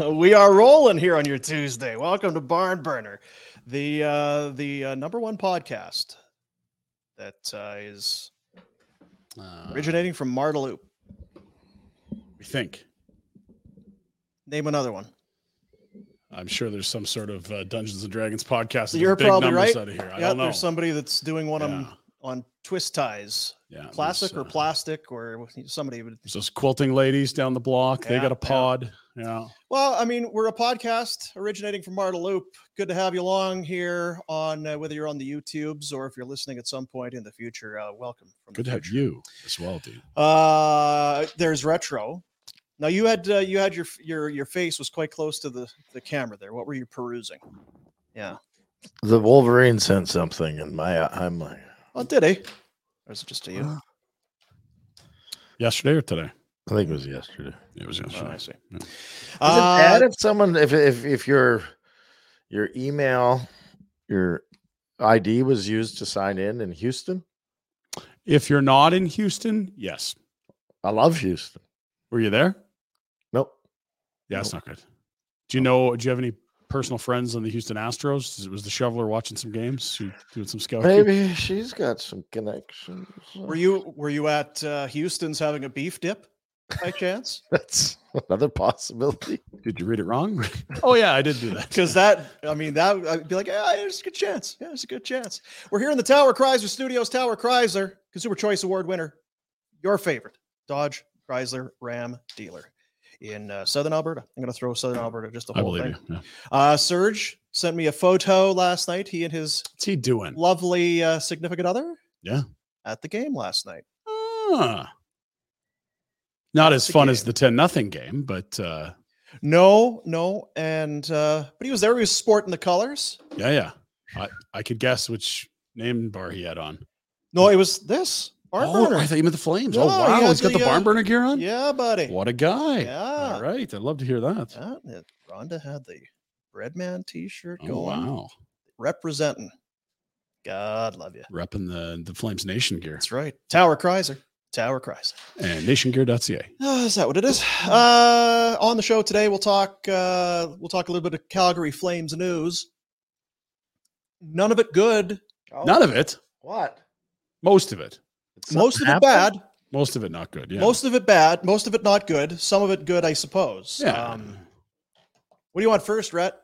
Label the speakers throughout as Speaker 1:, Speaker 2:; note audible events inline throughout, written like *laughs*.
Speaker 1: *laughs* we are rolling here on your Tuesday. Welcome to Barn Burner, the uh, the uh, number one podcast that uh, is
Speaker 2: Uh,
Speaker 1: originating from Marteloup.
Speaker 2: We think.
Speaker 1: Name another one.
Speaker 2: I'm sure there's some sort of uh, Dungeons and Dragons podcast. with
Speaker 1: You're
Speaker 2: big
Speaker 1: probably
Speaker 2: numbers
Speaker 1: right.
Speaker 2: Out of here. I
Speaker 1: Yeah,
Speaker 2: don't know.
Speaker 1: there's somebody that's doing one on
Speaker 2: Yeah.
Speaker 1: on twist ties,
Speaker 2: yeah,
Speaker 1: classic
Speaker 2: there's,
Speaker 1: or
Speaker 2: uh,
Speaker 1: plastic or somebody would.
Speaker 2: There's those quilting ladies down the block. they
Speaker 1: Yeah,
Speaker 2: got a
Speaker 1: yeah.
Speaker 2: pod. Yeah.
Speaker 1: Well, I mean, we're a podcast originating from Marteloup. Good to have you along here on uh, whether you're on the YouTubes or if you're listening at some point in the future. Uh, welcome. From the
Speaker 2: Good to have
Speaker 1: future.
Speaker 2: you as well, dude.
Speaker 1: Uh, there's retro. Now you had uh, you had your your your face was quite close to the the camera there. What were you perusing? Yeah.
Speaker 3: The Wolverine sent something, and my I'm like,
Speaker 1: Oh, did he? Or is it just to you?
Speaker 2: Yesterday or today?
Speaker 3: I think it was yesterday.
Speaker 2: It was yesterday.
Speaker 1: Oh, I see.
Speaker 2: Yeah.
Speaker 3: Is
Speaker 1: Uh,
Speaker 3: it bad if someone if if if your your email your ID was used to sign in in Houston?
Speaker 2: If you're not in Houston, yes.
Speaker 3: I love Houston.
Speaker 2: Were you there?
Speaker 3: Nope.
Speaker 2: Yeah, it's not good. Do you know? Do you have any personal friends on the Houston Astros? Was the shoveler watching some games? Who doing some scouting?
Speaker 3: Maybe she's got some connections.
Speaker 1: were you were you at uh, Houston's having a beef dip by chance?
Speaker 3: *laughs* That's another possibility.
Speaker 2: Did you read it wrong? *laughs* oh yeah, I did do
Speaker 1: *laughs*
Speaker 2: that.
Speaker 1: Because that, I mean, that I'd be like, yeah, there's a good chance. Yeah, there's a good chance. We're here in the Tower Chrysler Studios. Tower Chrysler, Consumer Choice Award winner, your favorite Dodge Chrysler Ram dealer in uh, Southern Alberta. I'm going to throw Southern Alberta just the
Speaker 2: I
Speaker 1: whole
Speaker 2: believe
Speaker 1: thing.
Speaker 2: you. Yeah.
Speaker 1: Uh, Serge sent me a photo last night. He and his
Speaker 2: What's he doing?
Speaker 1: lovely uh, significant other.
Speaker 2: Yeah.
Speaker 1: At the game last night.
Speaker 2: Ah. Not as
Speaker 1: the
Speaker 2: fun as
Speaker 1: game.
Speaker 2: the 10 nothing game, but uh,
Speaker 1: No, no, and uh, but he was there. He was sporting the colors.
Speaker 2: yeah, yeah. I, I could guess which name bar he had on.
Speaker 1: No, it was this. Barn
Speaker 2: Oh,
Speaker 1: burner.
Speaker 2: I thought you meant the Flames.
Speaker 1: No,
Speaker 2: oh,
Speaker 1: he
Speaker 2: wow.
Speaker 1: had
Speaker 2: He's got the,
Speaker 1: the, uh,
Speaker 2: barn burner gear on?
Speaker 1: yeah, buddy.
Speaker 2: What a guy.
Speaker 1: Yeah.
Speaker 2: All right. I'd love to hear that.
Speaker 1: Yeah, and Rhonda had the Breadman T-shirt
Speaker 2: Oh,
Speaker 1: going,
Speaker 2: wow.
Speaker 1: representing. God love you.
Speaker 2: Repping the, the Flames Nation gear
Speaker 1: That's right. Tower Chrysler. Tower Chrysler.
Speaker 2: and nationgear.ca.
Speaker 1: Oh, is that what it is? Uh, on the show today, we'll talk. Uh, we'll talk a little bit of Calgary Flames news. none of it good,
Speaker 3: Oh,
Speaker 2: None of it.
Speaker 3: What?
Speaker 2: Most of it.
Speaker 3: It's
Speaker 1: most of
Speaker 3: something
Speaker 1: it bad,
Speaker 3: happened?
Speaker 2: Most of it not good. Yeah.
Speaker 1: most of it bad, most of it not good, some of it good, I suppose.
Speaker 2: Yeah.
Speaker 1: um, what do you want first, Rhett?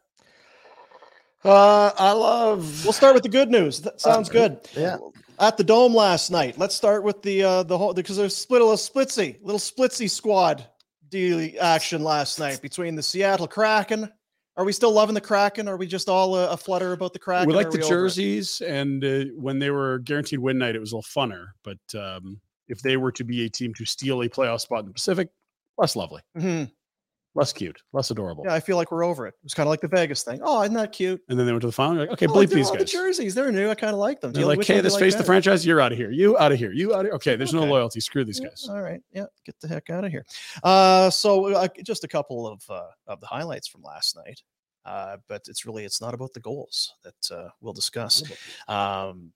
Speaker 3: Uh, I love.
Speaker 1: We'll start with the good news.
Speaker 2: Uh,
Speaker 1: That sounds good.
Speaker 3: yeah.
Speaker 1: At the dome last night. Let's start with the uh the whole because there's split a little splitsy, little splitsy squad deal action last night between the Seattle Kraken. Are we still loving the Kraken? Are we just all a, a flutter about the Kraken?
Speaker 2: we
Speaker 1: Are
Speaker 2: like the
Speaker 1: over it?
Speaker 2: jerseys, and uh, when they were guaranteed win night, it was a little funner. But um, if they were to be a team to steal a playoff spot in the Pacific, less lovely,
Speaker 1: Mhm.
Speaker 2: less cute, less adorable.
Speaker 1: Yeah, I feel like we're over it. It was kind of like the Vegas thing. Oh, isn't that cute?
Speaker 2: And then they went to the final. you're like, okay,
Speaker 1: Oh,
Speaker 2: bleep
Speaker 1: they're
Speaker 2: these
Speaker 1: all
Speaker 2: guys.
Speaker 1: The jerseys, they're new. I kind of like them. Do
Speaker 2: They're
Speaker 1: you-
Speaker 2: like,
Speaker 1: which one
Speaker 2: hey,
Speaker 1: do
Speaker 2: let's
Speaker 1: you like
Speaker 2: face the
Speaker 1: better?"
Speaker 2: franchise. You're out of here. You out of here. You out of here. Okay, there's
Speaker 1: Okay.
Speaker 2: no loyalty. Screw these
Speaker 1: Yeah,
Speaker 2: guys.
Speaker 1: All right, yeah, get the heck out of here. Uh, so uh, just a couple of uh, of the highlights from last night, uh, but it's really it's not about the goals that uh, we'll discuss. Um,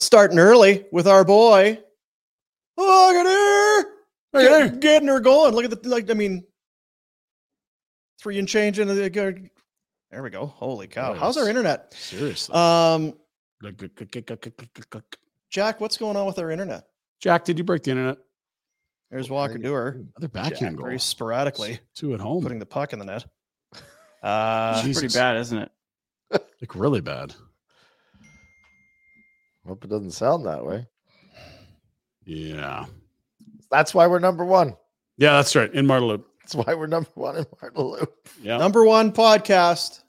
Speaker 1: starting early with our boy. Look at her,
Speaker 2: Look at
Speaker 1: *laughs*
Speaker 2: her.
Speaker 1: Get- getting her going. Look at the like. I mean, three and change into the. uh, There we go. Holy cow! How's our
Speaker 2: Nice.
Speaker 1: internet?
Speaker 2: Seriously.
Speaker 1: Um,
Speaker 2: Click, click, click, click, click, click, click, click, click.
Speaker 1: Jack, what's going on with our internet?
Speaker 2: Jack, did you break the internet?
Speaker 1: There's Walker Doer
Speaker 2: Another backhand goal.
Speaker 1: very sporadically
Speaker 2: Two at home.
Speaker 1: putting the puck in the
Speaker 2: *laughs*
Speaker 1: net. Uh,
Speaker 2: Jeez.
Speaker 4: pretty
Speaker 2: Jesus.
Speaker 4: bad, isn't it?
Speaker 2: like really bad.
Speaker 3: Hope it doesn't sound that way.
Speaker 2: Yeah.
Speaker 3: That's why we're number one.
Speaker 2: Yeah, that's right. In Marteloup.
Speaker 3: That's why we're number one in Waterloo.
Speaker 2: Yeah.
Speaker 1: number one podcast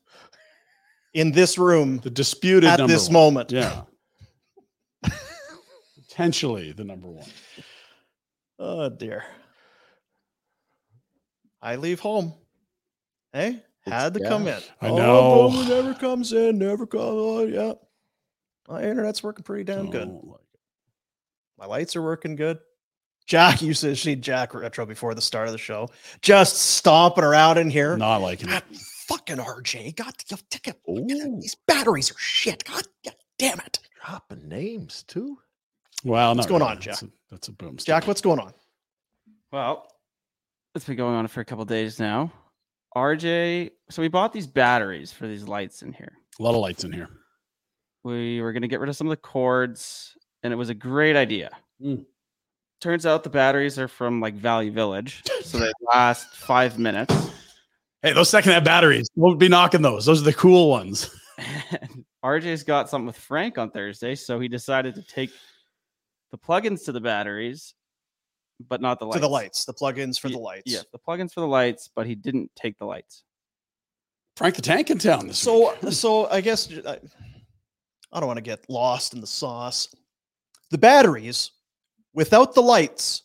Speaker 1: in this room
Speaker 2: the disputed
Speaker 1: at
Speaker 2: number
Speaker 1: this
Speaker 2: one.
Speaker 1: moment.
Speaker 2: Yeah. *laughs* Potentially the number one.
Speaker 1: Oh dear. I leave home. Hey,
Speaker 3: It's-
Speaker 1: had to
Speaker 3: yeah.
Speaker 1: come in.
Speaker 2: I
Speaker 1: Oh,
Speaker 2: know.
Speaker 1: Boone never comes in. Never comes. Oh yeah. My internet's working pretty damn good.
Speaker 2: Don't like it.
Speaker 1: My lights are working good. Jack, you said she Jack retro before the start of the show, just stomping around in here.
Speaker 2: Not liking
Speaker 1: God,
Speaker 2: it.
Speaker 1: fucking RJ. God, you ticket. These batteries are shit. God damn it.
Speaker 3: Dropping names too.
Speaker 2: Well,
Speaker 1: What's
Speaker 2: not
Speaker 1: going
Speaker 2: really.
Speaker 1: on,
Speaker 2: That's a, that's a boom.
Speaker 1: Jack, what's going on?
Speaker 4: Well, it's been going on for a couple days now. RJ, so we bought these batteries for these lights in here.
Speaker 2: A lot of lights in here.
Speaker 4: We were going to get rid of some of the cords, and it was a great idea.
Speaker 2: Mm.
Speaker 4: Turns out the batteries are from like Valley *laughs* Village, so they last five minutes. *laughs*
Speaker 2: Hey, those second half batteries. We'll be knocking those. Those are the cool ones.
Speaker 4: And RJ's got something with Frank on Thursday, so he decided to take the plugins to the batteries, but not the lights.
Speaker 1: To the lights, the plugins for
Speaker 4: Ye-
Speaker 1: the lights.
Speaker 4: Yeah, the plugins for the lights, but he didn't take the lights.
Speaker 2: Frank the Tank in town this
Speaker 1: So, uh,
Speaker 2: week.
Speaker 1: so I guess j- I, I don't want to get lost in the sauce. The batteries without the lights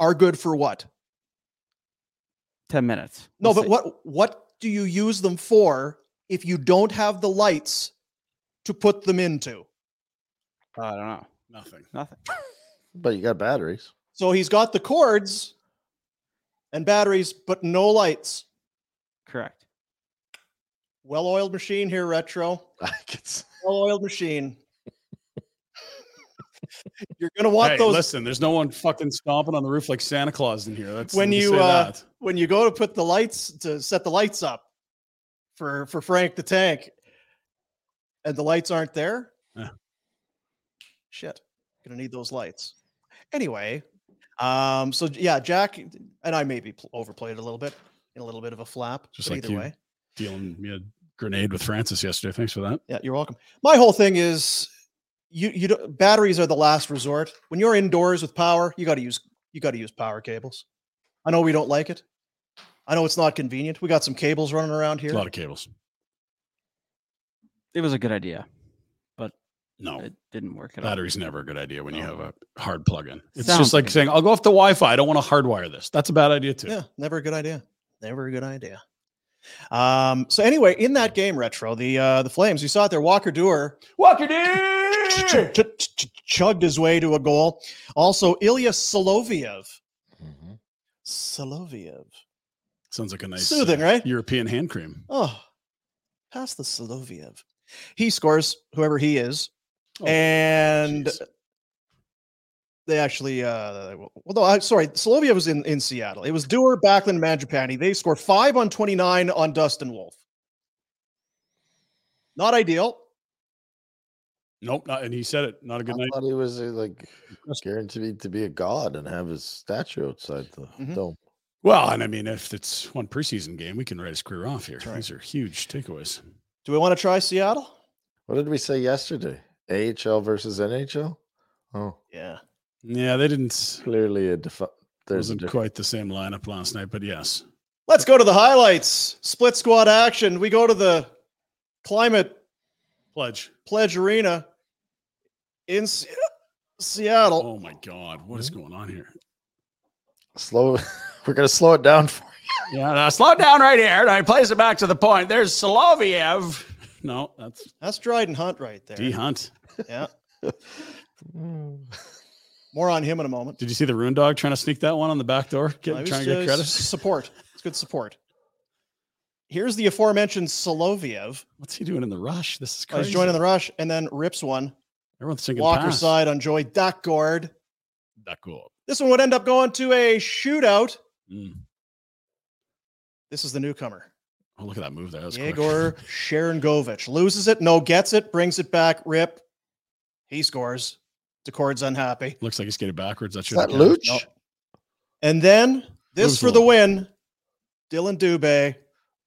Speaker 1: are good for what?
Speaker 4: 10 minutes.
Speaker 1: No,
Speaker 4: We'll
Speaker 1: but
Speaker 4: see.
Speaker 1: what what do you use them for if you don't have the lights to put them into?
Speaker 4: I don't know.
Speaker 2: nothing.
Speaker 4: Nothing.
Speaker 3: But you got batteries. *laughs*
Speaker 1: So he's got the cords and batteries, but no lights.
Speaker 4: Correct.
Speaker 1: Well-oiled machine here, retro.
Speaker 3: I could *laughs* s-
Speaker 1: Well-oiled machine. *laughs* You're gonna want
Speaker 2: hey,
Speaker 1: those
Speaker 2: listen, there's no one fucking stomping on the roof like Santa Claus in here. That's
Speaker 1: When
Speaker 2: let me
Speaker 1: you,
Speaker 2: say
Speaker 1: uh,
Speaker 2: that.
Speaker 1: when you go to put the lights to set the lights up for for Frank the Tank, and the lights aren't there.
Speaker 2: Yeah.
Speaker 1: Shit, gonna need those lights. Anyway, um, so yeah, Jack and I maybe pl- overplayed a little bit in a little bit of a flap.
Speaker 2: Just
Speaker 1: but
Speaker 2: like
Speaker 1: either
Speaker 2: you.
Speaker 1: way,
Speaker 2: dealing me a grenade with Francis yesterday. Thanks for that.
Speaker 1: yeah, you're welcome. My whole thing is you you don't, batteries are the last resort. When you're indoors with power, you got to use you got to use power cables. I know we don't like it. I know it's not convenient. We got some cables running around here.
Speaker 2: A lot of cables.
Speaker 4: It was a good idea.
Speaker 2: No,
Speaker 4: It didn't work at
Speaker 2: battery's never a good idea when you have a hard plug-in. It's
Speaker 4: Sounds
Speaker 2: just like
Speaker 4: good.
Speaker 2: saying, "I'll go off the Wi-Fi. I don't want to hardwire this." That's a bad idea too.
Speaker 1: Yeah, never a good idea. Never a good idea. Um, so anyway, in that game, retro the uh, the Flames, you saw it there. Walker Doer
Speaker 2: Walker
Speaker 1: ch-
Speaker 2: dude.
Speaker 3: Mm-hmm.
Speaker 1: ch- ch- ch- chugged his way to a goal. Also, Ilya Soloviev,
Speaker 3: Mhm.
Speaker 1: Soloviev.
Speaker 2: Sounds like a nice uh,
Speaker 1: Soothing, right?
Speaker 2: European hand cream.
Speaker 1: Oh, pass the Soloviev. He scores whoever he is,
Speaker 2: Oh,
Speaker 1: and
Speaker 2: jeez.
Speaker 1: they actually. Uh, well, no, I'm sorry. Soloviev was in, in Seattle. It was Doer, Backlund, Manjapani. They score five on twenty nine on Dustin Wolf. Not ideal.
Speaker 2: Nope. Not, and he said it. Not a good
Speaker 3: I
Speaker 2: night.
Speaker 3: thought he was uh, like
Speaker 2: Just-
Speaker 3: guaranteed to be a god and have his statue outside the
Speaker 1: Mhm.
Speaker 3: dome.
Speaker 2: Well, and I mean, if it's one preseason game, we can write his career off here.
Speaker 1: That's right.
Speaker 2: These are huge takeaways.
Speaker 1: Do we want to try Seattle?
Speaker 3: What did we say yesterday? AHL versus NHL. Oh,
Speaker 1: Yeah.
Speaker 2: Yeah, they didn't.
Speaker 3: clearly a defi- there's a
Speaker 2: wasn't
Speaker 3: difference.
Speaker 2: quite the same lineup last night, but yes.
Speaker 1: Let's go to the highlights. Split squad action. We go to the climate
Speaker 2: Pledge.
Speaker 1: pledge arena in Se- Seattle.
Speaker 2: Oh my God, what
Speaker 1: Hmm?
Speaker 2: is going on here?
Speaker 3: slow. *laughs* We're gonna slow it down for
Speaker 2: Yeah, now slow down right here. Now he plays it back to the point. There's Soloviev. No, that's
Speaker 1: That's Dryden Hunt right there.
Speaker 2: D Hunt.
Speaker 1: Yeah.
Speaker 3: you.
Speaker 1: More on him in a moment.
Speaker 2: Did you see the Rune Dog trying to sneak that one on the back door, get,
Speaker 1: Uh, it
Speaker 2: trying
Speaker 1: was,
Speaker 2: to get
Speaker 1: uh, *laughs*
Speaker 2: credit?
Speaker 1: Support. It's good support. Here's the aforementioned Soloviev.
Speaker 2: What's he doing in the rush? This is
Speaker 1: Uh,
Speaker 2: crazy.
Speaker 1: He's joining the rush and then rips one.
Speaker 2: Everyone's thinking
Speaker 1: Walker
Speaker 2: pass.
Speaker 1: side on Joy Dockgord.
Speaker 2: That cool.
Speaker 1: This one would end up going to a shootout.
Speaker 2: Mm.
Speaker 1: This is the newcomer.
Speaker 2: Oh, look at that move there. That was quick.
Speaker 1: Yegor Sharangovich loses it, no, gets it, brings it back, rip. He scores. Decord's unhappy.
Speaker 2: *laughs* Looks like he skated backwards. That
Speaker 3: Is
Speaker 2: should
Speaker 3: that Luch?
Speaker 1: No. And then this
Speaker 2: Moves
Speaker 1: for
Speaker 2: the
Speaker 1: the win. Dylan Dubé,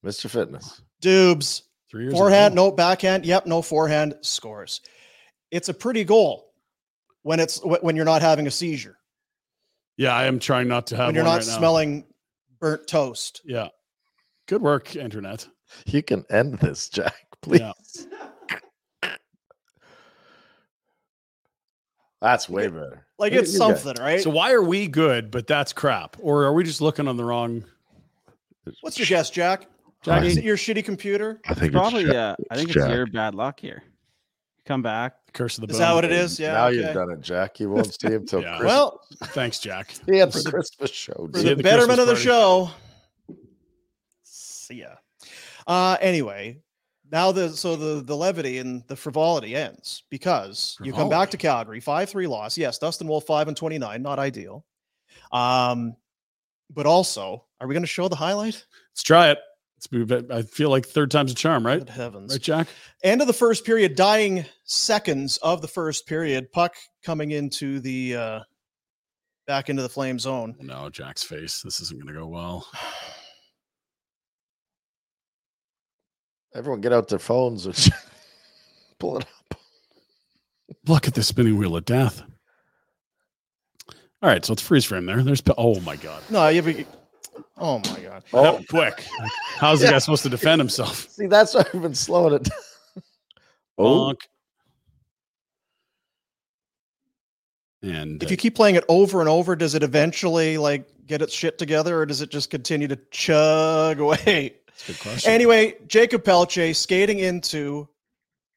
Speaker 3: Mr. Fitness.
Speaker 1: Dubes,
Speaker 2: Three years in a
Speaker 1: forehand,
Speaker 2: row.
Speaker 1: no backhand. Yep, no forehand scores. It's a pretty goal when it's wh- when you're not having a seizure,
Speaker 2: Yeah, I am trying not to have
Speaker 1: when you're
Speaker 2: one
Speaker 1: not
Speaker 2: right now.
Speaker 1: smelling burnt toast.
Speaker 2: Yeah. Good work, internet.
Speaker 3: You can end this, Jack. *laughs* Please.
Speaker 2: Yeah.
Speaker 3: That's way better.
Speaker 1: Like
Speaker 3: Look at
Speaker 1: it's
Speaker 3: you guys.
Speaker 1: something, right?
Speaker 2: So why are we good, but that's crap? Or are we just looking on the wrong?
Speaker 1: What's your guess, Jack?
Speaker 2: Jackie?
Speaker 1: Is it your shitty computer?
Speaker 3: I think
Speaker 4: Probably, yeah. I
Speaker 3: It's
Speaker 4: think it's
Speaker 3: Jack.
Speaker 4: your bad luck here. Come back.
Speaker 2: Curse of
Speaker 1: Is
Speaker 2: the bone.
Speaker 1: that what it is? Yeah.
Speaker 3: now
Speaker 1: okay.
Speaker 3: you've done it, Jack. You won't see him till
Speaker 2: Yeah.
Speaker 3: Christmas. *laughs*
Speaker 1: Well,
Speaker 2: Thanks, Jack.
Speaker 3: he had the
Speaker 1: for the-
Speaker 3: Christmas show.
Speaker 1: for
Speaker 2: See you
Speaker 1: the
Speaker 2: at the
Speaker 1: betterment of
Speaker 2: Christmas
Speaker 1: the
Speaker 2: party.
Speaker 1: show. See ya. Uh, anyway, now the so the the levity and the frivolity ends because you come back to Calgary, five three loss. Yes, Dustin Wolf five and twenty nine, not ideal. Um, but also, are we going to show the highlight?
Speaker 2: Let's try it. It's been- I feel like third time's a charm, right?
Speaker 1: Good heavens!
Speaker 2: Right, Jack?
Speaker 1: End of the first period, dying seconds of the first period. Puck coming into the uh, back into the flame zone.
Speaker 2: No, Jack's face. This isn't going to go well.
Speaker 3: Everyone get out their phones and *laughs* pull *laughs* it up.
Speaker 2: Look at the spinning wheel of death. All right, so it's freeze frame there. There's pe- oh my god,
Speaker 1: No, you. have a- Oh my god.
Speaker 2: That
Speaker 3: Oh,
Speaker 2: happened quick! How's the guy supposed to defend himself?
Speaker 3: see, that's why I've been slowing it. down. *laughs* Oh,
Speaker 2: Bonk. And
Speaker 1: if
Speaker 2: uh,
Speaker 1: you keep playing it over and over, does it eventually like get its shit together or does it just continue to chug *laughs* away?
Speaker 2: that's a good question.
Speaker 1: Anyway, Jacob Pelche skating into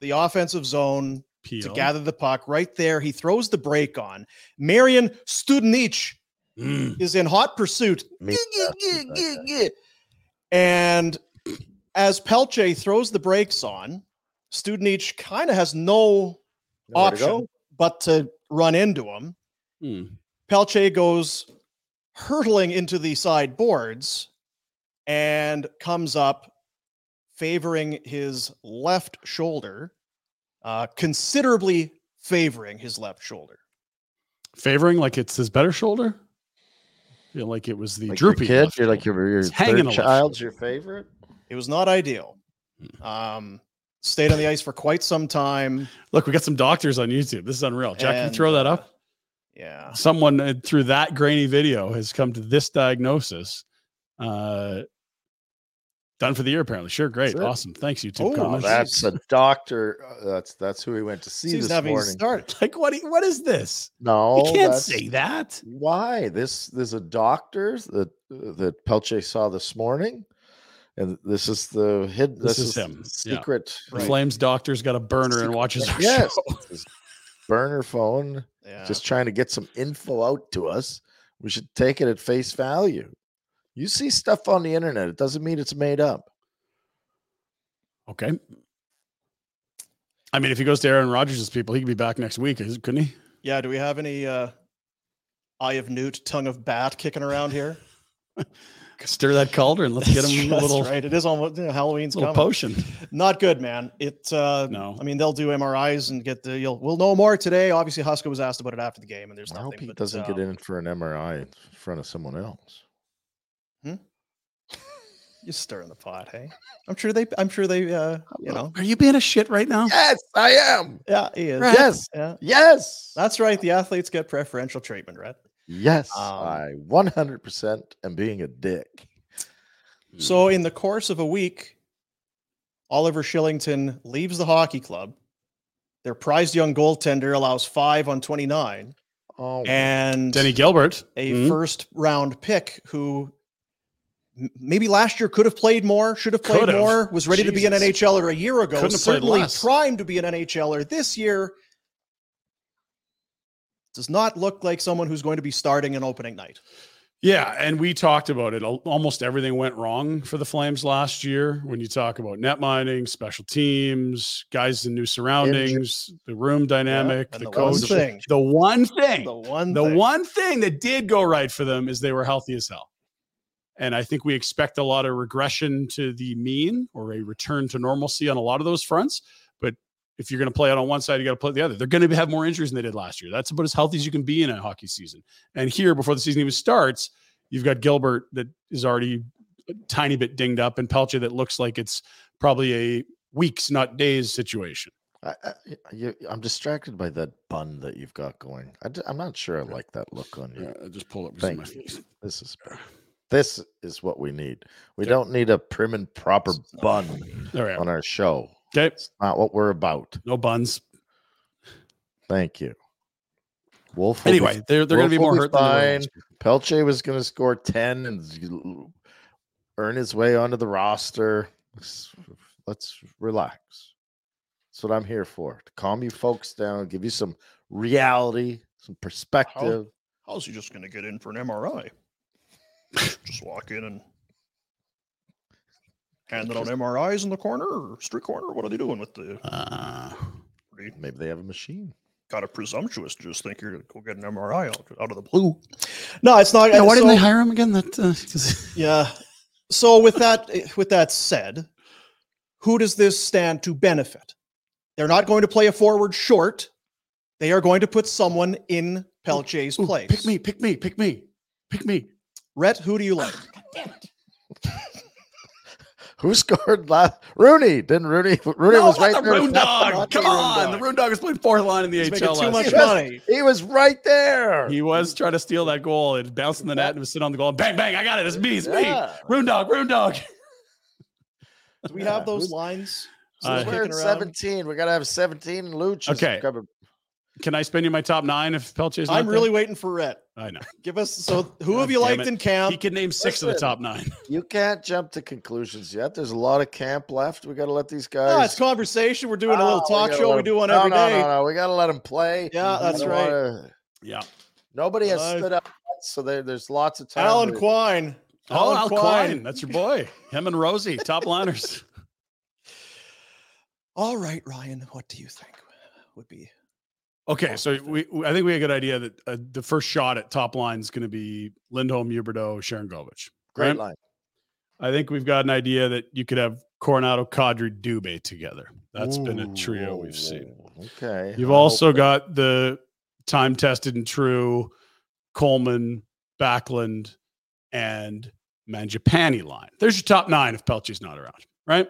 Speaker 1: the offensive zone to
Speaker 2: PL.
Speaker 1: gather the puck. Right there, he throws the break on. Marion Studenich
Speaker 2: Mm,
Speaker 1: is in hot pursuit.
Speaker 3: me.
Speaker 1: And as Pelche throws the brakes on, Studenich kind of has no
Speaker 3: Nowhere to go.
Speaker 1: option but to run into him.
Speaker 2: mm.
Speaker 1: Pelche goes hurtling into the side boards and comes up favoring his left shoulder, uh, considerably favoring his left shoulder.
Speaker 2: Favoring like it's his better shoulder. Feel like it was the
Speaker 3: Like your
Speaker 2: droopy
Speaker 3: kid,
Speaker 2: left
Speaker 3: you're like
Speaker 2: shoulder.
Speaker 3: your, your
Speaker 2: It's hanging
Speaker 3: third
Speaker 2: a left
Speaker 3: child's your favorite.
Speaker 1: It was not ideal.
Speaker 2: Hmm.
Speaker 1: Um, stayed on the ice for quite some time.
Speaker 2: Look, we got some doctors on YouTube. This is unreal. Jack, can you
Speaker 1: and,
Speaker 2: throw that
Speaker 1: uh,
Speaker 2: up?
Speaker 1: Yeah.
Speaker 2: Someone uh, through that grainy video has come to this diagnosis. Uh, done for the year, apparently. Sure, great,
Speaker 3: That's it.
Speaker 2: awesome. Thanks, YouTube.
Speaker 1: Oh,
Speaker 3: Oh,
Speaker 2: comments.
Speaker 3: that's a doctor. uh, That's that's who he went to see
Speaker 1: Season
Speaker 3: this
Speaker 1: having
Speaker 3: morning.
Speaker 1: started.
Speaker 2: *laughs* like what? What is this?
Speaker 3: No,
Speaker 2: you can't
Speaker 3: that's-
Speaker 2: say that.
Speaker 3: Why this? There's a doctor that uh, that Pelche saw this morning, and this is the hid.
Speaker 2: This
Speaker 3: This,
Speaker 2: is
Speaker 3: is,
Speaker 2: him, yeah.
Speaker 3: Secret.
Speaker 2: The Flames doctor's got a burner and watches our
Speaker 3: Yes,
Speaker 2: show.
Speaker 3: it's his burner phone.
Speaker 1: Yeah.
Speaker 3: Just trying to get some info out to us. We should take it at face value. You see stuff on the internet. It doesn't mean it's made up.
Speaker 2: Okay. I mean, if he goes to Aaron Rodgers' people, he could be back next week, is- couldn't he?
Speaker 1: yeah. Do we have any uh, eye of newt, tongue of bat kicking around here?
Speaker 2: Stir that cauldron. *laughs* Let's get him
Speaker 1: *laughs*
Speaker 2: a
Speaker 1: That's
Speaker 2: little,
Speaker 1: right. It is almost yeah, Halloween's
Speaker 2: little
Speaker 1: coming.
Speaker 2: potion.
Speaker 1: Not good, man. It. Uh,
Speaker 2: No.
Speaker 1: I mean, they'll do MRIs and get the. You'll. We'll know more today. Obviously, Huska was asked about it after the game, and there's
Speaker 3: I
Speaker 1: nothing.
Speaker 3: hope he
Speaker 1: but,
Speaker 3: doesn't get
Speaker 1: um,
Speaker 3: in for an MRI in front of someone else.
Speaker 1: You're stirring the pot, hey? I'm sure they. I'm sure they. Uh, you know.
Speaker 2: Are you being a shit right now?
Speaker 3: Yes, I am.
Speaker 1: Yeah, he is.
Speaker 3: Yes,
Speaker 1: Yeah.
Speaker 3: yes,
Speaker 1: That's right. The athletes get preferential treatment, right?
Speaker 3: yes.
Speaker 1: Um,
Speaker 3: I 100% am being a dick. Hmm.
Speaker 1: So, in the course of a week, Oliver Shillington leaves the hockey club. Their prized young goaltender allows five on 29
Speaker 3: Oh,
Speaker 1: and
Speaker 2: Denny Gilbert.
Speaker 1: a
Speaker 2: Mhm.
Speaker 1: first round pick who m- maybe last year could have played more, should have played
Speaker 2: Could have.
Speaker 1: more, was ready to be an
Speaker 2: Jesus.
Speaker 1: NHLer a year ago,
Speaker 2: Couldn't have played
Speaker 1: certainly
Speaker 2: less.
Speaker 1: primed to be an NHLer this year. Does not look like someone who's going to be starting an opening night.
Speaker 2: Yeah, and we talked about it. Al- Almost everything went wrong for the Flames last year. When you talk about net mining, special teams, guys in new surroundings, the room dynamic,
Speaker 1: and
Speaker 2: the,
Speaker 1: the one
Speaker 2: coach.
Speaker 1: thing-
Speaker 2: The one thing.
Speaker 1: The one,
Speaker 2: the
Speaker 1: thing.
Speaker 2: one thing that did go right for them is they were healthy as hell. And I think we expect a lot of regression to the mean or a return to normalcy on a lot of those fronts. But if you're going to play out on one side, you got to play the other. They're going to have more injuries than they did last year. That's about as healthy as you can be in a hockey season. And here, before the season even starts, you've got Gilbert that is already a tiny bit dinged up and Pelche that looks like it's probably a weeks, not days situation.
Speaker 3: I, I, you, I'm distracted by that bun that you've got going. I, am not sure I like that look on you.
Speaker 2: I just pulled up
Speaker 3: Thank you. This is this is what we need. We
Speaker 2: Okay.
Speaker 3: don't need a prim and proper bun
Speaker 2: There we are.
Speaker 3: on our show.
Speaker 2: Okay.
Speaker 3: It's not what we're about.
Speaker 2: No buns.
Speaker 3: Thank you. Wolf. will be
Speaker 2: Anyway, they're, they're going to be
Speaker 3: Wolf will
Speaker 2: more
Speaker 3: be
Speaker 2: hurt than they were
Speaker 3: fine.
Speaker 2: last year.
Speaker 3: Pelche was going to score 10 and z- l- earn his way onto the roster. Let's, let's relax. That's what I'm here for to calm you folks down, give you some reality, some perspective.
Speaker 1: How's he just going to get in for an
Speaker 2: *laughs*
Speaker 1: MRI? just walk in and hand it on MRIs in the corner or street corner? What are they doing with the?
Speaker 2: Uh,
Speaker 3: Maybe they have a machine. *laughs*
Speaker 1: Kind of presumptuous to just think you're going to go get an MRI out, out of the blue. No, it's not.
Speaker 2: yeah, why didn't they
Speaker 1: so-
Speaker 2: hire him again? That uh, *laughs*
Speaker 1: Yeah. So with that, with that said, who does this stand to benefit? They're not going to play a forward short. They are going to put someone in Pelche's
Speaker 2: Ooh,
Speaker 1: place.
Speaker 2: Pick me, pick me, pick me, pick me.
Speaker 1: Rhett. Who do you like?
Speaker 3: Who scored last? Rooney. Didn't Rooney? *laughs* Rooney was right
Speaker 2: not the
Speaker 3: there. to
Speaker 2: Rune
Speaker 3: tap him.
Speaker 2: Dog.
Speaker 1: Not
Speaker 2: Come
Speaker 1: the Rune
Speaker 2: on, the
Speaker 1: Dog.
Speaker 2: Rune Dog has played fourth line in the
Speaker 1: He's making
Speaker 2: HL.
Speaker 1: too
Speaker 2: last
Speaker 1: much
Speaker 2: *laughs* year.
Speaker 1: money.
Speaker 3: He was right there.
Speaker 2: He was trying to steal that goal and bouncing the net and was sitting on the goal. And bang, bang! I got it. It's me. It's me.
Speaker 3: Yeah.
Speaker 2: Rune Dog. Rune Dog.
Speaker 1: Do we
Speaker 3: Yeah.
Speaker 1: have those lines? still
Speaker 2: Uh,
Speaker 3: We're
Speaker 1: kicking
Speaker 3: wearing
Speaker 1: around?
Speaker 3: 17. We got to have 17 Luch.
Speaker 2: Okay. *laughs* Can I spend you my top nine if Pelche's not
Speaker 1: I'm
Speaker 2: there?
Speaker 1: really waiting for Rhett.
Speaker 2: I know.
Speaker 1: Give us so who have
Speaker 2: God
Speaker 1: you
Speaker 2: damn
Speaker 1: liked
Speaker 2: it.
Speaker 1: in camp?
Speaker 2: He could name six of the
Speaker 3: listen.
Speaker 2: top nine. *laughs*
Speaker 3: You can't jump to conclusions yet. There's a lot of camp left. We got to let these guys.
Speaker 1: No, it's conversation. We're doing a little
Speaker 3: Oh,
Speaker 1: talk
Speaker 3: gotta
Speaker 1: show.
Speaker 3: let
Speaker 1: We
Speaker 3: them-
Speaker 1: do one
Speaker 3: no,
Speaker 1: every
Speaker 3: no,
Speaker 1: day.
Speaker 3: No, no, we got to let them play.
Speaker 1: Yeah,
Speaker 3: We
Speaker 1: that's
Speaker 3: don't
Speaker 1: right.
Speaker 3: wanna-
Speaker 2: Yeah.
Speaker 3: nobody has
Speaker 1: Hello.
Speaker 3: stood up, yet, so there, there's lots of time.
Speaker 1: Alan
Speaker 3: to-
Speaker 1: Quine.
Speaker 2: Oh, Al Klein. That's your boy. Him and Rosie,
Speaker 1: *laughs*
Speaker 2: top liners.
Speaker 1: All right, Ryan. What do you think would be?
Speaker 2: Okay, so
Speaker 1: Awesome.
Speaker 2: we we- I think we had a good idea that uh, the first shot at top line is going to be Lindholm, Huberto, Sharon Govich.
Speaker 3: Great
Speaker 2: Right?
Speaker 3: line.
Speaker 2: I think we've got an idea that you could have Coronado, Cadre, Dubé together. That's been a trio
Speaker 3: Ooh,
Speaker 2: we've seen.
Speaker 3: Okay.
Speaker 2: You've
Speaker 3: I hope
Speaker 2: also
Speaker 3: that-
Speaker 2: got the time tested and true Coleman, Backlund, and Manjapani line. There's your top nine if Pelche's not around, right?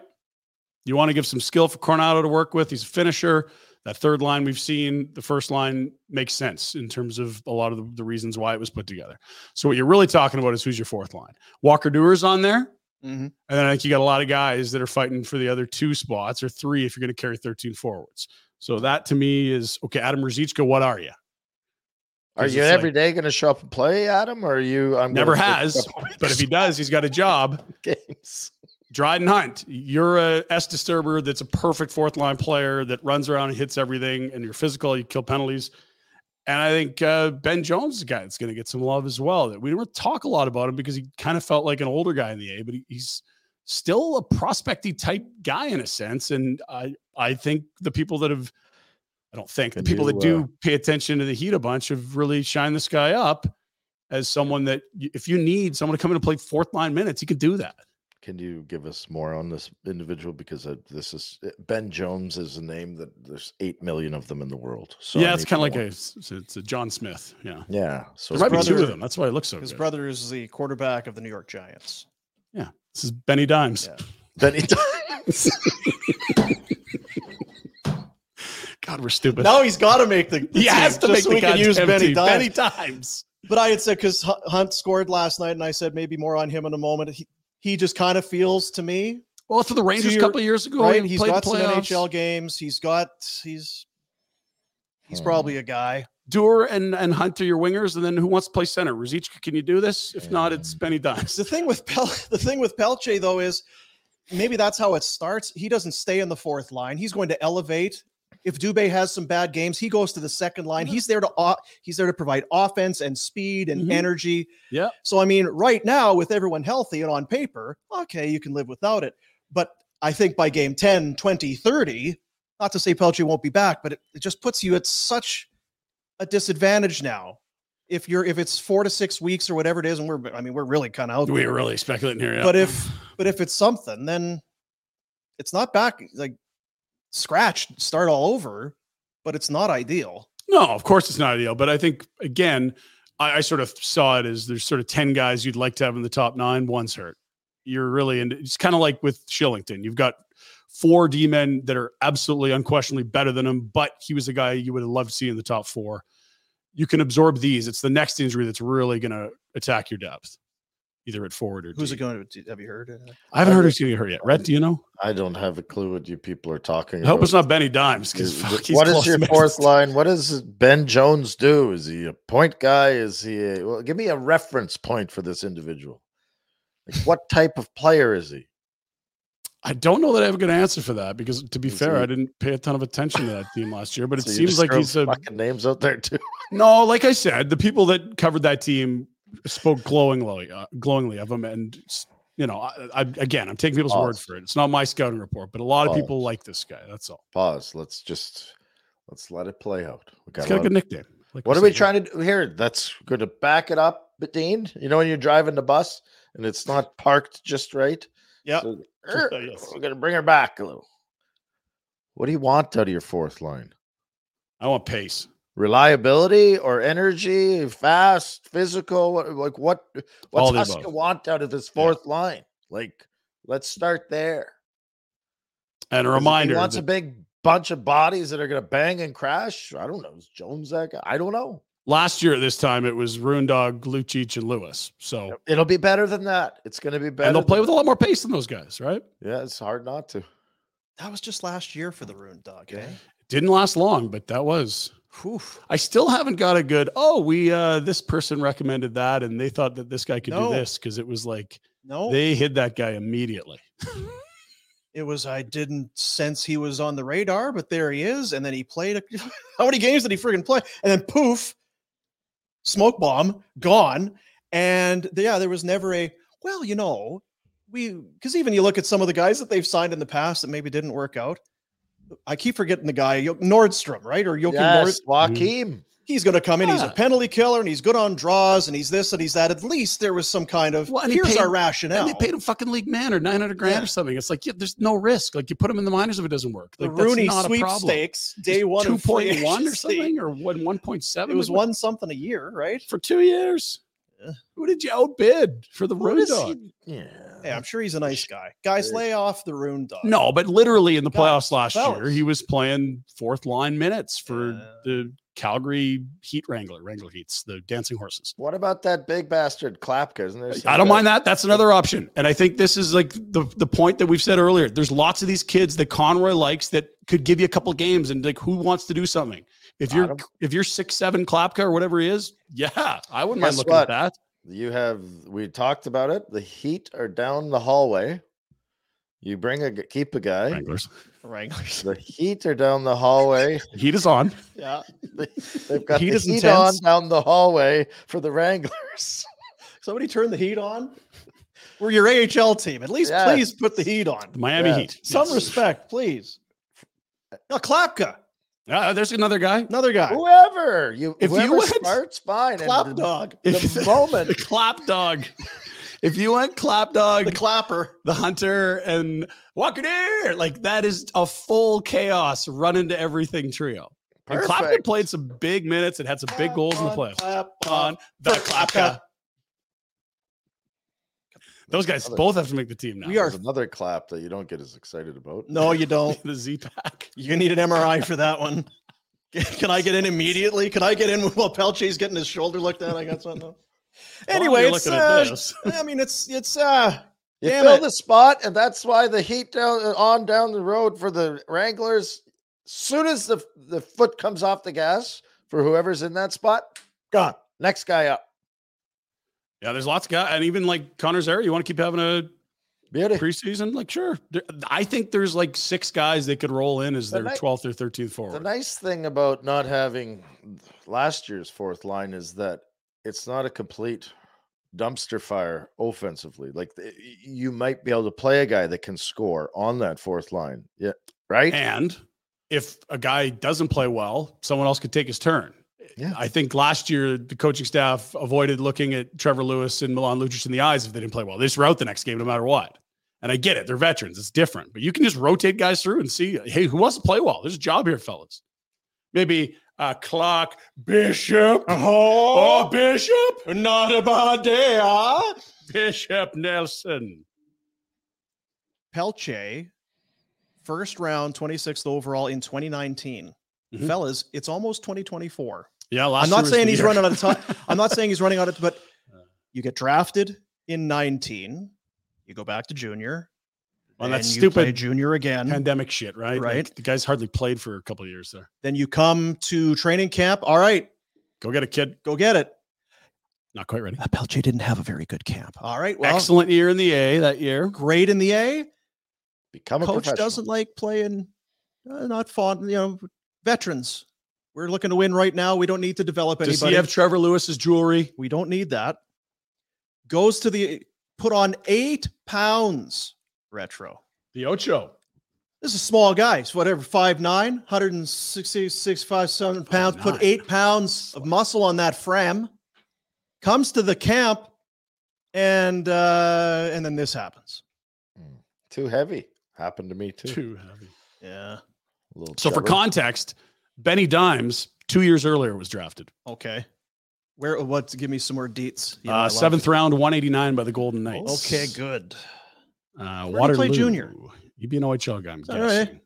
Speaker 2: You want to give some skill for Coronado to work with. He's a finisher. That third line we've seen, the first line makes sense in terms of a lot of the, the reasons why it was put together. So what you're really talking about is who's your fourth line. Walker Dewar's on there.
Speaker 3: Mm-hmm.
Speaker 1: Mhm.
Speaker 2: And then I think you got a lot of guys that are fighting for the other two spots or three if you're going to carry 13 forwards. So that to me is okay. Adam Ruzicka, what are you?
Speaker 3: Are
Speaker 2: 'cause
Speaker 3: you
Speaker 2: it's
Speaker 3: every
Speaker 2: like-
Speaker 3: day going to show up and play, Adam? Or are you? I'm gonna
Speaker 2: Never
Speaker 3: pick
Speaker 2: has,
Speaker 3: up *laughs*
Speaker 2: but if he does, he's got a job.
Speaker 3: games.
Speaker 2: Dryden Hunt, you're a S disturber that's a perfect fourth line player that runs around and hits everything, and you're physical, you kill penalties. And I think uh, Ben Jones is a guy that's going to get some love as well. That we didn't really talk a lot about him because he kind of felt like an older guy in the A, but he, he's still a prospecty type guy in a sense. And I I think the people that have, I don't think the
Speaker 3: Can
Speaker 2: people
Speaker 3: you,
Speaker 2: that do pay attention to the Heat a bunch have really shined this guy up. as someone that y- if you need someone to come in and play fourth line minutes, he could do that.
Speaker 3: Can you give us more on this individual because I, this is uh, Ben Jones is a name that there's eight million of them in the world. So I
Speaker 2: yeah, it's
Speaker 3: need
Speaker 2: kind of like
Speaker 3: more.
Speaker 2: a it's, it's a John Smith. Yeah,
Speaker 3: yeah. So
Speaker 2: there might be two
Speaker 1: brother-
Speaker 2: of them. That's why it looks so
Speaker 1: His
Speaker 2: good.
Speaker 1: brother is the quarterback of the New York Giants.
Speaker 2: yeah, this is Benny Dimes.
Speaker 1: Yeah.
Speaker 3: Benny *laughs*
Speaker 2: God, we're stupid. *laughs*
Speaker 1: now he's got to make the. the
Speaker 2: he has
Speaker 1: team,
Speaker 2: to
Speaker 1: just
Speaker 2: make
Speaker 1: so
Speaker 2: the
Speaker 1: we can use
Speaker 2: goddamn
Speaker 1: Benny
Speaker 2: team.
Speaker 1: Dimes.
Speaker 2: Benny Dimes.
Speaker 1: But I had said because Hunt scored last night, and I said maybe more on him in a moment. He, he just kind of feels to me
Speaker 2: Well, for the Rangers a
Speaker 1: your-
Speaker 2: couple of years ago,
Speaker 1: right.
Speaker 2: he
Speaker 1: He's
Speaker 2: played
Speaker 1: got
Speaker 2: the
Speaker 1: some
Speaker 2: playoffs.
Speaker 1: NHL games. He's got he's he's
Speaker 3: Hmm.
Speaker 1: probably a guy.
Speaker 2: Dewar and, and Hunt are your wingers, and then who wants to play center? Ruzicka, can you do this? If not, it's
Speaker 3: Um,
Speaker 2: Benny Dimes.
Speaker 1: The thing with Pel- *laughs* the thing with Pelche though is maybe that's how it starts. He doesn't stay in the fourth line. He's going to elevate. If Dubé has some bad games, he goes to the second line. He's there to o- he's there to provide offense and speed and
Speaker 2: Mhm.
Speaker 1: energy.
Speaker 2: Yeah.
Speaker 1: So I mean, right now with everyone healthy and on paper, okay, you can live without it. But I think by game 10, 20, 30, not to say Pelche won't be back, but it, it just puts you at such a disadvantage now. If you're if it's 4 to 6 weeks or whatever it is and we're I mean, we're really kind of out
Speaker 2: We are really speculating here. yeah.
Speaker 1: But if- but if it's something, then it's not back like scratch, start all over, but it's not ideal.
Speaker 2: No, of course it's not ideal. But I think again, I, I sort of saw it as there's sort of ten guys you'd like to have in the top nine. One's hurt. You're really and it's kind of like with Shillington. You've got four D men that are absolutely unquestionably better than him, but he was a guy you would have loved to see in the top four. You can absorb these. It's the next injury that's really going to attack your depth, either at forward or.
Speaker 1: Who's
Speaker 2: D.
Speaker 1: it going to? Have you heard? Uh,
Speaker 2: I haven't heard who's going to get hurt yet. Rhett, do you know?
Speaker 3: I don't have a clue what you people are talking
Speaker 2: I hope it's
Speaker 3: about.
Speaker 2: not Benny Dimes because
Speaker 3: Is-
Speaker 2: fuck, he's
Speaker 3: what
Speaker 2: close
Speaker 3: is
Speaker 2: to
Speaker 3: your
Speaker 2: making
Speaker 3: fourth
Speaker 2: it.
Speaker 3: line? What does Ben Jones do? Is he a point guy? Is he a, well, give me a reference point for this individual? Like what type of player is he?
Speaker 2: I don't know that I have a good answer for that because, to be
Speaker 3: So
Speaker 2: fair, I
Speaker 3: you-
Speaker 2: didn't pay a ton of attention to that team last year. But it
Speaker 3: So you
Speaker 2: seems
Speaker 3: just
Speaker 2: like
Speaker 3: throw
Speaker 2: he's a
Speaker 3: fucking names out there too.
Speaker 2: *laughs* no. Like I said, the people that covered that team spoke glowingly, uh, glowingly of him, and s- you know, I, I, again, I'm taking people's word
Speaker 3: Pause.
Speaker 2: for it. It's not my scouting report, but a lot of people
Speaker 3: Pause.
Speaker 2: like this guy. That's all.
Speaker 3: Pause. Let's just let's let it play out. We
Speaker 2: He's
Speaker 3: got a
Speaker 2: got a
Speaker 3: lot
Speaker 2: good
Speaker 3: of-
Speaker 2: nickname. Like
Speaker 3: What are
Speaker 2: said,
Speaker 3: we
Speaker 2: right?
Speaker 3: trying to do here? That's going to back it up, Dean. You know when you're driving the bus and it's not parked just right.
Speaker 1: Yep.
Speaker 3: So,
Speaker 2: uh, Yes.
Speaker 3: er, we're going to bring her back a little. What do you want out of your fourth line?
Speaker 2: I want pace.
Speaker 3: Reliability or energy, fast, physical? What, like what?
Speaker 2: All
Speaker 3: What's
Speaker 2: the
Speaker 3: Huska
Speaker 2: above.
Speaker 3: want out of his fourth line? Like, let's start there.
Speaker 2: And a
Speaker 3: 'Cause if
Speaker 2: reminder.
Speaker 3: He wants
Speaker 2: that-
Speaker 3: a big bunch of bodies that are going to bang and crash. I don't know. Is Jones that guy? I don't know.
Speaker 2: last year at this time, it was Rundog, Lucic, and Lewis. So
Speaker 3: It'll be better than that. It's going to be better.
Speaker 2: and they'll play
Speaker 3: than
Speaker 2: with a lot more pace than those guys, right?
Speaker 3: Yeah, it's hard not to.
Speaker 1: that was just last year for the Rune Dog. Eh?
Speaker 2: Didn't last long, but that was
Speaker 1: Whew.
Speaker 2: I still haven't got a good. Oh, we uh this person recommended that, and they thought that this guy could
Speaker 1: No.
Speaker 2: do this because it was like
Speaker 1: No,
Speaker 2: they hid that guy immediately.
Speaker 1: it was. I didn't sense he was on the radar, but there he is. And then he played. A, *laughs* how many games did he friggin' play? And then poof, smoke bomb, gone. And yeah, there was never a. Well, you know, we because even you look at some of the guys that they've signed in the past that maybe didn't work out. I keep forgetting the guy Yo- Nordstrom, right? Or Joachim Nord-
Speaker 3: Yes, Joaquin.
Speaker 2: Mm-hmm.
Speaker 1: he's going to come in. He's a
Speaker 2: Yeah.
Speaker 1: penalty killer, and he's good on draws, and he's this and he's that. At least there was some kind of
Speaker 2: Well, and he
Speaker 1: here's
Speaker 2: paid-
Speaker 1: our rationale.
Speaker 2: And they paid him fucking league man or nine hundred grand
Speaker 1: Yeah.
Speaker 2: or something. It's like yeah, there's no risk. Like you put him in the minors if it doesn't work.
Speaker 1: the
Speaker 2: Like
Speaker 1: Rooney sweepstakes day one,
Speaker 2: two
Speaker 1: of free
Speaker 2: point one or
Speaker 1: agency.
Speaker 2: something, or one one point seven.
Speaker 1: It was one something a year, right?
Speaker 2: for two years.
Speaker 1: Yeah.
Speaker 2: Who did you outbid for the
Speaker 3: What
Speaker 2: road
Speaker 3: is
Speaker 2: dog?
Speaker 3: he- Yeah.
Speaker 1: Hey, I'm sure he's a nice guy. Guys, lay off the Rune dog.
Speaker 2: No, but literally in the
Speaker 1: Guys,
Speaker 2: playoffs last year,
Speaker 1: fellas.
Speaker 2: he was playing fourth line minutes for
Speaker 1: Yeah.
Speaker 2: the Calgary Heat Wrangler, Wrangler Heats, the Dancing Horses.
Speaker 3: What about that big bastard Klapka? Isn't there? some
Speaker 2: I don't
Speaker 3: guy-
Speaker 2: mind that. That's another option. And I think this is like the, the point that we've said earlier. There's lots of these kids that Conroy likes that could give you a couple games and like who wants to do something? If you're
Speaker 3: Bottom.
Speaker 2: if you're six seven Klapka or whatever he is, yeah, I wouldn't mind
Speaker 3: Guess
Speaker 2: looking
Speaker 3: what?
Speaker 2: at that.
Speaker 3: You have. We talked about it. The Heat are down the hallway. You bring a g- keep a guy.
Speaker 2: Wranglers. *laughs*
Speaker 1: Wranglers.
Speaker 3: The Heat are down the hallway.
Speaker 2: Heat is on.
Speaker 1: Yeah,
Speaker 3: They've got
Speaker 2: Heat
Speaker 3: the
Speaker 2: is
Speaker 3: Heat
Speaker 2: intense.
Speaker 3: on down the hallway for the Wranglers.
Speaker 1: somebody turn the heat on. We're your AHL team. At least,
Speaker 3: Yes.
Speaker 1: please put the heat on.
Speaker 2: The Miami
Speaker 3: Yeah.
Speaker 2: Heat.
Speaker 1: Some
Speaker 2: Yes.
Speaker 1: respect, please. Now, Klapka.
Speaker 2: Uh, there's another guy.
Speaker 1: Another guy.
Speaker 3: Whoever you,
Speaker 2: If
Speaker 3: if
Speaker 2: you
Speaker 3: whoever you
Speaker 2: went-
Speaker 3: smart's fine.
Speaker 1: Clap
Speaker 3: And the,
Speaker 1: dog.
Speaker 2: *laughs*
Speaker 3: the moment
Speaker 2: clap dog. If you want clap dog,
Speaker 1: The clapper.
Speaker 2: the hunter, and Walker, like that is a full chaos run into everything trio. And Clapton
Speaker 3: Perfect.
Speaker 2: played some big minutes and had some big goals in the
Speaker 1: on,
Speaker 2: playoffs.
Speaker 1: Clap on.
Speaker 2: On the
Speaker 1: for
Speaker 2: Klapka.
Speaker 1: Klapka.
Speaker 2: Those guys
Speaker 3: Other-
Speaker 2: both have to make the team now.
Speaker 1: We are-
Speaker 3: There's another clap that you don't get as excited about.
Speaker 1: No, you don't.
Speaker 2: the Z pack.
Speaker 1: You need an MRI for that one. Can I get in immediately? Can I get in *laughs* while Pelche's getting his shoulder looked at? I got something. Anyway, it's, uh, *laughs* I mean, it's it's uh,
Speaker 3: You
Speaker 1: Damn
Speaker 3: fill
Speaker 1: it.
Speaker 3: the spot, and that's why the heat down uh, on down the road for the Wranglers. Soon as the the foot comes off the gas for whoever's in that spot, gone. Next guy up.
Speaker 2: yeah, there's lots of guys, and even like Connor's area. You want to keep having a
Speaker 3: Beauty.
Speaker 2: preseason? Like, sure. There- I think there's like six guys they could roll in as
Speaker 3: The
Speaker 2: their
Speaker 3: night-
Speaker 2: 12th or 13th
Speaker 3: The
Speaker 2: forward.
Speaker 3: nice thing about not having last year's fourth line is that it's not a complete dumpster fire offensively. Like th- y- you might be able to play a guy that can score on that fourth line. Yeah. Right?
Speaker 2: and if a guy doesn't play well, someone else could take his turn.
Speaker 3: Yeah.
Speaker 2: I think last year the coaching staff avoided looking at Trevor Lewis and Milan Lucic in the eyes if they didn't play well. They just route the next game no matter what. And I get it; they're veterans. It's different, but you can just rotate guys through and see, hey, who wants to play well? There's a job here, fellas. Maybe uh, Clark Bishop. Oh, Bishop, not a bad day, huh? Bishop Nelson.
Speaker 1: Pelche, first round, 26th overall in 2019.
Speaker 2: Mhm.
Speaker 1: Fellas, it's almost 2024.
Speaker 2: Yeah, last
Speaker 1: I'm
Speaker 2: year
Speaker 1: not
Speaker 2: was
Speaker 1: saying
Speaker 2: the
Speaker 1: he's
Speaker 2: year.
Speaker 1: running out of time.
Speaker 2: *laughs*
Speaker 1: I'm not saying he's running out of but
Speaker 2: Uh.
Speaker 1: you get drafted in 19, you go back to junior,
Speaker 2: Well,
Speaker 1: then
Speaker 2: that's
Speaker 1: you play
Speaker 2: stupid.
Speaker 1: junior again.
Speaker 2: pandemic shit, right?
Speaker 1: Mm-hmm. Right.
Speaker 2: Like, the guys hardly played for a couple of years there.
Speaker 1: then you come to training camp. All right,
Speaker 2: Go get a kid.
Speaker 1: go get it.
Speaker 2: Not quite ready.
Speaker 1: Uh, Pelche didn't have a very good camp. All right, well,
Speaker 2: Excellent year in the A that year.
Speaker 1: grade in the A.
Speaker 3: Become a
Speaker 1: coach
Speaker 3: professional.
Speaker 1: doesn't like playing uh, not fond you know veterans we're looking to win right now we don't need to develop
Speaker 2: Does
Speaker 1: anybody
Speaker 2: he have Trevor Lewis's jewelry?
Speaker 1: we don't need that goes to the put on eight pounds retro
Speaker 2: The Ocho.
Speaker 1: this is a small guy so whatever 5'9 166 five, seven pounds put
Speaker 2: 5'9".
Speaker 1: eight pounds of muscle on that fram comes to the camp and uh and then this happens
Speaker 3: Too heavy. Happened to me too.
Speaker 2: Too heavy.
Speaker 1: yeah
Speaker 3: A little
Speaker 2: So for
Speaker 3: chubby.
Speaker 2: context, Benny Dimes two years earlier was drafted.
Speaker 1: okay where uh, what give me some more deets You know, I
Speaker 2: Uh,
Speaker 1: love-
Speaker 2: seventh round, 189 by the Golden Knights.
Speaker 1: Okay, good.
Speaker 2: Uh,
Speaker 1: Where did he
Speaker 2: Waterloo.
Speaker 1: play junior?
Speaker 2: He'd be an OHL guy, I'm guessing.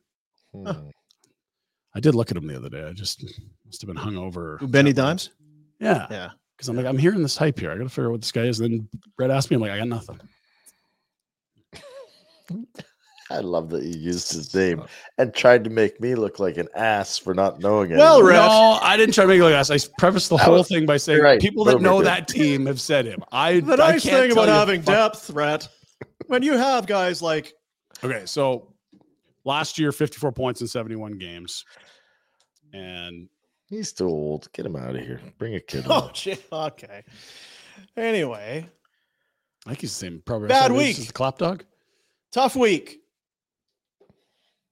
Speaker 1: All right.
Speaker 3: Hmm.
Speaker 2: I did look at him the other day. I just must have been hungover.
Speaker 1: Who, Benny Dimes?
Speaker 2: Yeah.
Speaker 1: Yeah.
Speaker 2: Because I'm like, I'm hearing this hype here. I got to figure out what this guy is. And then Brett asked me, I'm like, I got nothing.
Speaker 3: I love that you used his name and tried to make me look like an ass for not knowing it.
Speaker 1: Well, Brett.
Speaker 2: No, I didn't try to make it like us. I prefaced the
Speaker 3: That
Speaker 2: whole
Speaker 3: was-
Speaker 2: thing by saying
Speaker 3: you're right.
Speaker 2: people that
Speaker 3: Boomer
Speaker 2: know
Speaker 3: did.
Speaker 2: that team have said him. I
Speaker 1: The
Speaker 2: I
Speaker 1: nice
Speaker 2: can't
Speaker 1: thing
Speaker 2: tell
Speaker 1: about
Speaker 2: you-
Speaker 1: having
Speaker 2: fuck-
Speaker 1: depth, Rhett, when you have guys
Speaker 2: *laughs*
Speaker 1: like
Speaker 2: Okay, so last year, fifty-four points in seventy-one games, and
Speaker 3: he's too old. Get him out of here. Bring
Speaker 2: *laughs*
Speaker 3: a kid.
Speaker 1: oh,
Speaker 3: in.
Speaker 1: gee, okay. Anyway,
Speaker 2: I think he's the same. Probably
Speaker 1: Bad
Speaker 2: maybe this
Speaker 1: week.
Speaker 2: is The clap dog.
Speaker 1: tough week.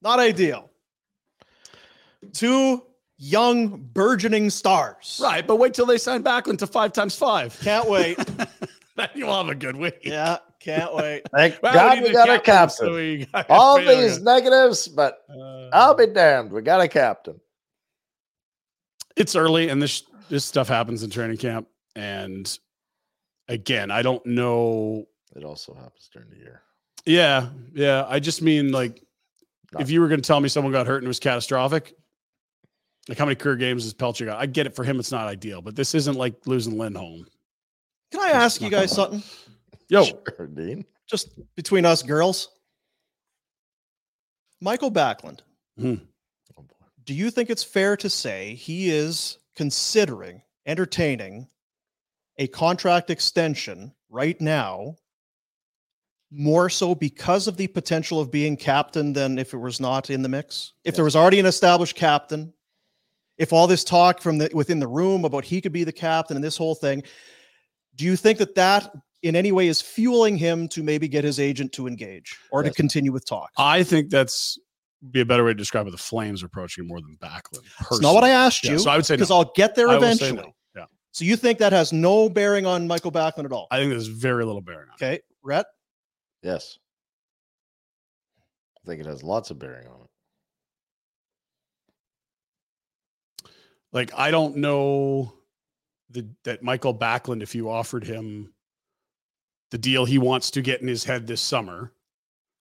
Speaker 1: Not ideal. Two young burgeoning stars.
Speaker 2: Right, but wait till they sign Backlund to five times five.
Speaker 1: *laughs* Can't wait.
Speaker 2: then *laughs* you'll have a good week.
Speaker 1: yeah, can't wait.
Speaker 3: Thank
Speaker 2: Well,
Speaker 3: God
Speaker 2: need
Speaker 3: we
Speaker 2: a
Speaker 3: got a captain.
Speaker 2: so we got-
Speaker 3: All
Speaker 2: we got-
Speaker 3: these negatives, but
Speaker 2: Uh,
Speaker 3: I'll be damned. We got a captain.
Speaker 2: it's early and this this stuff happens in training camp. And again, I don't know
Speaker 3: It also happens during the year. *laughs*
Speaker 2: Yeah, yeah. I just mean like,
Speaker 3: Not-
Speaker 2: if you were going to tell me someone got hurt and it was catastrophic, like how many career games has Pelcher got? I get it for him; it's not ideal, but this isn't like losing Lindholm.
Speaker 1: Can I ask you guys something?
Speaker 2: Yo,
Speaker 3: Sure, Dean.
Speaker 1: Just between us girls. Michael Backlund.
Speaker 3: Oh, boy.
Speaker 1: do you think it's fair to say he is considering entertaining a contract extension right now more so because of the potential of being captain than if it was not in the mix if there was already an established captain if all this talk from the within the room about he could be the captain and this whole thing do you think that that in any way is fueling him to maybe get his agent to engage or
Speaker 3: Yes.
Speaker 1: to continue with talk
Speaker 2: I think that's be a better way to describe it. The Flames are approaching more than Backlund.
Speaker 1: It's not what I asked
Speaker 2: Yeah,
Speaker 1: you
Speaker 2: so I would say
Speaker 1: because
Speaker 2: no.
Speaker 1: I'll get there
Speaker 2: I will say
Speaker 1: eventually.
Speaker 2: no. Yeah,
Speaker 1: So you think that has no bearing on Michael Backlund at all?
Speaker 2: I think there's very little bearing on it.
Speaker 1: okay, Rhett.
Speaker 3: Yes. I think it has lots of bearing on it.
Speaker 2: Like I don't know the, that Michael Backlund, if you offered him the deal he wants to get in his head this summer,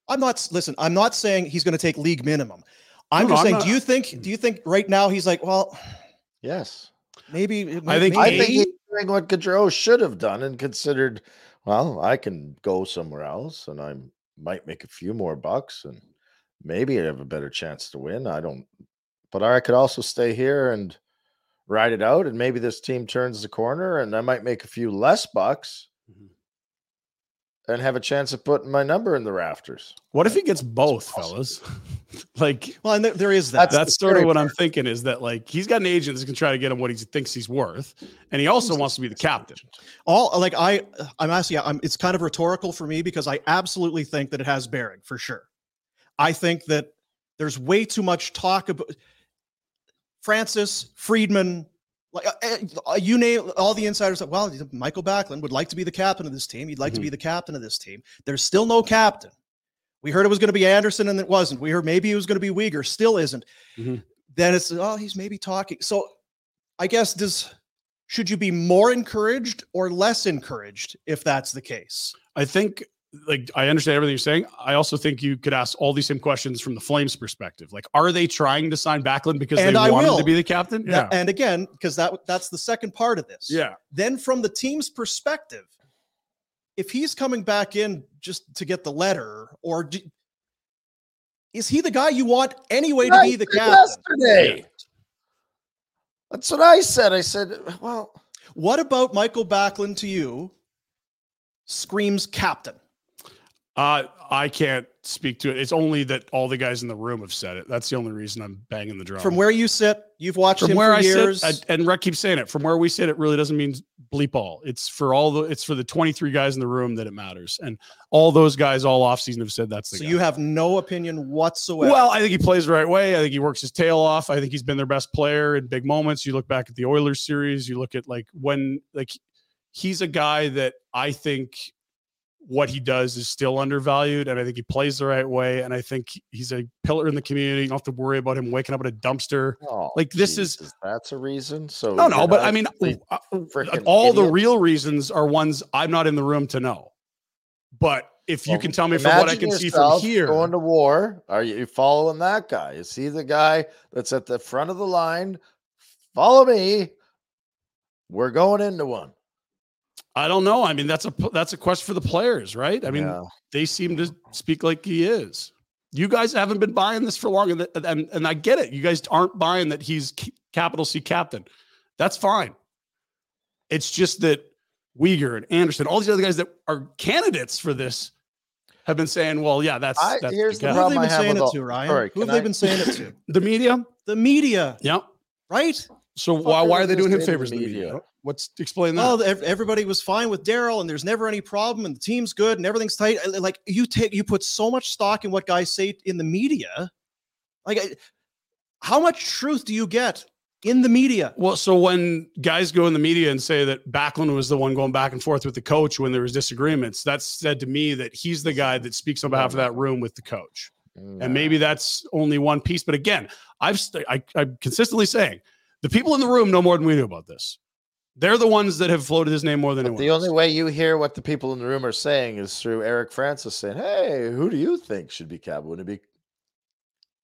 Speaker 1: I'm not listen, I'm not saying he's going to take league minimum. I'm
Speaker 2: No, no,
Speaker 1: just
Speaker 2: I'm
Speaker 1: saying
Speaker 2: not-
Speaker 1: do you
Speaker 2: *clears throat*
Speaker 1: think do you think right now he's like, well,
Speaker 3: Yes.
Speaker 1: maybe
Speaker 2: I think-
Speaker 3: I
Speaker 2: Me?
Speaker 3: think he's doing what Gaudreau should have done and considered, well, I can go somewhere else and I might make a few more bucks and maybe I have a better chance to win. I don't, but I could also stay here and ride it out and maybe this team turns the corner and I might make a few less bucks
Speaker 2: Mhm. Mm-hmm.
Speaker 3: and have a chance of putting my number in the rafters.
Speaker 2: what if he gets both,
Speaker 3: possible.
Speaker 2: fellas? *laughs* like
Speaker 1: well, and there, there is that.
Speaker 3: That's
Speaker 2: that's
Speaker 3: the
Speaker 2: sort of
Speaker 3: scary
Speaker 2: what I'm thinking is that like he's got an agent that's gonna try to get him what he thinks he's worth, and he also wants to be the captain.
Speaker 1: All like I I'm asking yeah, I'm it's kind of rhetorical for me because I absolutely think that it has bearing for sure. I think that there's way too much talk about Francis Friedman like uh, uh, you name all the insiders that well Michael Backlund would like to be the captain of this team. He'd like to
Speaker 2: Mhm.
Speaker 1: be the captain of this team. There's still no captain. We heard it was going to be Anderson and it wasn't. We heard maybe it was going to be Uyghur, still isn't.
Speaker 2: Mhm.
Speaker 1: Then it's oh he's maybe talking. So I guess does should you be more encouraged or less encouraged if that's the case?
Speaker 2: I think like I understand everything you're saying. I also think you could ask all these same questions from the Flames perspective. Like, are they trying to sign Backlund because
Speaker 1: And
Speaker 2: they
Speaker 1: I
Speaker 2: want him
Speaker 1: will.
Speaker 2: to be the captain?
Speaker 1: Tha- And again, because that that's the second part of this.
Speaker 2: Yeah.
Speaker 1: Then from the team's perspective, if he's coming back in just to get the letter, or do, is he the guy you want anyway to be the captain?
Speaker 3: Yesterday. That's what I said. I said, well,
Speaker 1: What about Michael Backlund to you? Screams captain.
Speaker 2: Uh, I can't speak to it. It's only that all the guys in the room have said it. That's the only reason I'm banging the drum.
Speaker 1: From where you sit, you've watched
Speaker 2: from
Speaker 1: him
Speaker 2: where
Speaker 1: for
Speaker 2: I
Speaker 1: years.
Speaker 2: sit, I- and Rec keeps saying it. From where we sit, it really doesn't mean bleep all. It's for all the. It's for the 23 guys in the room that it matters, and all those guys all offseason have said that's the.
Speaker 1: so
Speaker 2: guy.
Speaker 1: you have no opinion whatsoever.
Speaker 2: Well, I think he plays the right way. I think he works his tail off. I think he's been their best player in big moments. You look back at the Oilers series, you look at like when like he's a guy that I think what he does is still undervalued and I think he plays the right way and I think he's a pillar in the community. You don't have to worry about him waking up at a dumpster.
Speaker 3: oh,
Speaker 2: Like, this is-
Speaker 3: that's a reason. So
Speaker 2: No, no,
Speaker 3: you're
Speaker 2: but
Speaker 3: not
Speaker 2: I mean
Speaker 3: a
Speaker 2: uh,
Speaker 3: frickin'
Speaker 2: all the
Speaker 3: idiot?
Speaker 2: real reasons are ones I'm not in the room to know. But if you
Speaker 3: Well,
Speaker 2: can tell me from what I
Speaker 3: imagine
Speaker 2: can see from
Speaker 3: yourself
Speaker 2: here,
Speaker 3: Going to war. Are you following that guy? Is he the guy that's at the front of the line? Follow me. We're going into one.
Speaker 2: I don't know. I mean, that's a that's a question for the players, right? I mean,
Speaker 3: Yeah.
Speaker 2: they seem to speak like he is. You guys haven't been buying this for long, and th- and, and I get it. You guys aren't buying that he's c- capital C captain. That's fine. It's just that Uyghur and Anderson, all these other guys that are candidates for this, have been saying, "Well, yeah, that's,
Speaker 3: I-
Speaker 2: that's
Speaker 3: here's the
Speaker 2: guy."
Speaker 1: Who have
Speaker 3: problem
Speaker 1: they
Speaker 3: I
Speaker 1: been
Speaker 3: have
Speaker 1: saying
Speaker 3: with
Speaker 1: it
Speaker 3: all-
Speaker 1: to, Ryan?
Speaker 3: Sorry,
Speaker 1: Who have
Speaker 3: can
Speaker 1: they
Speaker 3: I-
Speaker 1: been saying it
Speaker 3: *laughs*
Speaker 1: to?
Speaker 2: the media.
Speaker 1: The media,
Speaker 2: Yeah.
Speaker 1: right?
Speaker 2: So why
Speaker 3: Fucker
Speaker 2: why are
Speaker 3: was
Speaker 2: they
Speaker 3: just
Speaker 2: doing him
Speaker 3: in the
Speaker 2: favors? in the media?
Speaker 3: media.
Speaker 2: What's explain that?
Speaker 1: Well, ev- everybody was fine with Daryl, and there's never any problem, and the team's good, and everything's tight. Uh, Like you take, you put so much stock in what guys say in the media. Like, I- how much truth do you get in the media?
Speaker 2: Well, so when guys go in the media and say that Backlund was the one going back and forth with the coach when there was disagreements, that's said to me that he's the guy that speaks on behalf of that room with the coach.
Speaker 3: Nah.
Speaker 2: And maybe that's only one piece. But again, I've st- I, I'm consistently saying the people in the room know more than we do about this. They're the ones that have floated his name more than
Speaker 3: But
Speaker 2: anyone.
Speaker 3: the
Speaker 2: else.
Speaker 3: only way you hear what the people in the room are saying is through Eric Francis saying, "Hey, who do you think should be captain? Would it be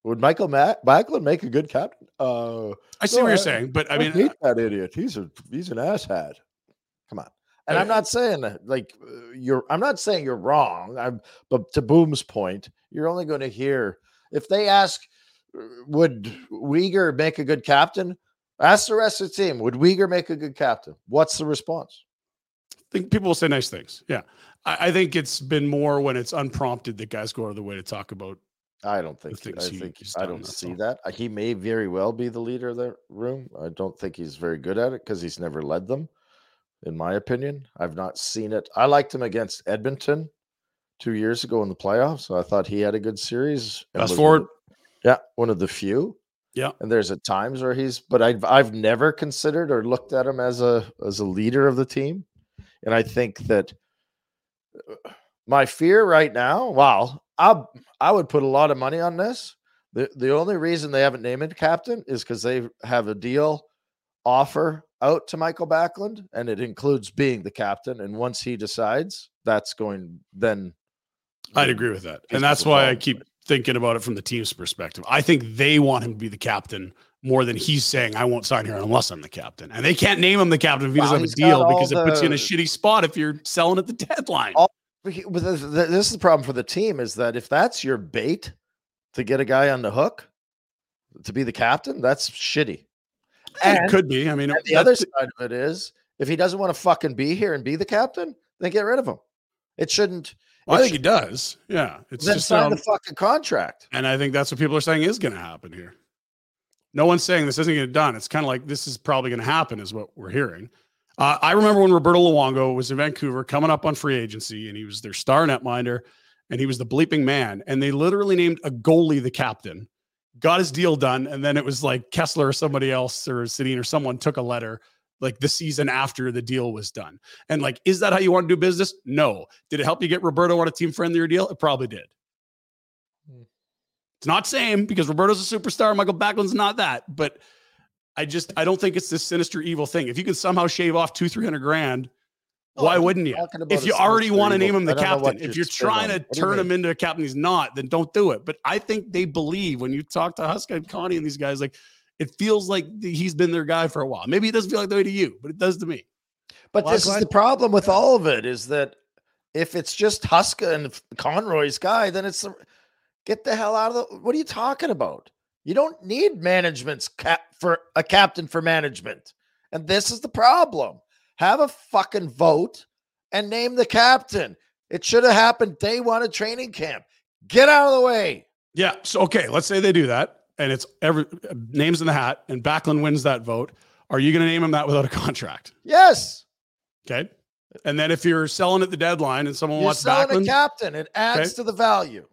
Speaker 3: would Michael Matt Backlund make a good captain? Uh,
Speaker 2: I see what
Speaker 3: No,
Speaker 2: you're
Speaker 3: I-
Speaker 2: saying, but I
Speaker 3: I
Speaker 2: mean, uh
Speaker 3: hate that idiot. He's a he's an asshat. Come on. And I'm
Speaker 2: I-
Speaker 3: not saying that like uh, you're. I'm not saying you're wrong. I'm, but to Boom's point, you're only going to hear if they ask, uh, would Uyghur make a good captain? Ask the rest of the team. Would Uyghur make a good captain? What's the response?
Speaker 2: think people will say nice things. Yeah, I, I think it's been more when it's unprompted that guys go out of the way to talk about.
Speaker 3: I don't think. he-
Speaker 2: thinks
Speaker 3: I
Speaker 2: he-
Speaker 3: think
Speaker 2: he's
Speaker 3: I
Speaker 2: done,
Speaker 3: don't
Speaker 2: that's
Speaker 3: see
Speaker 2: all.
Speaker 3: that. Uh, He may very well be the leader of that room. I don't think he's very good at it because he's never led them, in my opinion. I've not seen it. I liked him against Edmonton two years ago in the playoffs. I thought he had a good series. and
Speaker 2: Fast
Speaker 3: was
Speaker 2: forward.
Speaker 3: one- Yeah, one of the few.
Speaker 2: Yeah.
Speaker 3: and there's at times where he's, but I've I've never considered or looked at him as a as a leader of the team, and I think that uh, my fear right now, wow, I I would put a lot of money on this. the The only reason they haven't named him captain is because they have a deal offer out to Michael Backlund, and it includes being the captain. And once he decides, that's going then.
Speaker 2: I'd agree with that.
Speaker 3: He's
Speaker 2: And that's
Speaker 3: Michael
Speaker 2: why I
Speaker 3: Backlund.
Speaker 2: keep thinking about it from the team's perspective. I think they want him to be the captain more than he's saying, I won't sign here unless I'm the captain. And they can't name him the captain if he
Speaker 3: Well,
Speaker 2: doesn't have
Speaker 3: he's
Speaker 2: a
Speaker 3: got
Speaker 2: deal
Speaker 3: all
Speaker 2: because it puts you in a
Speaker 3: the-
Speaker 2: shitty spot if you're selling at the deadline.
Speaker 3: All- But he- but this this is the problem for the team is that if that's your bait to get a guy on the hook to be the captain, that's shitty.
Speaker 2: it could be. I mean,
Speaker 3: And the
Speaker 2: that-
Speaker 3: other side of it is if he doesn't want to fucking be here and be the captain, then get rid of him. It shouldn't.
Speaker 2: I
Speaker 3: it
Speaker 2: think he
Speaker 3: should-
Speaker 2: does. Yeah. It's
Speaker 3: then
Speaker 2: just
Speaker 3: sign
Speaker 2: um,
Speaker 3: the fucking contract.
Speaker 2: And I think that's what people are saying is going to happen here. No one's saying this isn't going to done. It's kind of like this is probably going to happen, is what we're hearing. Uh, I remember when Roberto Luongo was in Vancouver coming up on free agency, and he was their star netminder, and he was the bleeping man. And they literally named a goalie the captain, got his deal done, and then it was like Kessler or somebody else or Sedin or someone took a letter like the season after the deal was done. And like, is that how you want to do business? No. Did it help you get Roberto on a team friendlier deal? It probably did. It's not same because Roberto's a superstar. Michael Backlund's not that. But I just I don't think it's this sinister evil thing. If you can somehow shave off two three hundred grand,
Speaker 3: No,
Speaker 2: why
Speaker 3: I'm
Speaker 2: wouldn't you?
Speaker 3: talking about
Speaker 2: If
Speaker 3: a
Speaker 2: you already
Speaker 3: sinister
Speaker 2: want to
Speaker 3: evil-
Speaker 2: name him
Speaker 3: I
Speaker 2: the
Speaker 3: don't know what
Speaker 2: captain, if you're
Speaker 3: spin
Speaker 2: trying
Speaker 3: on
Speaker 2: to
Speaker 3: it. What do you
Speaker 2: turn
Speaker 3: mean?
Speaker 2: him into a captain, he's not. Then don't do it. But I think they believe when you talk to Huska and Connie and these guys, like it feels like th- he's been their guy for a while. Maybe it doesn't feel like the way to you, but it does to me.
Speaker 3: But
Speaker 1: Well, I'm
Speaker 3: this is
Speaker 1: glad-
Speaker 3: the problem with all of it is that if it's just Huska and F- Conroy's guy, then it's the, get the hell out of the. What are you talking about? You don't need management's cap for a captain for management, and this is the problem. Have a fucking vote and name the captain. It should have happened day one of training camp. Get out of the way.
Speaker 2: Yeah. So okay, let's say they do that, and it's every uh, names in the hat, and Backlund wins that vote. Are you going to name him that without a *laughs* contract?
Speaker 3: Yes,
Speaker 2: Okay. And then if you're selling at the deadline and someone
Speaker 3: you're
Speaker 2: wants
Speaker 3: selling
Speaker 2: Backlund,
Speaker 3: a captain. It adds to the value.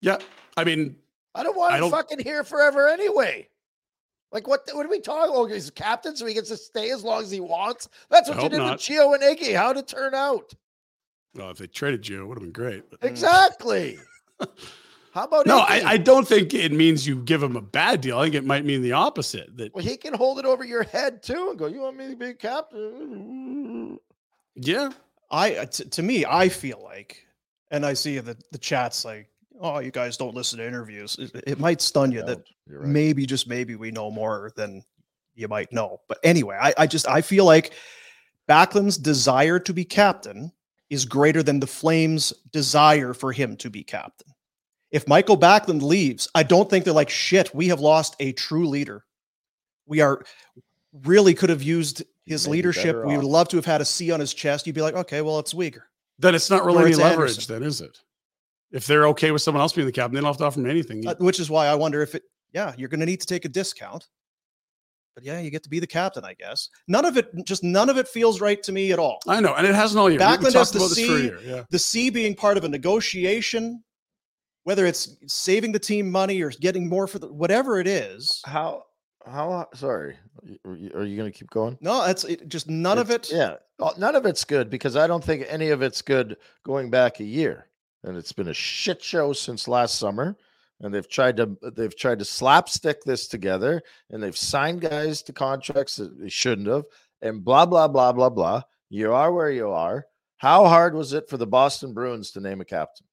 Speaker 2: yeah, I mean,
Speaker 3: I don't want
Speaker 2: I
Speaker 3: him
Speaker 2: don't-
Speaker 3: fucking here forever anyway. Like what? What are we talking? Oh, he's a captain, so he gets to stay as long as he wants. That's
Speaker 2: I
Speaker 3: what you
Speaker 2: hope
Speaker 3: did
Speaker 2: not.
Speaker 3: with Gio and Iggy. How'd it turn out?
Speaker 2: well, if they traded you, it would have been great. But- *laughs*
Speaker 3: Exactly. How about
Speaker 2: Hmm. No,
Speaker 3: Iggy?
Speaker 2: I, I don't think it means you give him a bad deal. I think it might mean the opposite. That
Speaker 3: Well, he can hold it over your head too and go. You want me to be captain?
Speaker 2: yeah,
Speaker 1: I uh, t- to me, I feel like, and I see the the chats like, oh, you guys don't listen to interviews. It, it might stun you that
Speaker 3: You're
Speaker 1: maybe just maybe we know more than you might know. But anyway, I, I just I feel like Backlund's desire to be captain is greater than the Flames' desire for him to be captain. If Michael Backlund leaves, I don't think they're like shit. We have lost a true leader. We are really could have used his
Speaker 3: may be
Speaker 1: leadership.
Speaker 3: better
Speaker 1: We would
Speaker 3: off.
Speaker 1: love to have had a C on his chest. You'd be like, okay, well, it's Uyghur.
Speaker 2: then it's not really any
Speaker 1: it's
Speaker 2: leverage,
Speaker 1: Anderson.
Speaker 2: then is it? If they're okay with someone else being the captain, they don't have to offer him anything.
Speaker 1: Uh, which is why I wonder if it, yeah, you're going to need to take a discount. But yeah, you get to be the captain, I guess. None of it, just none of it feels right to me at all.
Speaker 2: I know, and it hasn't all year. We've been
Speaker 1: Backlund has
Speaker 2: talking
Speaker 1: to
Speaker 2: about this for a
Speaker 1: see-
Speaker 2: year. Yeah.
Speaker 1: The C being part of a negotiation, whether it's saving the team money or getting more for the, whatever it
Speaker 2: *sighs*
Speaker 1: is.
Speaker 3: How? How? Sorry. Y- Are you, are you going to keep going?
Speaker 1: No, that's it, just none of it.
Speaker 3: It's- Yeah, Oh, none of it's good because I don't think any of it's good going back a year, and it's been a shit show since last summer. And they've tried to they've tried to slapstick this together, and they've signed guys to contracts that they shouldn't have, and blah blah blah blah blah. You are where you are. How hard was it for the Boston Bruins to name a captain?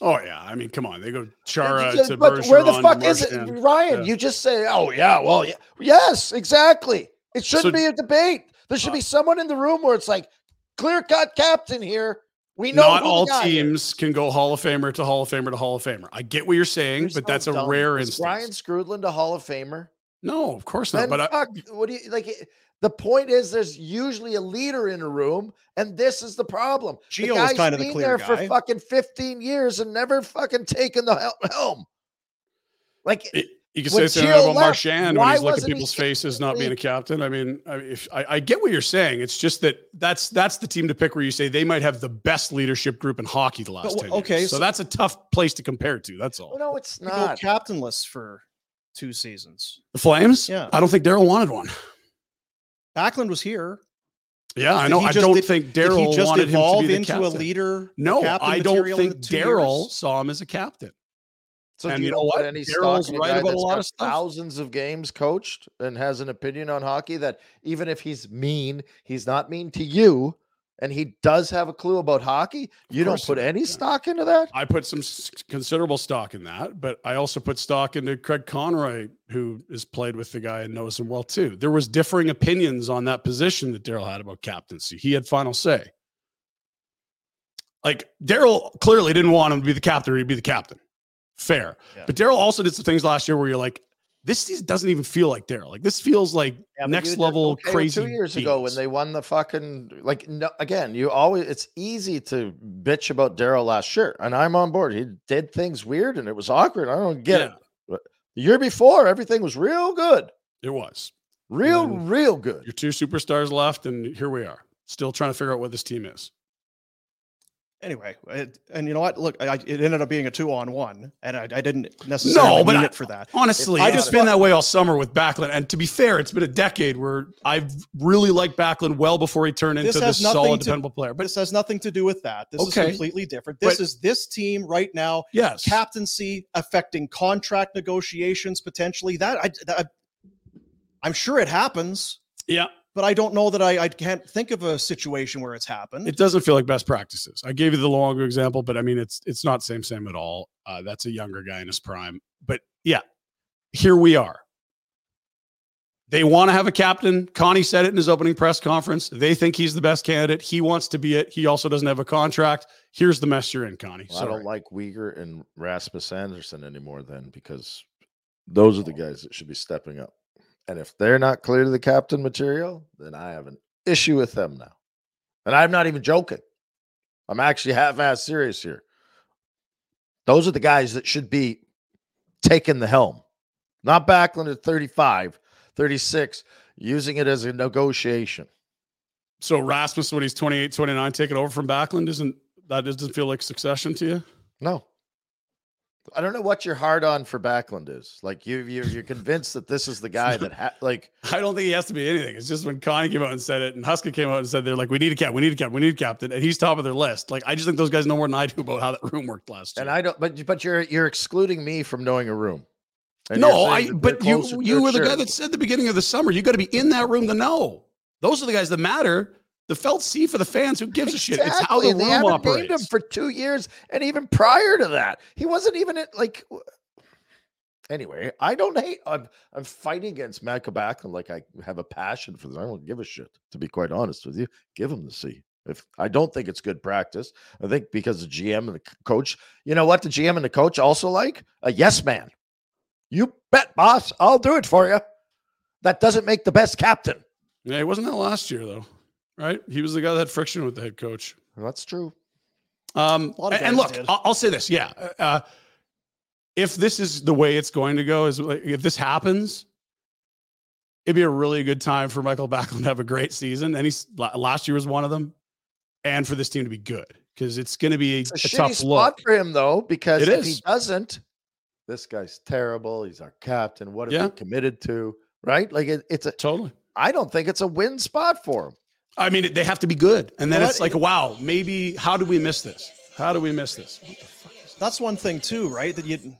Speaker 2: Oh yeah. I mean, come on. They go
Speaker 3: Did you
Speaker 2: Chara
Speaker 3: just-
Speaker 2: to
Speaker 3: but where the
Speaker 2: Bergeron to
Speaker 3: fuck is it,
Speaker 2: Marchand.
Speaker 3: Ryan?
Speaker 2: Yeah.
Speaker 3: You just say, "Oh yeah, well, yeah. yes, exactly." It shouldn't
Speaker 2: So-
Speaker 3: be a debate. There should
Speaker 2: Uh,
Speaker 3: be someone in the room where it's like, "Clear cut captain here." We know
Speaker 2: not
Speaker 3: who the
Speaker 2: all
Speaker 3: guy is."
Speaker 2: teams can go Hall of Famer to Hall of Famer to Hall of Famer. I get what you're saying,
Speaker 3: You're so
Speaker 2: but that's a
Speaker 3: dumb.
Speaker 2: rare
Speaker 3: Is
Speaker 2: instance.
Speaker 3: Ryan Scrudland a Hall of Famer?
Speaker 2: no, of course
Speaker 3: Then
Speaker 2: not. But I,
Speaker 3: fuck, what do you like? it- The point is, there's usually a leader in a room, and this is the problem.
Speaker 1: Gio was
Speaker 3: guy's
Speaker 1: kinda the
Speaker 3: been
Speaker 1: clear
Speaker 3: there for
Speaker 1: guy.
Speaker 3: fucking 15 years and never fucking taken the hel- helm. Like
Speaker 2: It- You can
Speaker 3: When
Speaker 2: say something
Speaker 3: Gio
Speaker 2: about
Speaker 3: left,
Speaker 2: Marchand when
Speaker 3: why
Speaker 2: he's looking at
Speaker 3: wasn't he
Speaker 2: people's
Speaker 3: in the
Speaker 2: faces, not being a
Speaker 3: league?
Speaker 2: captain. I mean, I, if I, I get what you're saying, it's just that that's that's the team to pick where you say they might have the best leadership group in hockey the last
Speaker 1: But,
Speaker 2: ten
Speaker 1: okay,
Speaker 2: years. So,
Speaker 1: so-
Speaker 2: that's a tough place to compare to. That's all.
Speaker 3: Well, no, it's
Speaker 1: You go
Speaker 3: not.
Speaker 1: captainless for two seasons.
Speaker 2: The Flames.
Speaker 1: Yeah.
Speaker 2: I don't think Daryl wanted one.
Speaker 1: Backlund was here.
Speaker 2: Yeah, I
Speaker 1: Did
Speaker 2: know.
Speaker 1: he
Speaker 2: I
Speaker 1: just-
Speaker 2: don't
Speaker 1: did-
Speaker 2: think
Speaker 1: Did he
Speaker 2: Daryl
Speaker 1: just
Speaker 2: wanted him to
Speaker 1: evolve
Speaker 2: be the
Speaker 1: into
Speaker 2: captain.
Speaker 1: a leader?
Speaker 2: No,
Speaker 1: captain
Speaker 2: I don't
Speaker 1: material in
Speaker 2: think
Speaker 1: the two
Speaker 2: Daryl
Speaker 1: years?
Speaker 2: saw him as a captain.
Speaker 3: So
Speaker 2: And
Speaker 3: do you,
Speaker 2: you know
Speaker 3: know
Speaker 2: what?
Speaker 3: what? Any
Speaker 2: Daryl's
Speaker 3: stock in a
Speaker 2: right
Speaker 3: guy
Speaker 2: about a
Speaker 3: that's
Speaker 2: lot
Speaker 3: got
Speaker 2: of stuff.
Speaker 3: thousands of games coached and has an opinion on hockey that even if he's mean, he's not mean to you, and he does have a clue about hockey. You don't
Speaker 2: course he
Speaker 3: put
Speaker 2: does,
Speaker 3: any
Speaker 2: yeah.
Speaker 3: stock into that.
Speaker 2: I put some s- considerable stock in that, but I also put stock into Craig Conroy, who has played with the guy and knows him well too. There was differing opinions on that position that Daryl had about captaincy. He had final say. Like Daryl clearly didn't want him to be the captain; or he'd be the captain. Fair,
Speaker 1: Yeah.
Speaker 2: but Daryl also did some things last year where you're like, this is- doesn't even feel like Daryl. Like this feels like
Speaker 3: Yeah, but you
Speaker 2: next
Speaker 3: did
Speaker 2: level
Speaker 3: okay with
Speaker 2: crazy.
Speaker 3: Two years ago, when
Speaker 2: beans.
Speaker 3: they won the fucking like no, again, you always it's easy to bitch about Daryl last year, and I'm on board. He did things weird, and it was awkward. I don't get it. But the year before, everything was real good,
Speaker 2: it was
Speaker 3: real,
Speaker 2: then
Speaker 3: real good.
Speaker 2: your two superstars left, and here we are, still trying to figure out what this team is.
Speaker 1: Anyway, it, and you know what? Look, I, I- it ended up being a two-on-one, and I, I didn't necessarily
Speaker 2: No, but
Speaker 1: mean
Speaker 2: I-
Speaker 1: it for that.
Speaker 2: Honestly,
Speaker 3: I
Speaker 2: I just
Speaker 3: just
Speaker 2: been that way all summer with Backlund. And to be fair, it's been a decade where I've really liked Backlund well before he turned
Speaker 1: This
Speaker 2: into this
Speaker 1: has nothing
Speaker 2: solid,
Speaker 1: to-
Speaker 2: dependable player.
Speaker 1: But
Speaker 2: But
Speaker 1: this has nothing to do with that. This
Speaker 2: Okay.
Speaker 1: is completely different. This
Speaker 2: But-
Speaker 1: is this team right now,
Speaker 2: yes,
Speaker 1: captaincy affecting contract negotiations potentially. That I, that I'm sure it happens,
Speaker 2: yeah,
Speaker 1: but I don't know that I, I can't think of a situation where it's happened.
Speaker 2: it doesn't feel like best practices. I gave you the Luongo example, but I mean it's it's not same same at all. Uh, that's a younger guy in his prime. But yeah, here we are. They want to have a captain. Connie said it in his opening press conference. They think he's the best candidate. He wants to be it. He also doesn't have a contract. Here's the mess you're in, Connie.
Speaker 3: Well, I
Speaker 2: Sorry.
Speaker 3: don't like Uyghur and Rasmus Anderson anymore then because those are the guys that should be stepping up. And if they're not clear to the captain material, then I have an issue with them now. And I'm not even joking. I'm actually half ass serious here. Those are the guys that should be taking the helm, not Backlund at 35, 36, using it as a negotiation.
Speaker 2: So Rasmus, when he's 28, 29, taking over from Backlund, isn't that doesn't feel like succession to you?
Speaker 3: No. I don't know what your hard on for Backlund is. Like you, you you're convinced that this is the guy that ha- like
Speaker 2: I don't think he has to be anything. It's just when Connie came out and said it, and Huska came out and said they're like, we need a captain, we need a captain, we need a captain, and he's top of their list. Like I just think those guys know more than I do about how that room worked last year.
Speaker 3: and I don't but but you're you're excluding me from knowing a room. And you're
Speaker 2: no,
Speaker 3: saying
Speaker 2: I
Speaker 3: that they're
Speaker 2: but you
Speaker 3: closer to
Speaker 2: you
Speaker 3: a
Speaker 2: were the guy
Speaker 3: chair.
Speaker 2: that said at the beginning of the summer you got to be in that room to know. Those are the guys that matter. The felt C for the fans. Who gives a shit? It's how the
Speaker 3: Exactly, and they
Speaker 2: room
Speaker 3: haven't named him
Speaker 2: operates.
Speaker 3: for 2 years and even prior to that. He wasn't even at, like w- Anyway, I don't hate I'm I'm fighting against Matt Backlund like I have a passion for this. I don't give a shit to be quite honest with you. Give him the C. If I don't think it's good practice, I think because the GM and the c- coach, you know what the GM and the coach also like? A yes man. You bet, boss. I'll do it for you. That doesn't make the best captain.
Speaker 2: yeah, he wasn't that last year though, right? He was the guy that had friction with the head coach.
Speaker 3: That's true.
Speaker 2: Um,
Speaker 1: A lot of guys
Speaker 2: and look,
Speaker 1: did.
Speaker 2: I'll, I'll say this. Yeah. Uh, if this is the way it's going to go, is like, if this happens, it'd be a really good time for Michael Backlund to have a great season. And he's la- last year was one of them. And for this team to be good because it's going to be a,
Speaker 3: It's a,
Speaker 2: a
Speaker 3: shitty
Speaker 2: tough
Speaker 3: spot
Speaker 2: look.
Speaker 3: for him though, because
Speaker 2: It
Speaker 3: if
Speaker 2: is.
Speaker 3: he doesn't, this guy's terrible. He's our captain. What have
Speaker 2: Yeah.
Speaker 3: we committed to? Right? Like it, it's a.
Speaker 2: Totally.
Speaker 3: I don't think it's a win spot for him.
Speaker 2: I mean, they have to be good. And then
Speaker 1: Well,
Speaker 2: it's
Speaker 1: that-
Speaker 2: like, wow, maybe how did we miss this? How do we miss this?
Speaker 1: That's one thing too, right? That you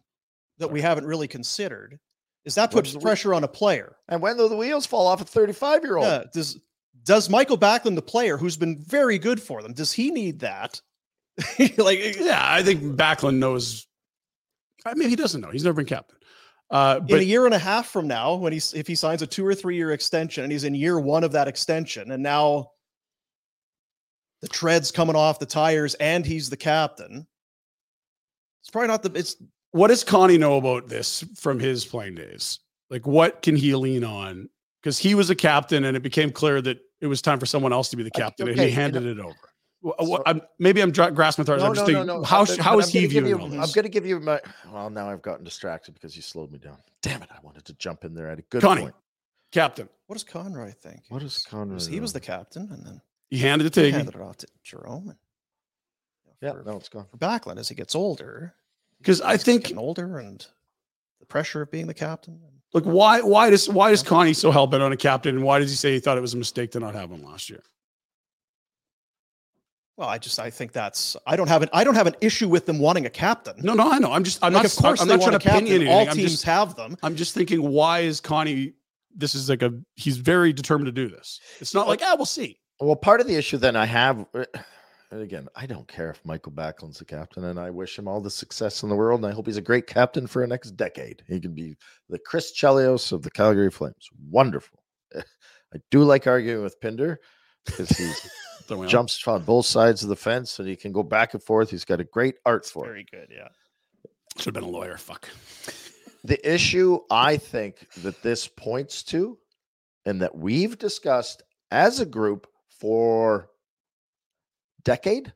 Speaker 1: that we haven't really considered is that
Speaker 2: What
Speaker 1: puts
Speaker 2: is the word?
Speaker 1: pressure on a player.
Speaker 3: And when do the wheels fall off a 35
Speaker 2: Oh.
Speaker 3: year old?
Speaker 1: Yeah, does does Michael Backlund, the player who's been very good for them, does he need that? *laughs* like
Speaker 2: Yeah, I think Backlund knows. I mean, he doesn't know. He's never been captain. Uh,
Speaker 1: in a
Speaker 2: but
Speaker 1: year and a half from now, when he's if he signs a two or three year extension and he's in year one of that extension, and now the tread's coming off the tires and he's the captain. It's probably not the it's
Speaker 2: what does Connie know about this from his playing days? Like, what can he lean on? Because he was a captain, and it became clear that it was time for someone else to be the
Speaker 3: I-
Speaker 2: captain, and
Speaker 3: okay,
Speaker 2: he
Speaker 3: you
Speaker 2: handed it over. Wha- wha- I'm, maybe I'm dra- grasping at
Speaker 3: No,
Speaker 2: I'm just
Speaker 3: no,
Speaker 2: thinking,
Speaker 3: no, no.
Speaker 2: how,
Speaker 3: But-
Speaker 2: sh-
Speaker 3: but
Speaker 2: how
Speaker 3: I'm
Speaker 2: is he
Speaker 3: gonna give
Speaker 2: viewing
Speaker 3: you-
Speaker 2: all
Speaker 3: I'm
Speaker 2: this?
Speaker 3: going to give you my. Well, now I've gotten distracted because you slowed me down. Damn it! I wanted to jump in there at a good
Speaker 2: Connie.
Speaker 3: point.
Speaker 2: Captain,
Speaker 1: What does Conroy think?
Speaker 3: What is Conrad?
Speaker 1: Because He was the captain, and then
Speaker 2: he handed it to
Speaker 1: he
Speaker 2: Iggy.
Speaker 1: handed it off to Jerome. And, you know,
Speaker 3: Yeah,
Speaker 1: for,
Speaker 3: no, it's gone.
Speaker 1: for Backlund, as he gets older,
Speaker 2: 'Cause I
Speaker 1: he's
Speaker 2: think-
Speaker 1: getting older and the pressure of being the captain.
Speaker 2: Like, why why does why is Connie so hell bent on a captain? And why does he say he thought it was a mistake to not have one last year?
Speaker 1: Well, I just I think that's I don't have an I don't have an issue with them wanting a captain.
Speaker 2: No, no, I know. I'm just I'm
Speaker 1: like,
Speaker 2: not
Speaker 1: of course
Speaker 2: I'm
Speaker 1: they
Speaker 2: not
Speaker 1: want
Speaker 2: trying
Speaker 1: a
Speaker 2: to
Speaker 1: captain.
Speaker 2: opinion anything.
Speaker 1: All
Speaker 2: I'm
Speaker 1: teams
Speaker 2: just
Speaker 1: have them.
Speaker 2: I'm just thinking, why is Connie? This is like a he's very determined to do this. It's not like ah, we'll see.
Speaker 3: Well, part of the issue that I have, uh, *sighs* and again, I don't care if Michael Backlund's the captain, and I wish him all the success in the world, and I hope he's a great captain for the next decade. He could be the Chris Chelios of the Calgary Flames. Wonderful. *laughs* I do like arguing with Pinder because he
Speaker 2: Throw me out.
Speaker 3: jumps on both sides of the fence and he can go back and forth. He's got a great art for it.
Speaker 1: Very good, yeah.
Speaker 2: Should have been a lawyer. Fuck.
Speaker 3: The issue I think that this points to and that we've discussed as a group for decade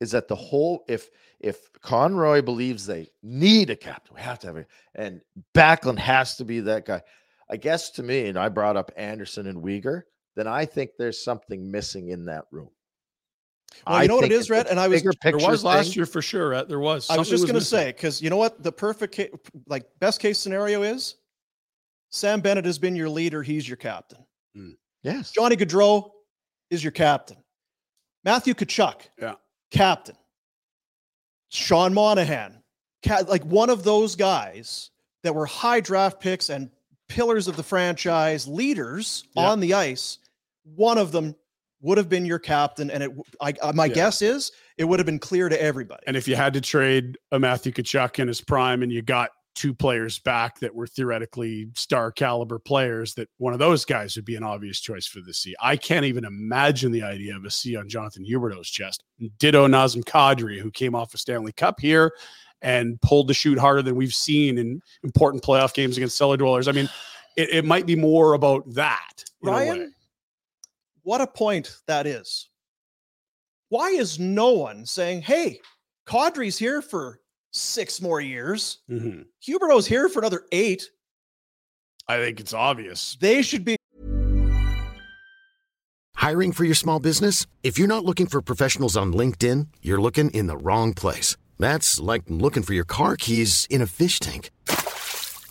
Speaker 3: is that the whole if if Conroy believes they need a captain, we have to have it, and Backlund has to be that guy. I guess to me, and I brought up Anderson and Uyghur, then I think there's something missing in that room.
Speaker 1: Well, you know what it
Speaker 3: think
Speaker 1: is,
Speaker 3: it's a
Speaker 1: Rhett? And I was-
Speaker 3: bigger
Speaker 2: There
Speaker 3: picture
Speaker 2: was last
Speaker 3: thing.
Speaker 2: year for sure. uh, There was.
Speaker 1: I was
Speaker 2: Something
Speaker 1: just gonna
Speaker 2: missing.
Speaker 1: say because you know what the perfect ca- like best case scenario is. Sam Bennett has been your leader. He's your captain.
Speaker 3: Yes.
Speaker 1: Johnny Gaudreau is your captain. Matthew Kachuk,
Speaker 2: Yeah.
Speaker 1: captain. Sean Monahan, ca- like one of those guys that were high draft picks and pillars of the franchise, leaders
Speaker 2: Yeah.
Speaker 1: on the ice. One of them would have been your captain, and it. w- I, I- my
Speaker 2: Yeah.
Speaker 1: guess is it would have been clear to everybody.
Speaker 2: And if you had to trade a Matthew Kachuk in his prime and you got two players back that were theoretically star caliber players, that one of those guys would be an obvious choice for the C. I can't even imagine the idea of a C on Jonathan Huberto's chest. Ditto Nazem Kadri, who came off a Stanley Cup here and pulled the shoot harder than we've seen in important playoff games against cellar dwellers. I mean, it, it might be more about that. in a way.
Speaker 1: Ryan, what a point that is. Why is no one saying, hey, Cadre's here for six more years?
Speaker 2: Mhm.
Speaker 1: Huberto's here for another eight.
Speaker 2: I think it's obvious.
Speaker 1: They should be
Speaker 5: Hiring for your small business? If you're not looking for professionals on LinkedIn, you're looking in the wrong place. That's like looking for your car keys in a fish tank.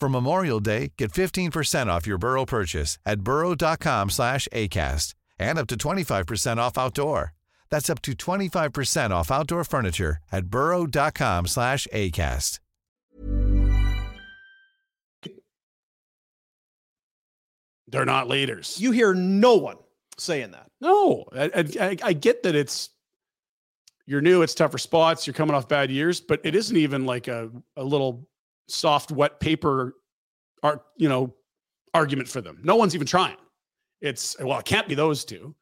Speaker 6: For Memorial Day, get 15% off your Burrow purchase at burrow.com/acast and up to 25% off outdoor. That's up to 25% off outdoor furniture at burrow.com/acast.
Speaker 2: They're not leaders.
Speaker 1: you hear no one saying that.
Speaker 2: No, I, I- I, I get that it's you're new, it's tougher spots, you're coming off bad years, but it isn't even like a, a little soft, wet paper, ar- you know, argument for them. No one's even trying. It's well, it can't be those two,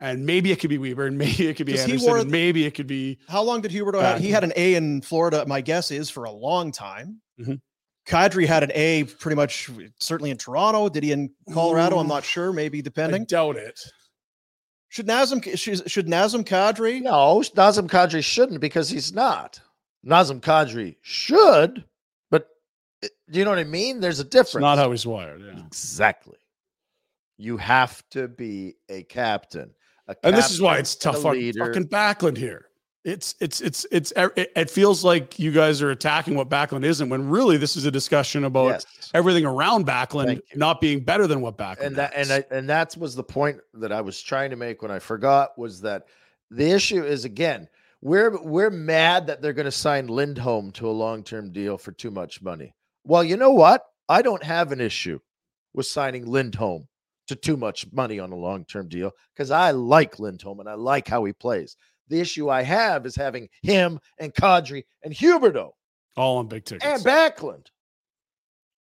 Speaker 2: and maybe it could be Weaver, and *laughs* maybe it could be
Speaker 1: 'Cause he
Speaker 2: Anderson,
Speaker 1: wore-
Speaker 2: and maybe it could be
Speaker 1: How long did Huberto
Speaker 2: Back.
Speaker 1: have? He had an A in Florida, my guess is for a long time.
Speaker 2: Mhm.
Speaker 1: Kadri had an A pretty much certainly in Toronto. Did he in Colorado? I'm not sure. Maybe
Speaker 2: I
Speaker 1: depending.
Speaker 2: doubt it.
Speaker 1: Should Nazem should should Nazem Kadri?
Speaker 3: No, Nazem Kadri shouldn't because he's not. Nazem Kadri should, but uh, do you know what I mean? There's a difference.
Speaker 2: It's not how he's wired. Yeah.
Speaker 3: exactly. You have to be a captain. A
Speaker 2: And this is why
Speaker 3: captain
Speaker 2: it's
Speaker 3: and a
Speaker 2: tough on
Speaker 3: leader.
Speaker 2: fucking Backlund here. It's it's it's it's it, it feels like you guys are attacking what Backlund isn't when really this is a discussion about
Speaker 3: Yes.
Speaker 2: everything around Backlund
Speaker 3: Thank you.
Speaker 2: not being better than what Backlund
Speaker 3: and that
Speaker 2: is.
Speaker 3: and I, and that was the point that I was trying to make when I forgot was that the issue is again we're we're mad that they're going to sign Lindholm to a long-term deal for too much money. Well, you know what? I don't have an issue with signing Lindholm to too much money on a long-term deal cuz I like Lindholm and I like how he plays. The issue I have is having him and Kadri and Huberto
Speaker 2: all on big tickets.
Speaker 3: and Backlund,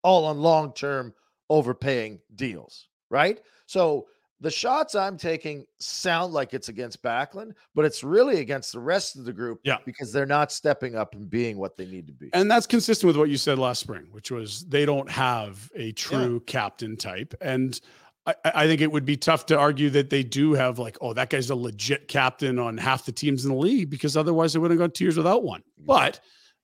Speaker 3: all on long term overpaying deals, right? So the shots I'm taking sound like it's against Backlund, but it's really against the rest of the group
Speaker 2: Yeah.
Speaker 3: because they're not stepping up and being what they need to be.
Speaker 2: And that's consistent with what you said last spring, which was they don't have a true captain type. And I, I I think it would be tough to argue that they do have like, oh, that guy's a legit captain on half the teams in the league because otherwise they wouldn't have gone two years without one.
Speaker 3: Mm-hmm.
Speaker 2: But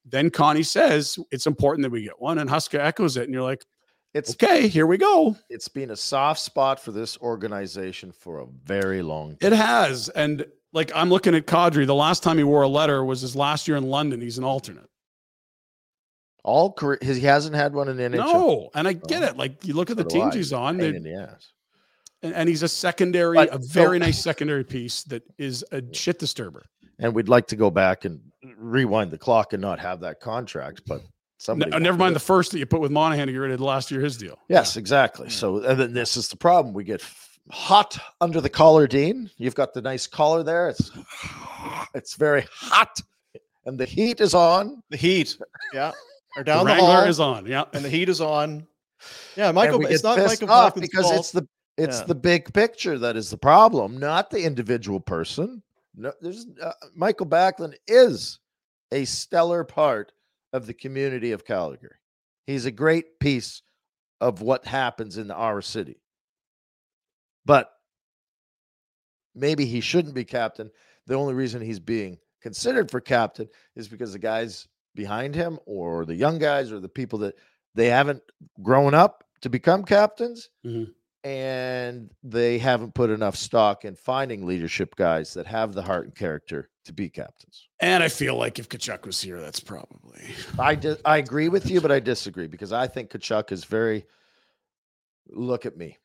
Speaker 2: then Connie says it's important that we get one, and Huska echoes it, and you're like,
Speaker 3: it's
Speaker 2: okay, here we go.
Speaker 3: it's been a soft spot for this organization for a very long time.
Speaker 2: It has, and like I'm looking at Kadri. The last time he wore a letter was his last year in London. He's an alternate.
Speaker 3: All career, he hasn't had one in the NHL.
Speaker 2: No, and I get
Speaker 3: Oh.
Speaker 2: it. Like you look at the
Speaker 3: So do I.
Speaker 2: teams he's on,
Speaker 3: Pain
Speaker 2: they-
Speaker 3: in the ass.
Speaker 2: and, and he's a secondary,
Speaker 3: But-
Speaker 2: a
Speaker 3: so-
Speaker 2: very
Speaker 3: *laughs*
Speaker 2: nice secondary piece that is a shit disturber.
Speaker 3: And we'd like to go back and rewind the clock and not have that contract, but
Speaker 2: N-
Speaker 3: somebody
Speaker 2: never
Speaker 3: wanted
Speaker 2: mind
Speaker 3: it.
Speaker 2: the first that you put with Monahan to get rid of last year his deal.
Speaker 3: Yes, exactly. So, and then this is the problem. We get f- hot under the collar, Dean. You've got the nice collar there. It's it's very hot, and the heat is on.
Speaker 1: The Heat. Yeah, are
Speaker 2: Yeah.
Speaker 1: down
Speaker 2: the
Speaker 1: the,
Speaker 2: Wrangler
Speaker 1: hall,
Speaker 2: is on. Yeah,
Speaker 1: and the Heat is on. Yeah,
Speaker 3: and
Speaker 1: Michael.
Speaker 3: we
Speaker 1: It's
Speaker 3: get
Speaker 1: not
Speaker 3: pissed
Speaker 1: Michael
Speaker 3: off
Speaker 1: Backlund's
Speaker 3: because
Speaker 1: fault.
Speaker 3: it's the it's
Speaker 1: Yeah.
Speaker 3: the big picture that is the problem, not the individual person. No, there's uh, Michael Backlund is a stellar part of the community of Calgary. He's a great piece of what happens in our city. But maybe he shouldn't be captain. The only reason he's being considered for captain is because the guys behind him or the young guys or the people that they haven't grown up to become captains
Speaker 2: Mhm.
Speaker 3: and they haven't put enough stock in finding leadership guys that have the heart and character to be captains.
Speaker 2: and I feel like if Kachuk was here, that's probably
Speaker 3: I di- I agree with you, but I disagree because I think Kachuk is very look at me.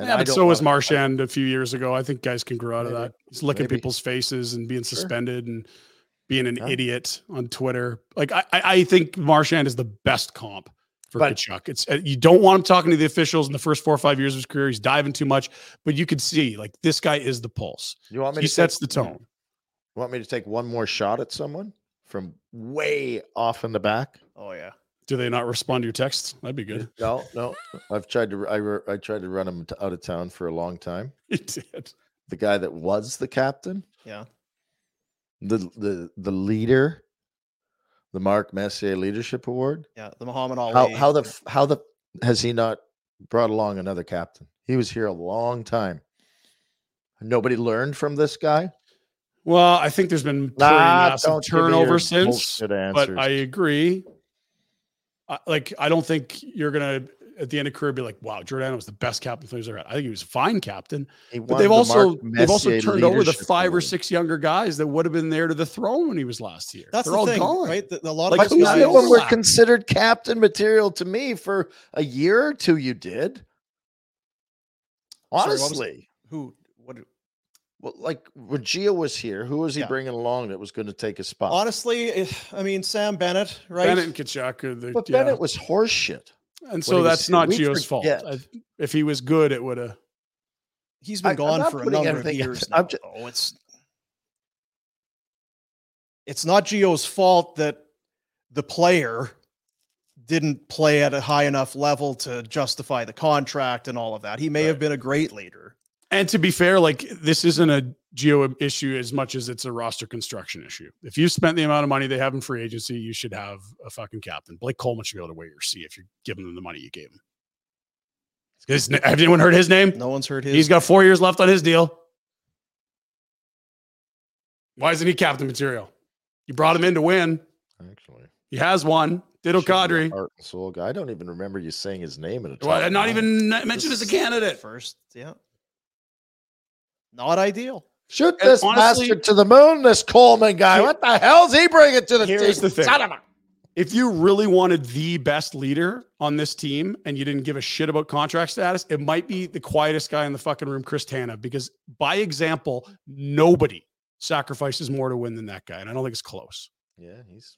Speaker 2: yeah.
Speaker 3: I
Speaker 2: But
Speaker 3: don't
Speaker 2: so was
Speaker 3: wanna- I-
Speaker 2: Marchand a few years ago. I think guys can grow out of
Speaker 3: Maybe.
Speaker 2: that. He's looking
Speaker 3: Maybe.
Speaker 2: people's faces and being
Speaker 3: Sure.
Speaker 2: suspended and being an
Speaker 3: Yeah.
Speaker 2: idiot on Twitter. Like I, I I think Marchand is the best comp for
Speaker 3: But-
Speaker 2: Kachuk. It's uh, you don't want him talking to the officials in the first four or five years of his career. He's diving too much, but you could see like this guy is the pulse.
Speaker 3: You want me
Speaker 2: He
Speaker 3: to take-
Speaker 2: sets the tone.
Speaker 3: You want me to take one more shot at someone from way off in the back?
Speaker 1: oh yeah.
Speaker 2: Do they not respond to your texts? That'd be good. *laughs*
Speaker 3: No, no. I've tried to I, re- I tried to run him to, out of town for a long time.
Speaker 2: He did.
Speaker 3: The guy that was the captain,
Speaker 1: Yeah.
Speaker 3: the the the leader, the Mark Messier Leadership Award.
Speaker 1: Yeah. The Muhammad Ali.
Speaker 3: How how the f- how the has he not brought along another captain? He was here a long time. Nobody learned from this guy.
Speaker 2: Well, I think there's been pretty
Speaker 3: Nah,
Speaker 2: massive
Speaker 3: don't give me your
Speaker 2: turnover since.
Speaker 3: bullshit
Speaker 2: but
Speaker 3: answers.
Speaker 2: I agree. I, like, I don't think you're gonna at the end of career be like, "Wow, Jordan was the best captain Flames ever had." I think he was a fine captain,
Speaker 3: He
Speaker 2: but
Speaker 3: won
Speaker 2: they've
Speaker 3: the
Speaker 2: also
Speaker 3: Mark
Speaker 2: they've also
Speaker 3: Messier
Speaker 2: turned over the
Speaker 3: Leadership
Speaker 2: five or
Speaker 3: Award.
Speaker 2: six younger guys that would have been there to the throne when he was last year.
Speaker 1: That's
Speaker 2: They're
Speaker 1: the
Speaker 2: all
Speaker 1: thing,
Speaker 2: gone.
Speaker 1: right? The, a lot
Speaker 2: Like,
Speaker 1: of
Speaker 2: who's
Speaker 1: those
Speaker 2: the
Speaker 3: Guys
Speaker 2: other
Speaker 1: guys.
Speaker 2: one
Speaker 3: that were
Speaker 2: Slack.
Speaker 3: considered captain material to me for a year or two. You did
Speaker 1: what was-
Speaker 3: honestly.
Speaker 1: Who? What?
Speaker 3: well, like when Gio was here, who was he
Speaker 1: Yeah.
Speaker 3: bringing along that was going to take his spot?
Speaker 1: Honestly, if- I mean Sam Bennett, right?
Speaker 2: Bennett and Kachuk are the
Speaker 3: but
Speaker 2: yeah.
Speaker 3: Bennett was horseshit.
Speaker 2: and
Speaker 3: he
Speaker 2: so
Speaker 3: was
Speaker 2: that's
Speaker 3: here.
Speaker 2: not
Speaker 3: We
Speaker 2: Gio's fault.
Speaker 3: forget.
Speaker 2: I, if he was good, it would have.
Speaker 1: He's been
Speaker 3: I- I'm
Speaker 1: gone
Speaker 3: not
Speaker 1: for a
Speaker 3: putting
Speaker 1: number of
Speaker 3: everything-
Speaker 1: years.
Speaker 3: I'm
Speaker 1: Now,
Speaker 3: ju-
Speaker 1: though. It's it's not Geo's fault that the player didn't play at a high enough level to justify the contract and all of that. He may have been a great leader.
Speaker 2: And to be fair, like this isn't a geo issue as much as it's a roster construction issue. If you spent the amount of money they have in free agency, you should have a fucking captain. Blake Coleman should be able to wear your C if you're giving them the money you gave him. His, na- have anyone heard his name?
Speaker 1: No one's heard his.
Speaker 2: He's got four years left on his deal. Why isn't he captain material? You brought him in to win.
Speaker 3: Actually,
Speaker 2: He has one. Diddle
Speaker 3: Should be a
Speaker 2: Kadri.
Speaker 3: Heart and soul guy. I don't even remember you saying his name in a.
Speaker 2: Well,
Speaker 3: top
Speaker 2: not
Speaker 3: nine.
Speaker 2: even mentioned as a candidate.
Speaker 1: first. Yeah, not ideal.
Speaker 3: Shoot
Speaker 2: And
Speaker 3: this
Speaker 2: honestly-
Speaker 3: bastard to the moon, this Coleman guy.
Speaker 2: Here-
Speaker 3: What the hell's he bringing to the
Speaker 2: Here's
Speaker 3: team?
Speaker 2: the thing.
Speaker 3: Son of a-
Speaker 2: If you really wanted the best leader on this team and you didn't give a shit about contract status, it might be the quietest guy in the fucking room, Chris Tana, because by example, nobody sacrifices more to win than that guy. And I don't think it's close.
Speaker 3: Yeah, he's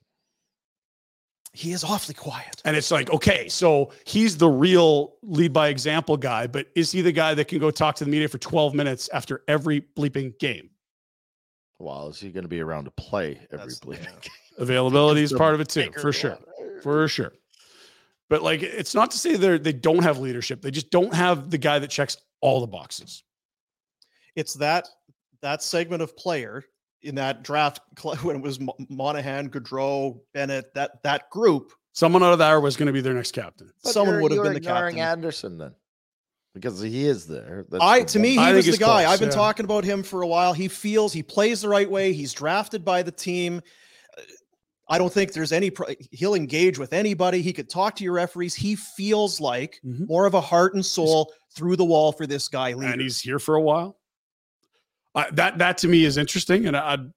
Speaker 1: He is awfully quiet.
Speaker 2: And it's like, okay, so he's the real lead by example guy, but is he the guy that can go talk to the media for 12 minutes after every bleeping game?
Speaker 3: well. Is he going to be around to play every
Speaker 1: That's-
Speaker 3: bleeding?
Speaker 1: yeah.
Speaker 3: game?
Speaker 2: Availability is
Speaker 3: *laughs* They're
Speaker 2: part of it too,
Speaker 3: bigger
Speaker 2: for
Speaker 3: than
Speaker 2: sure.
Speaker 3: that.
Speaker 2: for sure. But like, it's not to say they they don't have leadership. They just don't have the guy that checks all the boxes.
Speaker 1: It's that that segment of player in that draft *laughs* cl- when it was Mo- Monahan, Gaudreau, Bennett. That that group.
Speaker 2: Someone out of there was going to be their next captain.
Speaker 3: But
Speaker 1: someone
Speaker 3: you're-
Speaker 1: would have
Speaker 3: you're
Speaker 1: been the
Speaker 3: ignoring
Speaker 1: captain.
Speaker 3: Anderson then, because he is there. That's
Speaker 1: I
Speaker 3: the
Speaker 1: to
Speaker 3: one-
Speaker 1: me, he
Speaker 2: I think
Speaker 1: was the
Speaker 2: it's
Speaker 1: guy.
Speaker 2: close,
Speaker 1: I've been
Speaker 2: yeah.
Speaker 1: talking about him for a while. He feels he plays the right way. He's drafted by the team. Uh, I don't think there's any. Pro- he'll engage with anybody. He could talk to your referees. He feels like
Speaker 2: Mhm.
Speaker 1: more of a heart and soul through the wall for this guy. Leader.
Speaker 2: and he's here for a while. I that that to me is interesting, and I, I'd-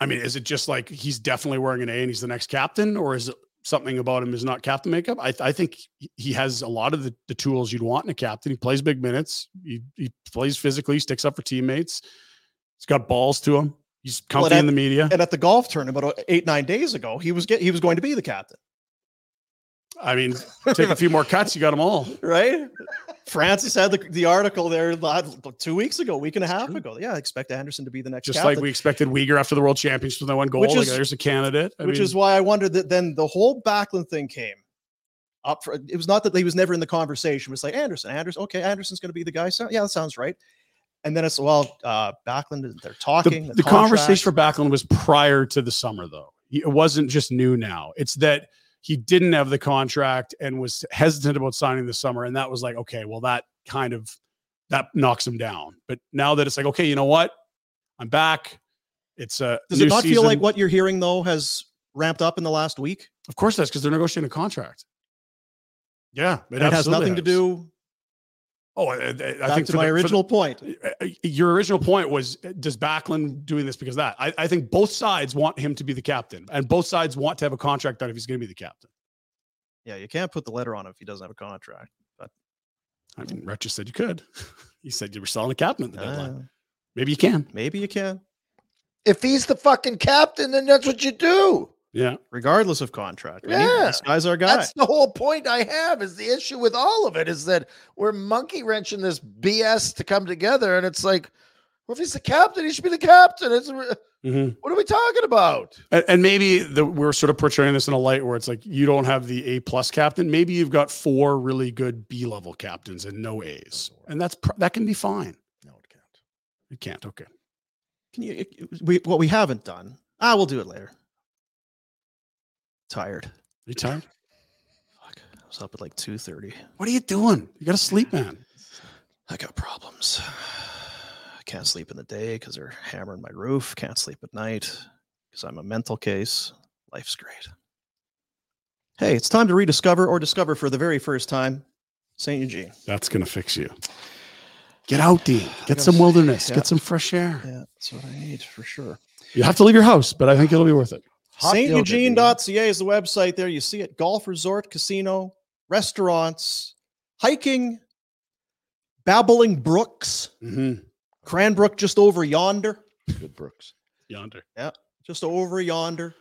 Speaker 2: I mean, is it just like he's definitely wearing an A and he's the next captain, or is it something about him is not captain makeup? I I think he- he has a lot of the, the tools you'd want in a captain. He plays big minutes. He he plays physically. Sticks up for teammates. He's got balls to him. He's
Speaker 1: Well,
Speaker 2: comfy in
Speaker 1: that-
Speaker 2: the media.
Speaker 1: and at the golf tournament uh, eight nine days ago, he was get, he was going to be the captain,
Speaker 2: I
Speaker 1: *laughs*
Speaker 2: mean, take a few more cuts, you got them all.
Speaker 1: right? Francis had the, the article there not- two weeks ago, week and a half ago. Yeah, I expect Anderson to be the next
Speaker 2: Just
Speaker 1: captain.
Speaker 2: like we expected Uyghur after the World Championships with that one goal.
Speaker 1: Which
Speaker 2: like,
Speaker 1: is-
Speaker 2: there's a candidate. I
Speaker 1: which
Speaker 2: mean,
Speaker 1: is why I wondered that then the whole Backlund thing came up for it was not that he was never in the conversation. It was like Anderson, Anderson, okay, Anderson's gonna be the guy. So yeah, that sounds right. And then it's well, uh Backlund is- they're talking.
Speaker 2: the, the conversation for Backlund was prior to the summer, though. It wasn't just new now. It's that he didn't have the contract and was hesitant about signing the summer, and that was like, okay, well, that kind of that knocks him down. But now that it's like, okay, you know what, I'm back. It's a
Speaker 1: does it
Speaker 2: new
Speaker 1: not feel like
Speaker 2: season.
Speaker 1: what you're hearing though has ramped up in the last week?
Speaker 2: Of course, that's because they're negotiating a contract. Yeah,
Speaker 1: And it has
Speaker 2: absolutely
Speaker 1: nothing to
Speaker 2: has.
Speaker 1: do
Speaker 2: Oh, I, I- I
Speaker 1: back
Speaker 2: think
Speaker 1: to
Speaker 2: for
Speaker 1: my
Speaker 2: the- for the-
Speaker 1: original point.
Speaker 2: Uh, your original point was uh, does Backlund doing this because of that? I, I think both sides want him to be the captain, and both sides want to have a contract done if he's going to be the captain.
Speaker 1: Yeah, you can't put the letter on him if he doesn't have a contract.
Speaker 2: I mean, Rutch just said you could. *laughs* he said you were selling a captain at the deadline.
Speaker 3: Ah.
Speaker 1: Uh,
Speaker 2: Maybe you can.
Speaker 1: maybe you can,
Speaker 3: If he's the fucking captain, then that's what you do.
Speaker 2: Yeah.
Speaker 1: regardless of contract. We need-
Speaker 3: Yeah.
Speaker 1: this guy's our guy.
Speaker 3: That's the whole point I have is the issue with all of it is that we're monkey wrenching this BS to come together. And it's like, well, if he's the captain, he should be the captain. It's, what
Speaker 2: Mhm.
Speaker 3: are we talking about?
Speaker 2: And, and maybe the, we're sort of portraying this in a light where it's like you don't have the A plus captain. Maybe you've got four really good B level captains and no A's, and that's pr- that can be fine.
Speaker 3: No, it can't.
Speaker 2: You can't. Okay.
Speaker 1: Can you? it- it- We what we haven't done. Ah, we'll do it later. Tired.
Speaker 2: you tired?
Speaker 1: Fuck. I was up at like two thirty.
Speaker 2: What are you doing? You got to sleep, man.
Speaker 1: I got problems. I can't sleep in the day because they're hammering my roof. Can't sleep at night because I'm a mental case. Life's great. Hey, it's time to rediscover or discover for the very first time St. Eugene.
Speaker 2: That's gonna fix you. Get
Speaker 1: *sighs*
Speaker 2: out, Dean. Get
Speaker 1: gotta
Speaker 2: some
Speaker 1: s-
Speaker 2: wilderness.
Speaker 1: yeah.
Speaker 2: Get some fresh air.
Speaker 1: Yeah, that's what I need for sure.
Speaker 2: You have to leave your house, but I think it'll be worth it.
Speaker 3: Hot
Speaker 1: uh,
Speaker 3: yoga, dude.
Speaker 1: StEugene.ca is the website there. You see it. Golf resort, casino, restaurants, hiking, babbling brooks,
Speaker 2: Mm-hmm.
Speaker 1: Cranbrook just over yonder.
Speaker 3: Good Brooks.
Speaker 2: Yonder.
Speaker 1: just over yonder.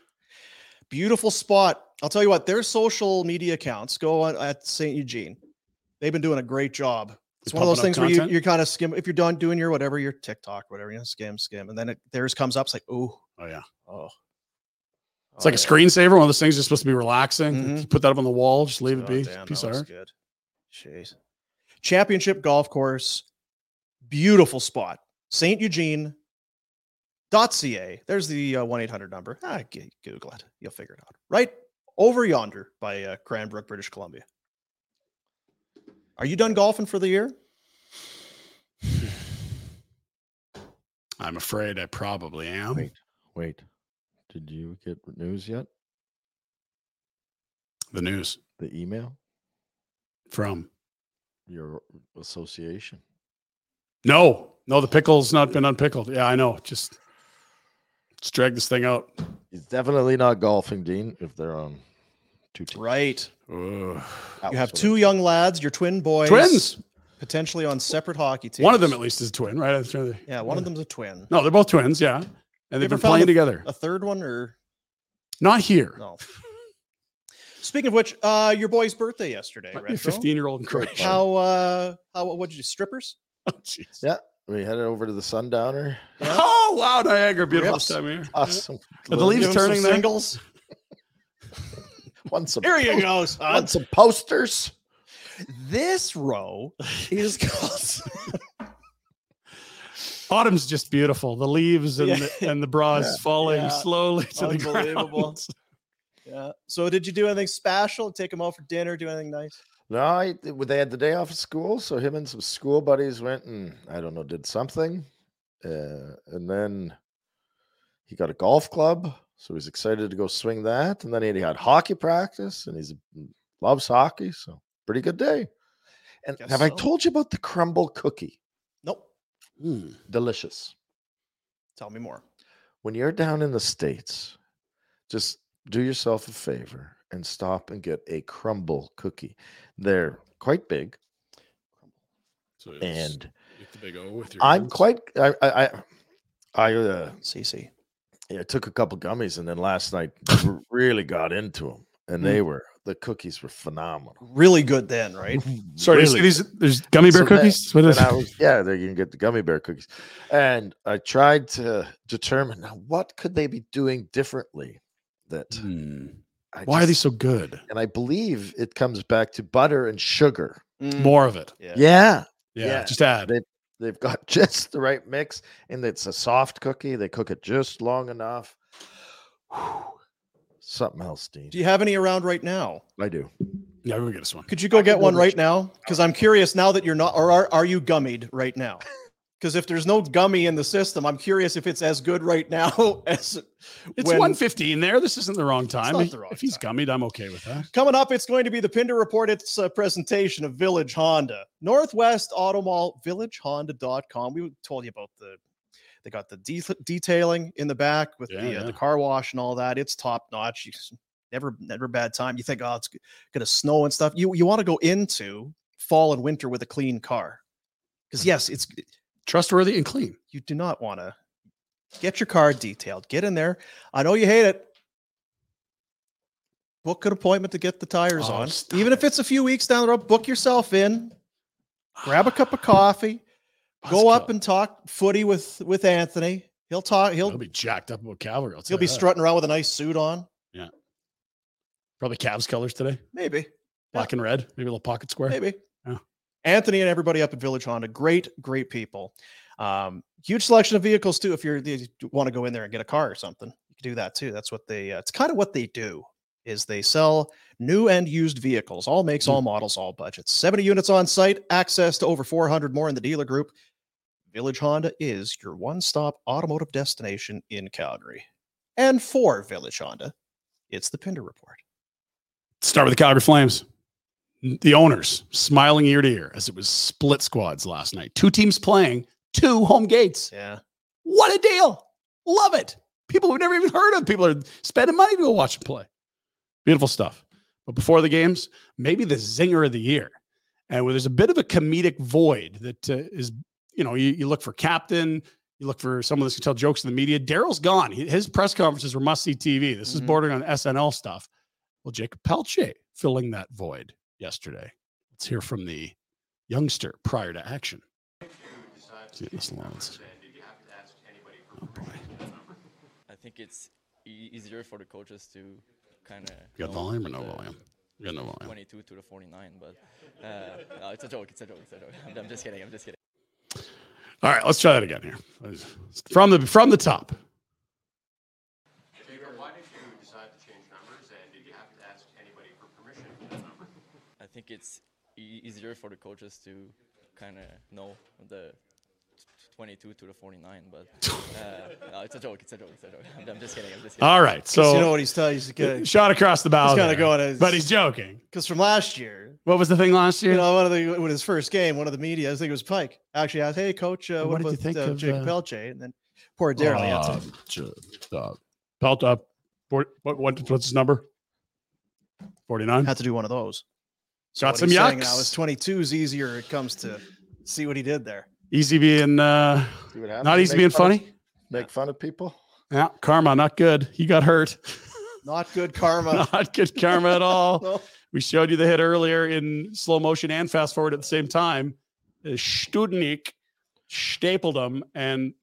Speaker 1: Beautiful spot. I'll tell you what, their social media accounts go on at St. Eugene. They've been doing a great job. It's one of
Speaker 2: pumping
Speaker 1: those
Speaker 2: up
Speaker 1: things where
Speaker 2: content?
Speaker 1: you, you're kind of skim. If you're done doing your whatever, your TikTok, whatever, you know, skim, skim. And then it, theirs comes up. It's like, oh,
Speaker 2: Oh yeah.
Speaker 1: oh.
Speaker 2: It's like a screensaver. One of those things that's supposed to be relaxing.
Speaker 1: Mhm.
Speaker 2: You put that up on the wall. Just
Speaker 1: Oh,
Speaker 2: leave it be. Piece of art.
Speaker 1: good. Jeez. Championship golf course. Beautiful spot. St. Eugene.ca. There's the uh, 1 800 number. Ah, g- Google it. You'll figure it out. Right over yonder by uh, Cranbrook, British Columbia. Are you done golfing for the year?
Speaker 2: I'm afraid I probably am.
Speaker 3: Wait, wait. Did you get news yet?
Speaker 2: The news
Speaker 3: The email?
Speaker 2: from
Speaker 3: Your association?
Speaker 2: no, no, the pickle's not been unpickled. Yeah, I know. Just let's drag this thing out.
Speaker 3: It's definitely not golfing, Dean, if they're on two teams.
Speaker 1: Right.
Speaker 2: Ugh.
Speaker 3: That
Speaker 1: You
Speaker 3: was
Speaker 1: have
Speaker 3: what I-
Speaker 1: two young lads, your twin boys.
Speaker 2: Twins.
Speaker 1: Potentially on separate hockey teams.
Speaker 2: One of them at least is a twin, right? That's right.
Speaker 1: Yeah, one of them's a twin.
Speaker 2: No, they're both twins. Yeah, and they've
Speaker 1: ever
Speaker 2: been
Speaker 1: found
Speaker 2: playing
Speaker 1: a-
Speaker 2: together.
Speaker 1: A third one or
Speaker 2: Not here. *laughs*
Speaker 1: no. Speaking of which, uh your boy's birthday yesterday,
Speaker 2: Might be a
Speaker 1: right?
Speaker 2: 15 year old in Croatia.
Speaker 1: How uh how what did you do? Strippers?
Speaker 2: Oh, jeez.
Speaker 3: Yeah, we headed over to the Sundowner.
Speaker 1: Mm-hmm.
Speaker 2: Oh, wow, Niagara, beautiful
Speaker 1: Rips.
Speaker 2: time of year.
Speaker 3: Awesome.
Speaker 2: Are the leaves
Speaker 1: Doing some
Speaker 2: turning there?
Speaker 1: singles.
Speaker 3: Want some,
Speaker 1: Here you go,
Speaker 3: want
Speaker 1: son.
Speaker 3: some posters?
Speaker 1: *laughs* This *laughs* row is called
Speaker 2: *laughs* Autumn's just beautiful. The leaves and
Speaker 1: Yeah.
Speaker 2: the, and the bras
Speaker 3: Yeah.
Speaker 2: falling
Speaker 1: Yeah.
Speaker 2: slowly to the
Speaker 1: Unbelievable.
Speaker 2: *laughs* ground.
Speaker 1: Yeah. So did you do anything special? Take them out for dinner, do anything nice?
Speaker 3: No, I, they had the day off of school, so him and some school buddies went and I don't know, did something, uh, and then he got a golf club, so he's excited to go swing that, and then he had hockey practice, and he's loves hockey, so pretty good day. And
Speaker 1: Guess
Speaker 3: have I
Speaker 1: so.
Speaker 3: told you about the crumble cookie?
Speaker 1: Nope.
Speaker 3: Delicious.
Speaker 1: Tell me more.
Speaker 3: when you're down in the states just do yourself a favor and stop and get a crumble cookie they're quite big
Speaker 2: So
Speaker 3: and
Speaker 2: the big O with your
Speaker 3: i'm quite i i i, I uh,
Speaker 1: CC.
Speaker 3: yeah, took a couple gummies and then last night r- really got into them
Speaker 2: Hmm.
Speaker 3: and they were the cookies were phenomenal
Speaker 1: Really good then, *laughs* right?
Speaker 2: Sorry, you see
Speaker 3: really.
Speaker 2: these, there's gummy bear
Speaker 3: So that-
Speaker 2: cookies. That's what it is.
Speaker 3: And I was, yeah, there you can get the gummy bear cookies. And I tried to determine now what could they be doing differently that
Speaker 2: Hmm.
Speaker 3: I
Speaker 2: Why are
Speaker 3: just-
Speaker 2: these so good?
Speaker 3: and I believe it comes back to butter and sugar.
Speaker 1: Mm,
Speaker 2: More of it.
Speaker 1: Yeah.
Speaker 3: Yeah,
Speaker 2: Yeah,
Speaker 3: Yeah.
Speaker 2: just add.
Speaker 3: They- they've got *laughs* just the right mix, and it's a soft cookie. They cook it just long enough. *sighs* Whew. Something else, Dean.
Speaker 1: Do you have any around right now?
Speaker 3: I do.
Speaker 2: yeah, we get us one.
Speaker 1: Could you go
Speaker 3: I can
Speaker 1: get
Speaker 3: go
Speaker 1: one
Speaker 3: to
Speaker 1: right
Speaker 3: Ch-
Speaker 1: now? Because I'm curious now that you're not, or are, are you gummied right *laughs* now? Because if there's no gummy in the system, I'm curious if it's as good right now *laughs* as
Speaker 2: It's
Speaker 1: when-
Speaker 2: 115 there. This isn't the wrong time.
Speaker 1: not the wrong
Speaker 2: if he's
Speaker 1: time.
Speaker 2: gummied, I'm okay with that.
Speaker 1: *laughs* Coming up, it's going to be the Pinder Report. It's a presentation of Village Honda, Northwest Auto Mall, villagehonda.com. We told you about the, they got the de- detailing in the back with
Speaker 2: Yeah,
Speaker 1: the, uh,
Speaker 2: yeah.
Speaker 1: the car wash and all that. It's top notch. You just- Never, never bad time. You think, oh, it's going to snow and stuff. You, you want to go into fall and winter with a clean car. Because, yes, it's
Speaker 2: Trustworthy and clean.
Speaker 1: you do not want to get your car detailed. Get in there. I know you hate it. Book an appointment to get the tires
Speaker 2: Oh,
Speaker 1: on.
Speaker 2: stop
Speaker 1: Even if it's a few weeks down the road, book yourself in, grab a
Speaker 2: Ah,
Speaker 1: cup of coffee, go up and talk footy with with Anthony. He'll talk,
Speaker 2: he'll,
Speaker 1: he'll
Speaker 2: be jacked up about Calvary. I'll tell
Speaker 1: he'll be
Speaker 2: you that.
Speaker 1: strutting around with a nice suit on.
Speaker 2: Probably Cavs colors today,
Speaker 1: Maybe.
Speaker 2: black and red, maybe a little pocket square.
Speaker 1: Maybe.
Speaker 2: Yeah.
Speaker 1: Anthony and everybody up at Village Honda, great, great people. Um, huge selection of vehicles too. If you're, you want to go in there and get a car or something, you can do that too. That's what they. Uh, it's kind of what they do. Is they sell new and used vehicles, all makes,
Speaker 2: Mm-hmm.
Speaker 1: all models, all budgets. 70 units on site, access to over 400 more in the dealer group. Village Honda is your one stop automotive destination in Calgary. And for Village Honda, it's the Pinder Report.
Speaker 2: Start with the Calgary Flames. The owners smiling ear to ear as it was split squads last night. Two teams playing, two home gates.
Speaker 1: Yeah.
Speaker 2: What a deal! Love it. People we've never even heard of. People are spending money to go watch and play. Beautiful stuff. But before the games, maybe the zinger of the year, and where there's a bit of a comedic void that uh, is, you know, you, you look for captain, you look for someone that's gonna tell jokes in the media. Daryl's gone. He- His press conferences were must see TV. This is
Speaker 1: Mhm.
Speaker 2: bordering on SNL stuff. Well, Jacob Pelche filling that void yesterday. Let's hear from the youngster prior to action. See, this Lawrence. Oh boy.
Speaker 7: I think it's e- easier for the coaches to kind of.
Speaker 2: You got volume or no volume? You got no volume.
Speaker 7: 22 uh, to the 49, but uh, no, it's a joke. It's a joke. It's a joke. I'm, I'm just kidding. I'm just kidding.
Speaker 2: All right, let's try that again here. From the from the top.
Speaker 7: I think it's e- easier for the coaches to kind of know the 22 to the 49, but uh, no, it's a joke. It's a joke. It's a joke. I'm, I'm just kidding. I'm just kidding.
Speaker 2: All right, so
Speaker 1: you know what he's telling he's gonna,
Speaker 2: shot across the bow.
Speaker 1: He's gonna
Speaker 2: there.
Speaker 1: go on his-
Speaker 2: but he's joking.
Speaker 1: because from last year,
Speaker 2: What was the thing last year?
Speaker 1: you know, one of the with his first game, one of the media, I think it was Pike, actually asked, "Hey, coach, uh,
Speaker 3: What
Speaker 1: what,
Speaker 3: did you
Speaker 1: about
Speaker 3: think
Speaker 1: uh,
Speaker 3: of,
Speaker 1: Jake
Speaker 3: uh,
Speaker 1: Pelche?" And then poor Daryl
Speaker 3: Oh,
Speaker 1: answered,
Speaker 3: just, uh,
Speaker 2: Pelt up. What, what what's his number? Forty nine.
Speaker 1: "Had to do one of those."
Speaker 2: Got
Speaker 1: what
Speaker 2: some
Speaker 1: he's saying Now
Speaker 2: yucks.
Speaker 1: is 22 is easier. when It comes to see what he did there.
Speaker 2: Easy being uh,
Speaker 3: see what happens.
Speaker 2: not easy
Speaker 3: Make
Speaker 2: being
Speaker 3: fun of-
Speaker 2: funny.
Speaker 3: Make fun of people.
Speaker 2: Yeah, karma not good. He got hurt.
Speaker 1: Not good karma.
Speaker 2: *laughs* Not good karma
Speaker 1: *laughs*
Speaker 2: at all.
Speaker 1: No.
Speaker 2: We showed you the hit earlier in slow motion and fast forward at the same time. Uh, Studnik stapled him and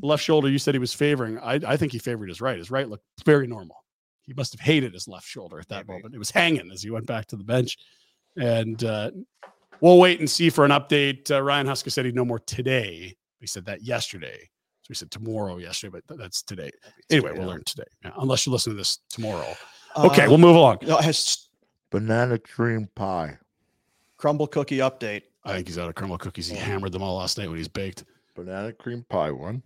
Speaker 2: left shoulder. You said he was favoring. I, I think he favored his right. His right looked very normal. He must have hated his left shoulder at that
Speaker 1: Maybe.
Speaker 2: moment. It was hanging as he went back to the bench. And uh, we'll wait and see for an update. Uh, Ryan Husker said he'd know more today. He said that yesterday. So he said tomorrow yesterday, but th- that's today. Anyway, we'll learn today. Yeah, unless you listen to this tomorrow. Okay,
Speaker 1: Uh,
Speaker 2: we'll move along.
Speaker 1: no, has
Speaker 3: Banana cream pie.
Speaker 1: crumble cookie update.
Speaker 2: I think he's out of caramel cookies. He hammered them all last night when he's baked.
Speaker 3: Banana cream pie one.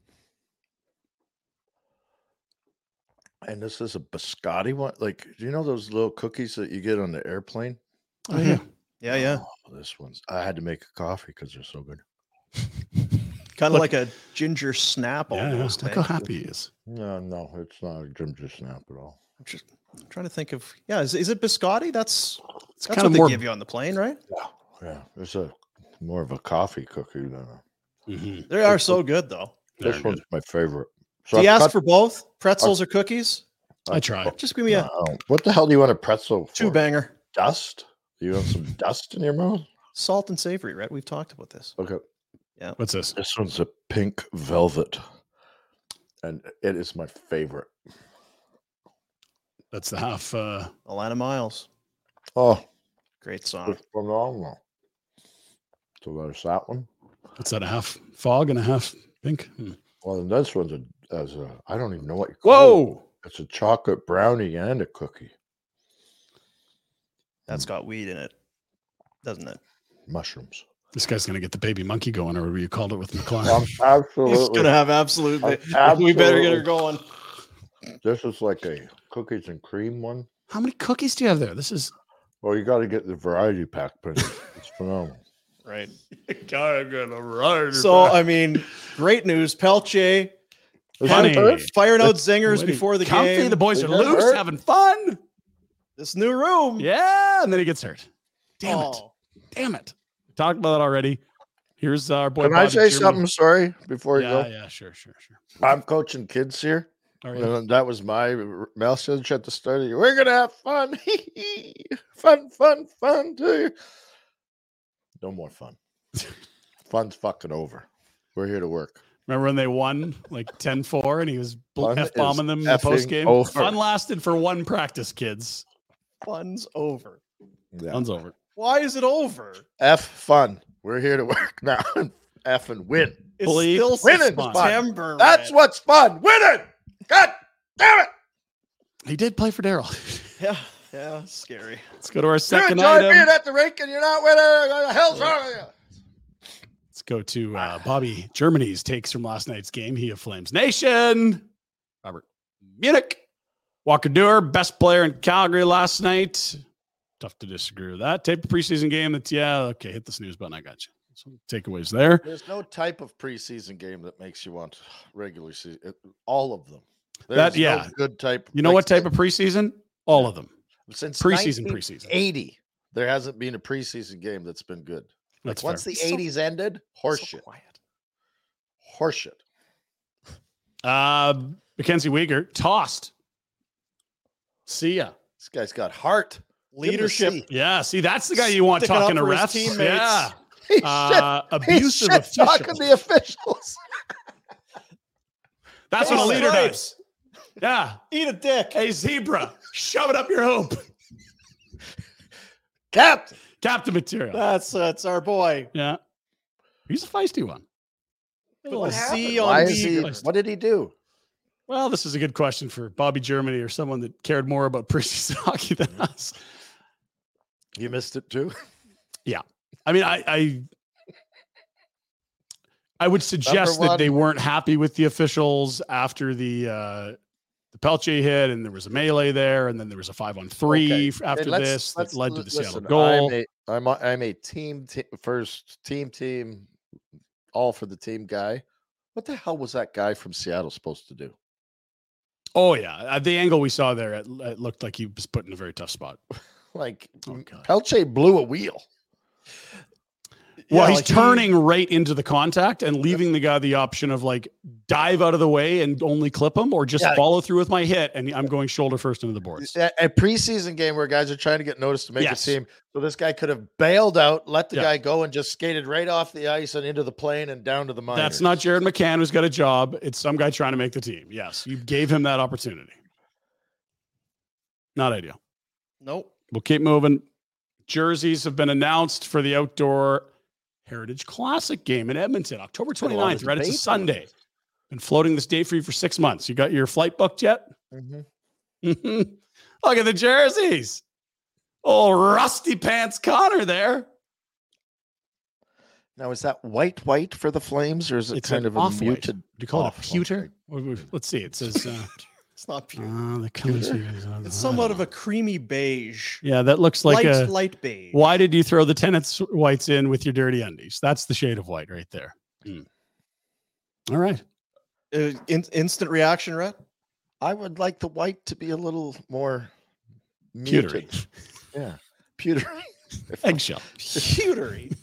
Speaker 3: And this is a biscotti one. Like, do you know those little cookies that you get on the airplane?
Speaker 2: Oh, yeah.
Speaker 1: Yeah, yeah.
Speaker 3: Oh, this one's. I had to make a coffee because they're so good.
Speaker 1: Kind of
Speaker 2: Look-
Speaker 1: like a ginger snap
Speaker 2: Yeah,
Speaker 1: almost.
Speaker 2: look
Speaker 1: eh?
Speaker 2: how happy he is.
Speaker 3: No, no, it's not a ginger snap at all.
Speaker 1: I'm just I'm trying to think of yeah. Is, is it biscotti? That's
Speaker 2: It's
Speaker 1: that's
Speaker 2: kind of
Speaker 1: what
Speaker 2: more.
Speaker 1: they give you on the plane, right?
Speaker 3: Yeah, it's a more of a coffee cookie than a.
Speaker 2: Mhm.
Speaker 1: They are so good though.
Speaker 2: They're
Speaker 3: This one's my favorite.
Speaker 1: do you
Speaker 3: I've
Speaker 1: ask
Speaker 3: cut- Oh,
Speaker 1: for Oh, both pretzels or cookies?
Speaker 2: I try.
Speaker 1: Just give me a
Speaker 3: no, what the hell do you want a pretzel for?
Speaker 1: two banger,
Speaker 3: Dust? You
Speaker 1: *laughs*
Speaker 3: want some dust in your mouth?
Speaker 1: salt and savory. Right? We've talked about this.
Speaker 3: Okay.
Speaker 2: What's this?
Speaker 3: This one's a pink velvet, and it is my favorite.
Speaker 2: That's the half. Uh,
Speaker 1: Alana Miles,
Speaker 3: Oh,
Speaker 1: great song.
Speaker 3: it's phenomenal. So there's that one.
Speaker 2: what's that? A half fog and a half pink. Hmm.
Speaker 3: Well, and this one's a, as a I don't even know what you call it.
Speaker 2: Whoa!
Speaker 3: It's a chocolate brownie and a cookie.
Speaker 1: That's got weed in it, doesn't it? *laughs*
Speaker 3: Mushrooms.
Speaker 2: This guy's gonna get the baby monkey going, or whatever you called it with
Speaker 3: I'm
Speaker 2: McLean.
Speaker 1: It's
Speaker 3: absolutely.
Speaker 1: gonna have absolutely.
Speaker 3: I'm
Speaker 1: We better get
Speaker 3: absolutely-
Speaker 1: her going.
Speaker 3: This is like a cookies and cream one.
Speaker 2: how many cookies do you have there? This is.
Speaker 3: Well, you got to get the variety pack, but
Speaker 2: *laughs*
Speaker 3: it's it's phenomenal.
Speaker 1: Right.
Speaker 2: God, gonna run.
Speaker 1: So I mean, great news. Pelche
Speaker 3: Is
Speaker 2: Honey.
Speaker 3: that good?
Speaker 1: firing out zingers before the
Speaker 2: comfy,
Speaker 1: game.
Speaker 2: The boys are
Speaker 3: Is that
Speaker 2: loose,
Speaker 3: hurt?
Speaker 2: having fun.
Speaker 1: this new room.
Speaker 2: Yeah, and then he gets hurt. Damn it!
Speaker 1: Oh,
Speaker 2: Damn it! Talked about that already. Here's our boy.
Speaker 3: Can I
Speaker 2: Bobby
Speaker 3: say
Speaker 2: German.
Speaker 3: something? Sorry, before you
Speaker 2: Yeah,
Speaker 3: go.
Speaker 2: yeah, sure, sure, sure.
Speaker 3: I'm coaching kids here.
Speaker 2: All right.
Speaker 3: And that was my r- message at the start of the year. We're gonna have fun, *laughs* fun, fun, fun. Too. No more
Speaker 2: *laughs*
Speaker 3: fun. Fun's fucking over. We're here to work.
Speaker 2: Remember when they won like 10 4 and he was
Speaker 3: Fun
Speaker 2: f bombing
Speaker 3: is
Speaker 2: them in
Speaker 3: effing
Speaker 2: post game?
Speaker 3: over.
Speaker 2: Fun lasted for one practice, kids.
Speaker 1: fun's over.
Speaker 3: Yeah.
Speaker 2: Fun's over.
Speaker 1: Why is it over?
Speaker 3: F fun. We're here to *laughs* work now. F and win.
Speaker 1: It's
Speaker 2: Believe
Speaker 1: still
Speaker 3: winning is fun.
Speaker 1: September.
Speaker 3: That's
Speaker 1: Rhett.
Speaker 3: what's fun. Winning. God damn it.
Speaker 2: He did play for Daryl. *laughs*
Speaker 1: Yeah, yeah, scary.
Speaker 2: Let's go to our
Speaker 3: You
Speaker 2: second
Speaker 3: enjoy being
Speaker 2: item.
Speaker 3: at the rink and you're not winning. What the hell's wrong with you?
Speaker 2: Let's go to uh, Bobby Germany's takes from last night's game. He of Flames Nation. Robert Munich. Walker Dewar, best player in Calgary last night. Tough to disagree with that. Tape a preseason game. That's yeah, okay. Hit the snooze button. I got you. Some takeaways there.
Speaker 3: There's no type of preseason game that makes you want regular season. All of them.
Speaker 2: That-
Speaker 3: There's no
Speaker 2: yeah.
Speaker 3: good type.
Speaker 2: You know
Speaker 3: like,
Speaker 2: what type of preseason? All of them.
Speaker 3: since
Speaker 2: Preseason, preseason.
Speaker 3: eighty? There hasn't been a preseason game that's been good.
Speaker 2: That's fair.
Speaker 3: Once the '80s ended, horseshit, horseshit.
Speaker 2: Uh, Mackenzie Weegar tossed. See ya.
Speaker 3: This guy's got heart, Give him a
Speaker 1: Leadership.
Speaker 3: C.
Speaker 2: Yeah, see, that's the guy you want
Speaker 1: Sticking up
Speaker 2: talking to
Speaker 1: for his
Speaker 2: refs.
Speaker 1: teammates. *laughs*
Speaker 3: *laughs*
Speaker 2: Yeah,
Speaker 3: He's
Speaker 2: uh,
Speaker 3: shit. He's
Speaker 2: abusive
Speaker 3: shit talking
Speaker 2: officials.
Speaker 3: the officials.
Speaker 2: That's what a
Speaker 1: Hey,
Speaker 2: leader
Speaker 1: Snipes,
Speaker 2: does. Yeah,
Speaker 1: Eat a dick.
Speaker 2: a zebra, shove it up your hoop.
Speaker 1: *laughs*
Speaker 3: Captain,
Speaker 2: Captain material.
Speaker 1: That's that's our boy.
Speaker 2: Yeah, he's a feisty one.
Speaker 1: Put the C E
Speaker 3: Why
Speaker 1: on
Speaker 3: is he?
Speaker 1: D.
Speaker 3: What did he do?
Speaker 2: Well, this is a good question for Bobby Germany or someone that cared more about Percy's hockey than us.
Speaker 3: You missed it too.
Speaker 2: I mean, I I, I would suggest that they weren't happy with the officials after the uh the Pelche hit, and there was a melee there, and then there was a five on three
Speaker 3: Okay.
Speaker 2: f- after
Speaker 3: And let's-
Speaker 2: this
Speaker 3: let's
Speaker 2: that led to
Speaker 3: li-
Speaker 2: the Seattle
Speaker 3: listen,
Speaker 2: goal.
Speaker 3: I'm a, I'm a, I'm a team, t- first team, team, all for the team guy. What the hell was that guy from Seattle supposed to do?
Speaker 2: oh yeah, Uh, the angle we saw there, it, it looked like he was put in a very tough spot.
Speaker 3: Like,
Speaker 2: Oh,
Speaker 3: m-
Speaker 2: God.
Speaker 3: Pelche blew a wheel.
Speaker 2: Well,
Speaker 1: Yeah,
Speaker 2: he's
Speaker 1: like he-
Speaker 2: turning right into the contact and leaving the guy the option of like dive out of the way and only clip him, or just
Speaker 3: Yeah.
Speaker 2: follow through with my hit, and I'm going shoulder first into the boards.
Speaker 3: A, a preseason game where guys are trying to get noticed to make
Speaker 2: Yes.
Speaker 3: a team. So this guy could have bailed out, let the
Speaker 2: Yeah.
Speaker 3: guy go, and just skated right off the ice and into the plane and down to the minors.
Speaker 2: That's not Jared McCann who's got a job. It's some guy trying to make the team. Yes, you gave him that opportunity. Not ideal.
Speaker 1: Nope.
Speaker 2: We'll keep moving. Jerseys have been announced for the outdoor Heritage Classic game in Edmonton, October
Speaker 3: Been a lot of
Speaker 2: 29th, right? It's a
Speaker 3: debate on
Speaker 2: Sunday.
Speaker 3: it.
Speaker 2: Been floating this date for you for six months. You got your flight booked yet? *laughs*
Speaker 3: Mhm.
Speaker 2: Mhm. Look at the jerseys. Oh, rusty pants Connor there.
Speaker 3: Now is that white white for the Flames, or is it
Speaker 2: It's
Speaker 3: kind
Speaker 2: an
Speaker 3: of a
Speaker 2: off-white.
Speaker 3: muted?
Speaker 2: Do you call it a
Speaker 3: off-white?
Speaker 2: pewter? What- what- Let's see. It says uh,
Speaker 3: *laughs*
Speaker 1: It's not pure. *laughs*
Speaker 2: uh, the colors.
Speaker 3: Pewter?
Speaker 2: here.
Speaker 1: It's somewhat of a creamy beige.
Speaker 2: Yeah, that looks like
Speaker 1: light,
Speaker 2: a.
Speaker 1: light beige.
Speaker 2: Why did you throw the tenants' whites in with your dirty undies? That's the shade of white right there. Mm. All right.
Speaker 1: Uh, in, instant reaction, right?
Speaker 3: I would like the white to be a little more
Speaker 2: Pewtery.
Speaker 3: muted.
Speaker 2: *laughs*
Speaker 3: Yeah, pewtery. *laughs* If I
Speaker 2: Eggshell. *laughs*
Speaker 1: Pewtery.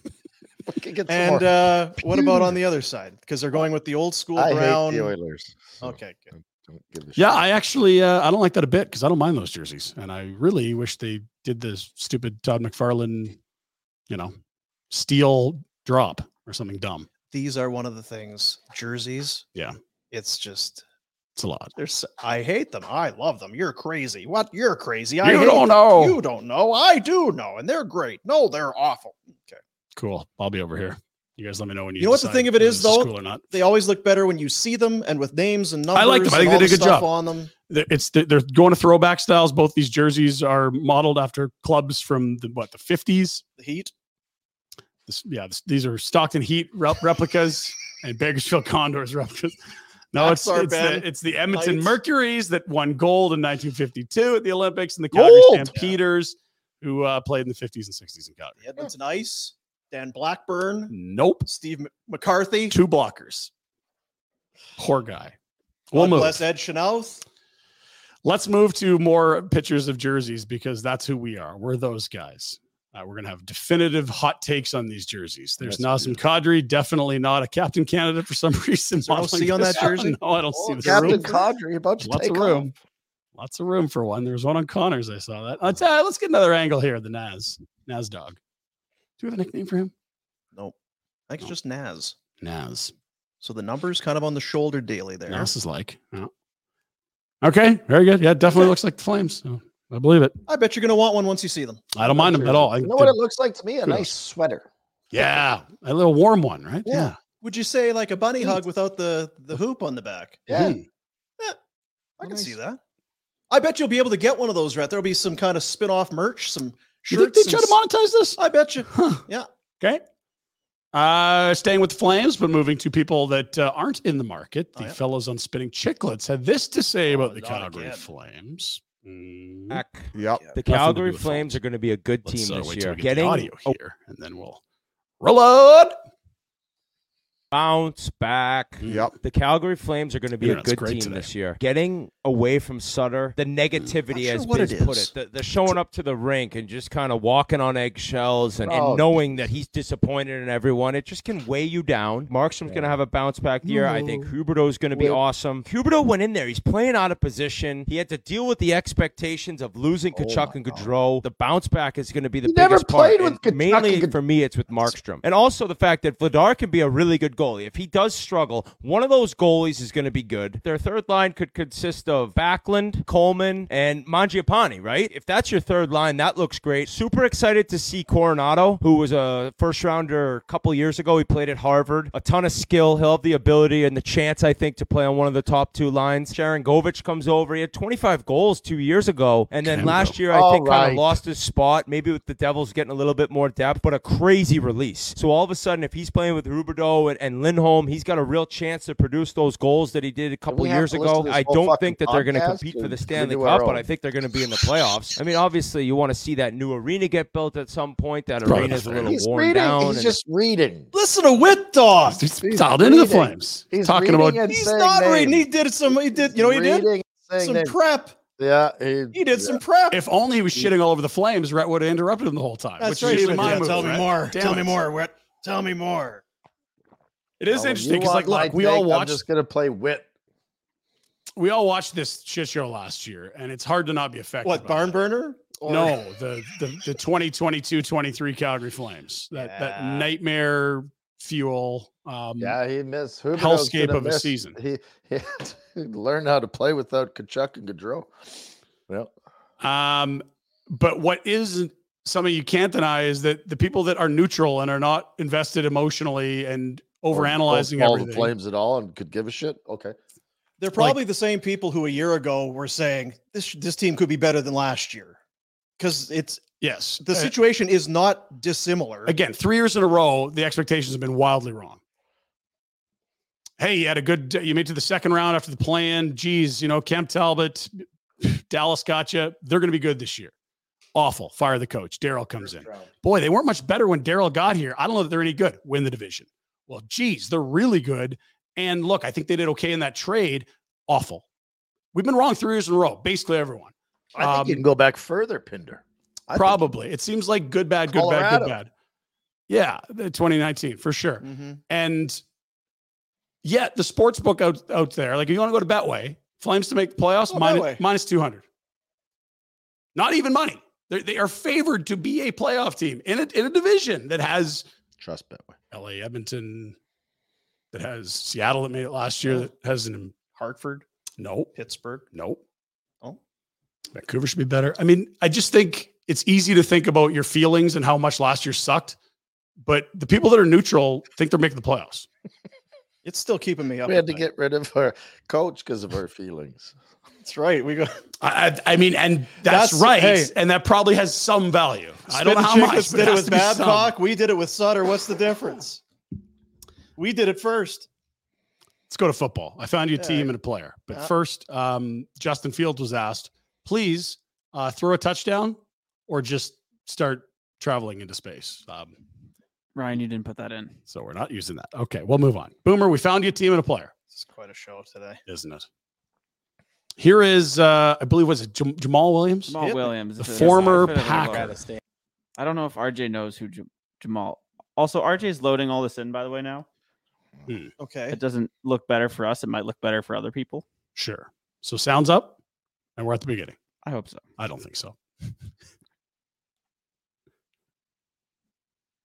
Speaker 3: could get some
Speaker 1: and
Speaker 3: more-
Speaker 1: uh, what about on the other side? Because they're going with the old school
Speaker 3: I
Speaker 1: brown.
Speaker 3: hate the Oilers. so
Speaker 1: okay, good.
Speaker 3: don't give a
Speaker 2: Yeah,
Speaker 3: shit.
Speaker 2: I actually uh, I don't like that a bit because I don't mind those jerseys, and I really wish they did the stupid Todd McFarlane, you know, steel drop or something dumb.
Speaker 1: These are one of the things. Jerseys.
Speaker 2: Yeah.
Speaker 1: It's just
Speaker 2: It's a lot.
Speaker 1: there's. I hate them. I love them. You're crazy. What? You're crazy. I
Speaker 2: You
Speaker 1: hate
Speaker 2: don't
Speaker 1: them.
Speaker 2: know.
Speaker 1: You don't know. I do know, and they're great. No, they're awful. Okay.
Speaker 2: Cool. I'll be over here. You guys, let me know when you.
Speaker 1: You know what the
Speaker 2: decide
Speaker 1: thing of it
Speaker 2: whether
Speaker 1: is,
Speaker 2: this
Speaker 1: though?
Speaker 2: cool or not?
Speaker 1: They always look better when you see them and with names and numbers.
Speaker 2: I like them. I think
Speaker 1: and
Speaker 2: they
Speaker 1: all
Speaker 2: did
Speaker 1: the
Speaker 2: a good
Speaker 1: stuff
Speaker 2: job.
Speaker 1: on them.
Speaker 2: They're- It's they're they're going to throwback styles. Both these jerseys are modeled after clubs from the what the fifties.
Speaker 1: The heat.
Speaker 2: this, yeah, this, these are Stockton Heat rep- replicas
Speaker 1: *laughs*
Speaker 2: and Bakersfield Condors *laughs* replicas. No, it's
Speaker 1: That's our
Speaker 2: it's
Speaker 1: Ben
Speaker 2: the, it's the Edmonton
Speaker 1: Knights.
Speaker 2: Mercuries that won gold in 1952 at the Olympics, and the Calgary
Speaker 1: Gold!
Speaker 2: Stampeders, who uh, played in the 50s and 60s in Calgary.
Speaker 1: The Edmonton Ice. Dan Blackburn.
Speaker 2: Nope,
Speaker 1: Steve M- McCarthy.
Speaker 2: two blockers. Poor guy. We'll
Speaker 1: God
Speaker 2: move.
Speaker 1: bless Ed Chanouth.
Speaker 2: Let's move to more pictures of jerseys because that's who we are. We're those guys. Uh, we're going to have definitive hot takes on these jerseys. There's
Speaker 3: That's
Speaker 2: Nazem Kadri, definitely not a captain candidate for some *laughs* reason.
Speaker 1: there no
Speaker 2: Modeling
Speaker 1: C on that
Speaker 2: this out.
Speaker 1: jersey?
Speaker 2: No, I don't see
Speaker 3: Oh,
Speaker 2: the
Speaker 3: Captain
Speaker 2: room.
Speaker 3: Cadre about to
Speaker 2: Lots
Speaker 3: take
Speaker 2: of
Speaker 3: off.
Speaker 2: room. Lots of room for one. There's one on Connors. I saw that. Let's, uh, let's get another angle here. The Naz, Naz dog. Do we have a nickname for him?
Speaker 1: Nope. I think it's
Speaker 2: Nope.
Speaker 1: just Naz.
Speaker 2: Naz.
Speaker 1: So the number's kind of on the shoulder daily there.
Speaker 2: Naz is like. yeah. Okay. Very good. Yeah. Definitely looks like the Flames. So I believe it.
Speaker 1: I bet you're going to want one once you see them.
Speaker 2: I don't mind him at all. I
Speaker 3: You
Speaker 2: think
Speaker 3: know what
Speaker 2: they're-
Speaker 3: it looks like to me? A
Speaker 2: Kudos.
Speaker 3: nice sweater.
Speaker 2: Yeah, a little warm one, right?
Speaker 3: Yeah.
Speaker 1: Would you say like a bunny
Speaker 3: Neat.
Speaker 1: hug without the the hoop on the back?
Speaker 3: Yeah,
Speaker 2: Mhm.
Speaker 1: I can
Speaker 3: Nice.
Speaker 1: see that. I bet you'll be able to get one of those, right? There'll be some kind of spin-off merch, some
Speaker 2: You
Speaker 1: shirts.
Speaker 2: think they
Speaker 1: and
Speaker 2: try to
Speaker 1: s-
Speaker 2: monetize this?
Speaker 1: I bet you.
Speaker 2: Huh.
Speaker 1: Yeah.
Speaker 2: Okay. Uh, staying with the Flames, but moving to people that uh, aren't in the market.
Speaker 1: Oh,
Speaker 2: The
Speaker 1: yeah.
Speaker 2: fellows on Spinning Chicklets had this to say
Speaker 1: Oh,
Speaker 2: about the
Speaker 1: not
Speaker 2: Calgary
Speaker 1: again.
Speaker 2: Flames. Mm,
Speaker 3: Yep.
Speaker 1: Yeah.
Speaker 8: The
Speaker 2: Nothing to
Speaker 8: Calgary
Speaker 2: do with
Speaker 8: Flames
Speaker 2: Flames.
Speaker 8: are going to be a good
Speaker 2: let's,
Speaker 8: team
Speaker 2: uh,
Speaker 8: this
Speaker 2: wait till
Speaker 8: year.
Speaker 2: we get the
Speaker 8: Getting
Speaker 2: audio
Speaker 8: a
Speaker 2: here, and then we'll reload.
Speaker 8: bounce back.
Speaker 3: Yep.
Speaker 8: The Calgary Flames are going to be a
Speaker 2: Internet's
Speaker 8: good
Speaker 2: great
Speaker 8: team
Speaker 2: today.
Speaker 8: this year. Getting away from Sutter, the negativity,
Speaker 1: Not
Speaker 8: as
Speaker 1: sure what
Speaker 8: Biz
Speaker 1: it
Speaker 8: put
Speaker 1: is.
Speaker 8: it, the, the showing up to the rink and just kind of walking on eggshells and,
Speaker 3: Oh.
Speaker 8: and knowing that he's disappointed in everyone, it just can weigh you down. Markstrom's going to have a bounce back year. I think Huberto's going to be
Speaker 3: Well-
Speaker 8: awesome. Huberto went in there. He's playing out of position. He had to deal with the expectations of losing Kachuk and Gaudreau. The bounce back is going to be the
Speaker 3: Oh, He
Speaker 8: biggest
Speaker 3: never played
Speaker 8: part.
Speaker 3: with
Speaker 8: and
Speaker 3: Tkachuk
Speaker 8: mainly
Speaker 3: and Gaud-
Speaker 8: for me, it's with Markstrom. And also the fact that Vladar can be a really good goalie. If he does struggle, one of those goalies is going to be good. Their third line could consist of Backlund, Coleman, and Mangiapane, right? If that's your third line, that looks great. Super excited to see Coronado, who was a first rounder a couple years ago. He played at Harvard. A ton of skill. He'll have the ability and the chance, I think, to play on one of the top two lines. Sharon Govich comes over. He had 25 goals two years ago. And then last year, I
Speaker 3: All
Speaker 8: think, kind
Speaker 3: right.
Speaker 8: of lost his spot. Maybe with the Devils getting a little bit more depth, but a crazy release. So all of a sudden, if he's playing with Rubidoux and, and Lindholm, he's got a real chance to produce those goals that he did a couple
Speaker 3: we have
Speaker 8: years
Speaker 3: to listen
Speaker 8: ago.
Speaker 3: to this
Speaker 8: I
Speaker 3: whole
Speaker 8: don't
Speaker 3: fucking
Speaker 8: think that they're going to
Speaker 3: podcast,
Speaker 8: compete
Speaker 3: or
Speaker 8: for the
Speaker 3: should we
Speaker 8: Stanley
Speaker 3: do our
Speaker 8: Cup, but
Speaker 3: own?
Speaker 8: I think they're going to be in the playoffs. I mean, obviously, you want to see that new arena get built at some point. That
Speaker 2: Right.
Speaker 8: arena's a little
Speaker 3: He's
Speaker 8: worn
Speaker 3: reading.
Speaker 8: down.
Speaker 3: He's
Speaker 8: and-
Speaker 3: just reading.
Speaker 1: Listen to Whit dog.
Speaker 2: He's
Speaker 3: He's
Speaker 2: dialed into the
Speaker 3: reading.
Speaker 2: Flames.
Speaker 3: He's
Speaker 2: talking
Speaker 3: reading
Speaker 2: about
Speaker 3: and
Speaker 1: He's
Speaker 3: saying
Speaker 1: not reading. He
Speaker 3: names.
Speaker 1: did some. He did. You know what he did?
Speaker 3: Reading and saying
Speaker 1: Some
Speaker 3: names.
Speaker 1: prep.
Speaker 3: Yeah,
Speaker 1: He did some prep.
Speaker 2: If only he was shitting all over the Flames, Rhett would have interrupted him the whole time.
Speaker 1: That's
Speaker 2: which
Speaker 1: right.
Speaker 2: Is usually
Speaker 1: Even,
Speaker 2: my
Speaker 1: yeah,
Speaker 2: move,
Speaker 1: tell me
Speaker 2: right?
Speaker 1: more.
Speaker 2: Damn
Speaker 1: tell me
Speaker 2: it.
Speaker 1: more. Whit. Tell me more.
Speaker 2: It is
Speaker 3: Well,
Speaker 2: interesting
Speaker 3: you
Speaker 2: because, like,
Speaker 3: want my
Speaker 2: look, we all
Speaker 3: take, I'm
Speaker 2: watched
Speaker 3: just gonna play wit.
Speaker 2: we all watched this shit show last year, and it's hard to not be affected.
Speaker 1: What
Speaker 2: by
Speaker 1: barn
Speaker 2: it.
Speaker 1: burner? Or-
Speaker 2: No, the the the 2022-23 Calgary Flames. That that
Speaker 1: Yeah.
Speaker 2: nightmare fuel. Um,
Speaker 3: Yeah, he missed. Who
Speaker 2: hellscape of a season.
Speaker 3: He, *laughs* he had to learn how to play without Kachuk and Gaudreau. Well,
Speaker 2: Um, but what is something you can't deny is that the people that are neutral and are not invested emotionally and
Speaker 3: or
Speaker 2: overanalyzing
Speaker 3: don't follow the
Speaker 2: everything.
Speaker 3: Flames at all and could give a shit. Okay,
Speaker 1: They're probably the same people who a year ago were saying this this team could be better than last year because it's
Speaker 2: Yes,
Speaker 1: the
Speaker 2: Uh,
Speaker 1: situation is not dissimilar.
Speaker 2: again, three years in a row, the expectations have been wildly wrong. Hey, you had a good. day- You made it to the second round after the plan. Geez, you know Kemp Talbot, *laughs* Dallas gotcha. They're going to be good this year. Awful. Fire the coach. Daryl comes in. Boy, they weren't much better when Daryl got here. I don't know that they're any good. Win the division. Well, geez, they're really good. And look, I think they did okay in that trade. Awful. We've been wrong three years in a row. Basically, everyone.
Speaker 3: I think you
Speaker 2: Um,
Speaker 3: can go back further, Pinder. I think-
Speaker 2: Probably. It seems like good, bad, good, bad,
Speaker 3: Colorado.
Speaker 2: good, bad. Yeah, the 2019 for sure.
Speaker 3: Mm-hmm.
Speaker 1: Mhm.
Speaker 2: And yet the sports book out, out there, like if you want to go to Betway, Flames to make the playoffs,
Speaker 1: Oh,
Speaker 2: minus,
Speaker 1: Betway.
Speaker 2: minus 200. Not even money. They're, they are favored to be a playoff team in a, in a division that has
Speaker 3: trust Betway.
Speaker 2: LA, Edmonton, that has Seattle that made it last year, that has an Hartford. No.
Speaker 1: Pittsburgh.
Speaker 2: Nope.
Speaker 1: Oh.
Speaker 2: Vancouver should be better. I mean, I just think it's easy to think about your feelings and how much last year sucked, but the people that are neutral think they're making the playoffs.
Speaker 1: It's still keeping me up.
Speaker 3: We had
Speaker 1: at
Speaker 3: to
Speaker 1: night.
Speaker 3: get rid of our coach because of our feelings.
Speaker 1: That's right. We go.
Speaker 2: I, I, I mean, and that's,
Speaker 1: That's-
Speaker 2: right,
Speaker 1: hey.
Speaker 2: and that probably has some value. I don't know how
Speaker 1: Spitting
Speaker 2: much.
Speaker 1: Chicklets
Speaker 2: But
Speaker 1: did
Speaker 2: it
Speaker 1: it
Speaker 2: has
Speaker 1: with
Speaker 2: to be some.
Speaker 1: Babcock. We did it with Sutter. What's the difference? We did it first.
Speaker 2: Let's go to football. I found you a
Speaker 1: Yeah.
Speaker 2: team and a player, but
Speaker 1: Yeah.
Speaker 2: first, um, Justin Fields was asked, "Please uh, throw a touchdown or just start traveling into space." Um,
Speaker 4: Ryan, you didn't put that in.
Speaker 2: so we're not using that. Okay, we'll move on. Boomer, we found you a team and a player.
Speaker 1: This is quite a show today.
Speaker 2: isn't it? Here is, uh, I believe, was it Jam- Jamal Williams?
Speaker 4: Jamal
Speaker 1: Yep.
Speaker 4: Williams,
Speaker 2: The
Speaker 4: is a-
Speaker 2: former
Speaker 4: bit of a
Speaker 2: Packer.
Speaker 4: lower.
Speaker 2: Gotta
Speaker 4: I don't know if RJ knows who Jam- Jamal. Also, RJ's loading all this in. By the way, now
Speaker 2: Hmm,
Speaker 1: Okay.
Speaker 4: it doesn't look better for us. It might look better for other people.
Speaker 2: Sure. So sounds up, and we're at the beginning.
Speaker 4: I hope so.
Speaker 2: I don't think so.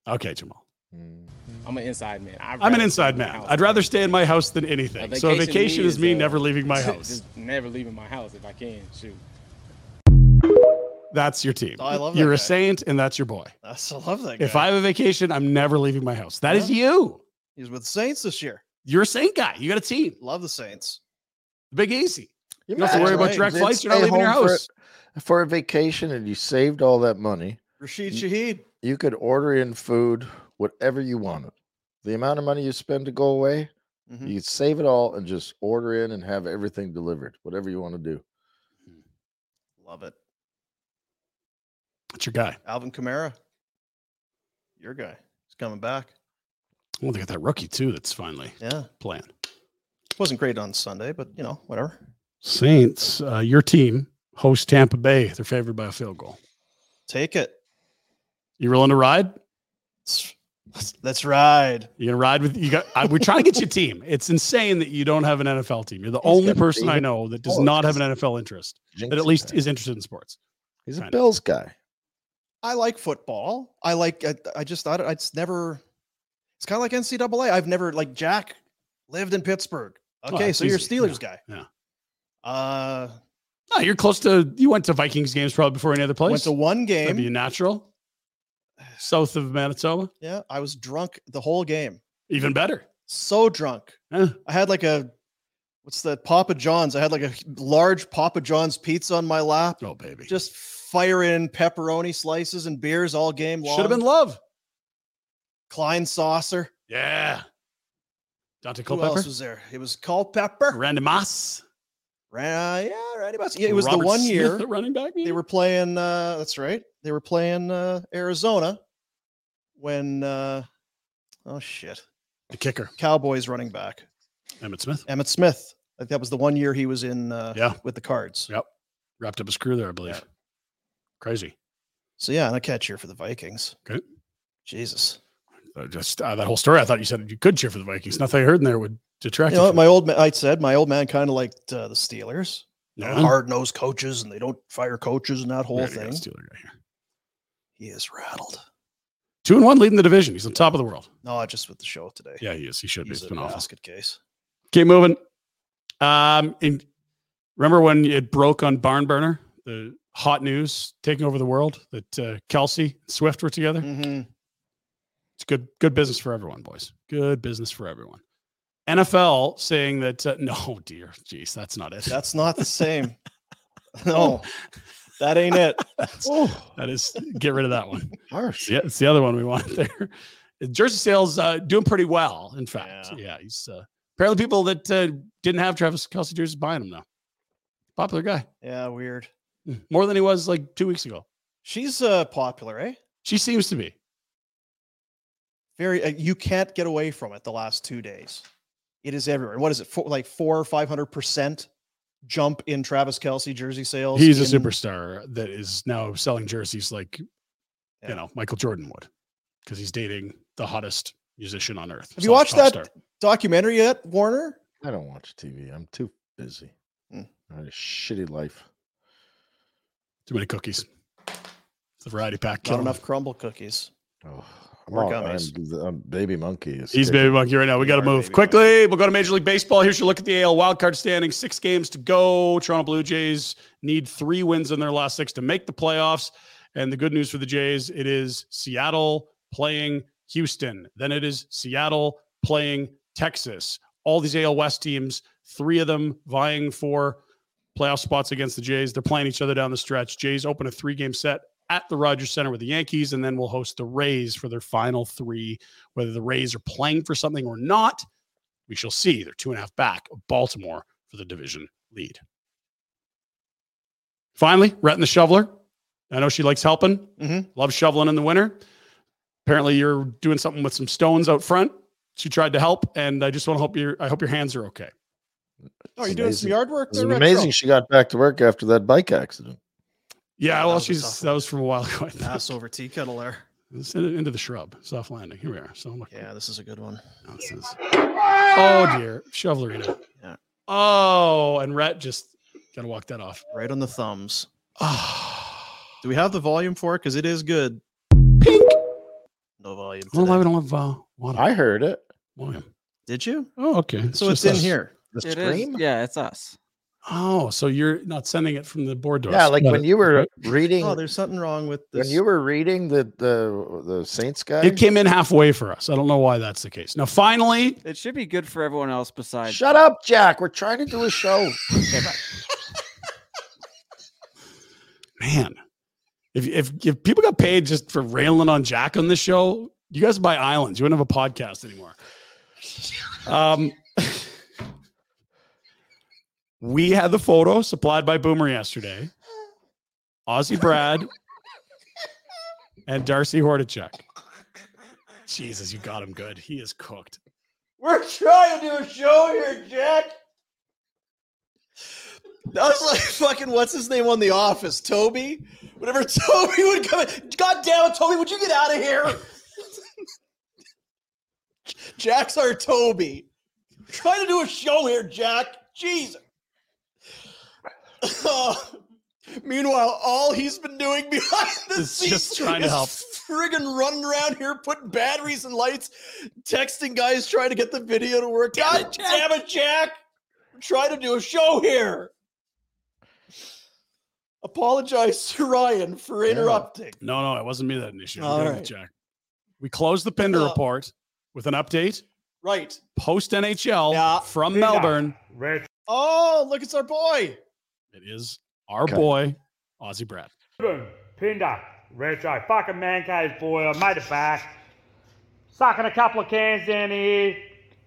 Speaker 2: okay, Jamal.
Speaker 3: Mm.
Speaker 7: I'm an inside man.
Speaker 8: *laughs*
Speaker 7: I
Speaker 2: I'm an inside man. I'd rather stay in my house than anything.
Speaker 7: A
Speaker 2: so
Speaker 7: vacation to
Speaker 2: vacation
Speaker 7: me
Speaker 2: is
Speaker 7: is,
Speaker 2: me
Speaker 7: uh,
Speaker 2: never leaving
Speaker 9: *laughs*
Speaker 2: my house.
Speaker 7: Just never leaving my house if I can. Shoot.
Speaker 2: That's your team.
Speaker 1: Oh, I love that
Speaker 2: You're
Speaker 1: guy.
Speaker 2: a saint, and that's your boy.
Speaker 1: I still love that guy.
Speaker 2: If I have a vacation, I'm never leaving my house. That is you.
Speaker 1: He's with the Saints this year.
Speaker 2: You're a saint guy. You got a team.
Speaker 1: Love the Saints.
Speaker 2: Big easy.
Speaker 3: You
Speaker 2: don't have to worry
Speaker 1: about
Speaker 3: imagine
Speaker 2: direct
Speaker 3: you
Speaker 2: flights, you're not
Speaker 3: stay
Speaker 2: leaving your
Speaker 3: home for-
Speaker 2: house.
Speaker 3: for a vacation, and you saved all that money.
Speaker 1: Rashid Shaheed.
Speaker 3: you could order in food whatever you wanted. The amount of money you spend to go away,
Speaker 1: Mhm.
Speaker 3: you could save it all and just order in and have everything delivered, whatever you want to do.
Speaker 1: Love it.
Speaker 2: That's your guy.
Speaker 1: Alvin Kamara. Your guy. He's coming back.
Speaker 2: Well, they got that rookie too. That's finally
Speaker 1: Yeah.
Speaker 2: playing.
Speaker 1: Wasn't great on Sunday, but you know, whatever.
Speaker 2: Saints, uh, your team hosts Tampa Bay. They're favored by a field goal.
Speaker 1: Take it.
Speaker 2: You willing to ride?
Speaker 1: Let's, let's ride.
Speaker 2: You gonna ride with you? Got I, we're trying to get you a team. It's insane that you don't have an NFL team. You're the only
Speaker 3: gotta
Speaker 2: person
Speaker 3: be.
Speaker 2: I know that does
Speaker 3: Oh,
Speaker 2: not have an
Speaker 3: he's-
Speaker 2: NFL interest,
Speaker 3: Jinx
Speaker 2: that at
Speaker 3: it,
Speaker 2: least
Speaker 3: man.
Speaker 2: is interested in sports.
Speaker 3: he's a
Speaker 2: kinda-
Speaker 3: Bills guy.
Speaker 1: I like football. I like. I, I just. I, don't- I just never. It's kind of like NCAA. I've never like Jack lived in Pittsburgh. Okay,
Speaker 2: that's
Speaker 1: so you're a
Speaker 2: easy.
Speaker 1: Steelers
Speaker 2: Oh, Yeah,
Speaker 1: guy. Uh,
Speaker 2: No, you're close to. You went to Vikings games probably before any other place.
Speaker 1: went to one
Speaker 2: That'd be
Speaker 1: game.
Speaker 2: natural. South of Manitoba,
Speaker 1: Yeah, I was drunk the whole game.
Speaker 2: even better.
Speaker 1: So drunk.
Speaker 2: Huh.
Speaker 1: I had like a what's that Papa John's? I had like a large Papa John's pizza on my lap.
Speaker 2: Oh baby,
Speaker 1: Just firing pepperoni slices and beers all game long.
Speaker 2: should have been love.
Speaker 1: Klein saucer.
Speaker 2: Yeah. Dante
Speaker 1: Who else
Speaker 2: Culpepper,
Speaker 1: was there? It was Culpepper.
Speaker 2: Randy Moss.
Speaker 1: Ran, uh, yeah, Randy Moss. Yeah, it was the
Speaker 2: Robert
Speaker 1: one
Speaker 2: Smith,
Speaker 1: year
Speaker 2: the running back.
Speaker 1: they
Speaker 2: maybe?
Speaker 1: were playing. Uh, that's right. They were playing uh, Arizona when. Uh, oh shit!
Speaker 2: the kicker,
Speaker 1: Cowboys running back
Speaker 2: Emmett Smith,
Speaker 1: Emmett Smith. I think that was the one year he was in. Uh,
Speaker 2: Yeah.
Speaker 1: with the Cards.
Speaker 2: wrapped up his crew there, I believe. Crazy.
Speaker 1: So yeah, and I can't cheer for the Vikings.
Speaker 2: Okay.
Speaker 1: Jesus.
Speaker 2: Uh, Just uh, that whole story. I thought you said you could cheer for the Vikings. Nothing I heard in there would detract.
Speaker 1: You know
Speaker 2: you
Speaker 1: what?
Speaker 2: from
Speaker 1: My old man. I said my old man kind of liked uh, the Steelers.
Speaker 2: it. Yeah.
Speaker 1: Hard nosed coaches, and they don't fire coaches and that whole
Speaker 2: Already got a
Speaker 1: thing.
Speaker 2: Steeler guy here.
Speaker 1: He is rattled.
Speaker 2: Two and one leading the division. He's on top of
Speaker 1: *laughs*
Speaker 2: the world.
Speaker 1: No, just with the show today.
Speaker 2: Yeah, he is. He should be.
Speaker 1: He's
Speaker 2: It's
Speaker 1: a
Speaker 2: been awful.
Speaker 1: basket case.
Speaker 2: Keep moving. Um, and remember when it broke on Barnburner, the hot news taking over the world that uh, Kelsey and Swift were together.
Speaker 1: Mm-hmm.
Speaker 2: It's good, good business for everyone, boys. Good business for everyone. NFL saying that uh, *laughs* no, dear, jeez, that's not it.
Speaker 1: That's not the same.
Speaker 2: *laughs*
Speaker 1: no, that ain't it.
Speaker 2: oh, that is get rid of that one.
Speaker 3: Harsh.
Speaker 2: Yeah, it's the other one we wanted there. *laughs* Jersey Sales uh, doing pretty well, in fact.
Speaker 1: Yeah.
Speaker 2: Yeah, he's uh, apparently people that uh, didn't have Travis Kelsey jerseys buying him now. Popular guy, Mm,
Speaker 1: Yeah, weird.
Speaker 2: more than he was like two weeks ago.
Speaker 1: She's uh, popular, eh?
Speaker 2: She seems to be.
Speaker 1: Very. Uh, you can't get away from it. The last two days, it is everywhere. What is it? Four, like four or five hundred percent jump in Travis Kelsey jersey sales.
Speaker 2: He's a
Speaker 1: in-
Speaker 2: superstar that is now selling jerseys like
Speaker 1: Yeah.
Speaker 2: you know Michael Jordan would, because he's dating the hottest musician on earth.
Speaker 1: Have you
Speaker 2: slash
Speaker 1: watched
Speaker 2: pop
Speaker 1: that
Speaker 2: star.
Speaker 1: documentary yet, Warner?
Speaker 3: I don't watch TV. I'm too busy.
Speaker 1: Hmm.
Speaker 3: I had a shitty life.
Speaker 2: Too many cookies. The variety pack.
Speaker 1: Not
Speaker 2: killing
Speaker 1: enough
Speaker 2: him.
Speaker 1: crumble cookies.
Speaker 3: Oh, I'm,
Speaker 1: Or
Speaker 3: all, I'm,
Speaker 1: gummies.
Speaker 3: I'm baby monkey. Is
Speaker 2: He's
Speaker 3: kicking.
Speaker 2: baby monkey right now. We
Speaker 1: You
Speaker 2: got to
Speaker 1: are
Speaker 2: move
Speaker 1: baby
Speaker 2: quickly. We'll go to Major League Baseball. Here's your look at the AL wildcard standing. Six games to go. Toronto Blue Jays need three wins in their last six to make the playoffs. And the good news for the Jays, it is Seattle playing Houston. Then it is Seattle playing Texas. All these AL West teams, three of them vying for playoff spots against the Jays. They're playing each other down the stretch. Jays open a three game set at the Rogers Center with the Yankees, and then we'll host the Rays for their final three whether the Rays are playing for something or not, we shall see. They're two and a half back of Baltimore for the division lead. Finally, Rhett and the Shoveler. I know she likes helping.
Speaker 1: Mhm.
Speaker 2: Loves shoveling in the winter. Apparently, you're doing something with some stones out front. She tried to help, and I just want to hope your I hope your hands are okay.
Speaker 1: Oh,
Speaker 3: It's
Speaker 1: you're doing some
Speaker 3: amazing.
Speaker 1: yard work.
Speaker 3: It's
Speaker 1: there, Retro?
Speaker 3: amazing she got back to work after that bike accident.
Speaker 2: Yeah,
Speaker 1: Yeah, that
Speaker 2: well,
Speaker 1: was a
Speaker 2: she's
Speaker 1: tough
Speaker 2: that was from a while ago. *laughs* I think.
Speaker 1: Pass over tea kettle there.
Speaker 2: Let's hit it into the shrub, soft landing. Here we are. So look,
Speaker 1: Yeah, this is a good one.
Speaker 2: No, this is- Oh dear, shovelerina.
Speaker 1: Yeah.
Speaker 2: Oh, and Rhett just gotta walk that off.
Speaker 1: Right on the thumbs.
Speaker 2: Oh,
Speaker 1: Do we have the volume for it? Because it is good.
Speaker 2: pink.
Speaker 1: No volume.
Speaker 2: I don't know why
Speaker 1: today.
Speaker 2: we don't have uh, water.
Speaker 3: I heard it.
Speaker 2: William.
Speaker 1: Did you?
Speaker 2: Oh, okay.
Speaker 1: So it's
Speaker 2: just
Speaker 1: in
Speaker 2: us.
Speaker 1: here.
Speaker 3: The
Speaker 4: It is-
Speaker 3: scream.
Speaker 4: yeah, it's us.
Speaker 2: Oh, so you're not sending it from the board to
Speaker 3: Yeah,
Speaker 2: us.
Speaker 3: like
Speaker 2: Got
Speaker 3: when
Speaker 2: it.
Speaker 3: you were
Speaker 2: Right.
Speaker 3: reading.
Speaker 1: Oh, there's something wrong with
Speaker 3: when
Speaker 1: this.
Speaker 3: you were reading the the the Saints guy.
Speaker 2: It came in halfway for us. I don't know why that's the case. Now, finally,
Speaker 4: It should be good for everyone else besides.
Speaker 3: Shut up, Jack. We're trying to do a show.
Speaker 2: man, if if if people got paid just for railing on Jack on this show, you guys buy islands. You wouldn't have a podcast anymore. Um, *laughs* we had the photo supplied by Boomer yesterday. Ozzy Brad and Darcy Hordachek. Jesus, you got him good. He is cooked.
Speaker 1: We're trying to do a show here, Jack. That was like *laughs* fucking what's his name on The Office, Toby. Whenever *laughs* Toby would come, in, God damn it, Toby, would you get out of here? Jack's our Toby. We're trying to do a show here, Jack. Jesus. Oh, Meanwhile, all he's been doing behind the
Speaker 2: Is
Speaker 1: scenes
Speaker 2: just trying to
Speaker 1: is
Speaker 2: help.
Speaker 1: Friggin' running around here, putting batteries and lights, texting guys, trying to get the video to work. God damn it, Jack! We're trying to do a show here. Apologize to Ryan for interrupting.
Speaker 2: No, no, it wasn't me that initiated.
Speaker 1: All
Speaker 2: it,
Speaker 1: right.
Speaker 2: Jack. We closed the Pinder
Speaker 1: Uh,
Speaker 2: report with an update
Speaker 1: Right.
Speaker 2: post NHL
Speaker 1: Yeah.
Speaker 2: from
Speaker 10: Pinder.
Speaker 2: Melbourne.
Speaker 10: Rich
Speaker 1: Oh, look, it's our boy.
Speaker 2: It is our
Speaker 3: Okay.
Speaker 2: boy, Aussie Brad.
Speaker 10: Boom. Pinder. Rich. I fucking man cave boy. I made it back. Sucking a couple of cans down here.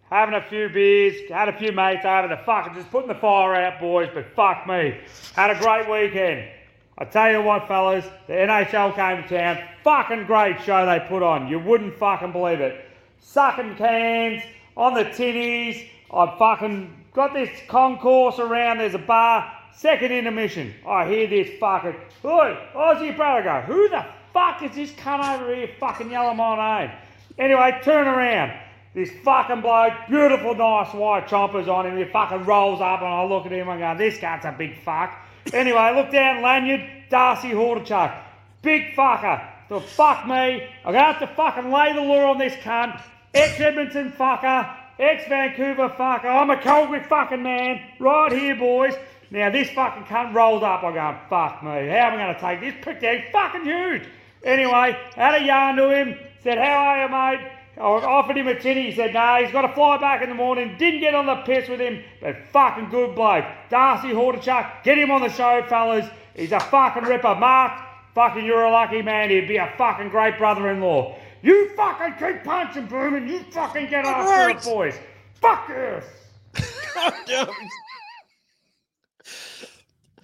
Speaker 10: Having a few beers. Had a few mates over the fucking just putting the fire out, boys. But fuck me. Had a great weekend. I tell you what, fellas, the NHL came to town. Fucking great show they put on. You wouldn't fucking believe it. Sucking cans on the tinnies. I fucking got this concourse around. There's a bar. Second intermission. I hear this fucking. Oi, Aussie brother go. Who the fuck is this cunt over here fucking yelling my name? Anyway, turn around. This fucking bloke, beautiful, nice white chompers on him. He fucking rolls up, and I look at him and go, "This guy's a big fuck." Anyway, I look down, lanyard, Darcy Hordachuk, big fucker. So fuck me. I'm gonna have to fucking lay the law on this cunt. Ex Edmonton fucker, ex Vancouver fucker. I'm a Colgrick fucking man, right here, boys. Now this fucking cunt rolled up. I'm going, fuck me. How am I gonna take this prick down? He's fucking huge. Anyway, had a yarn to him. Said, how are you, mate? I offered him a tinny. He said, no, he's got to fly back in the morning. Didn't get on the piss with him, but fucking good bloke. Darcy Hordachuk, get him on the show, fellas. He's a fucking ripper. Mark, fucking you're a lucky man. He'd be a fucking great brother-in-law. You fucking keep punching, Boom, and you fucking get after it, boys. Fuck yes.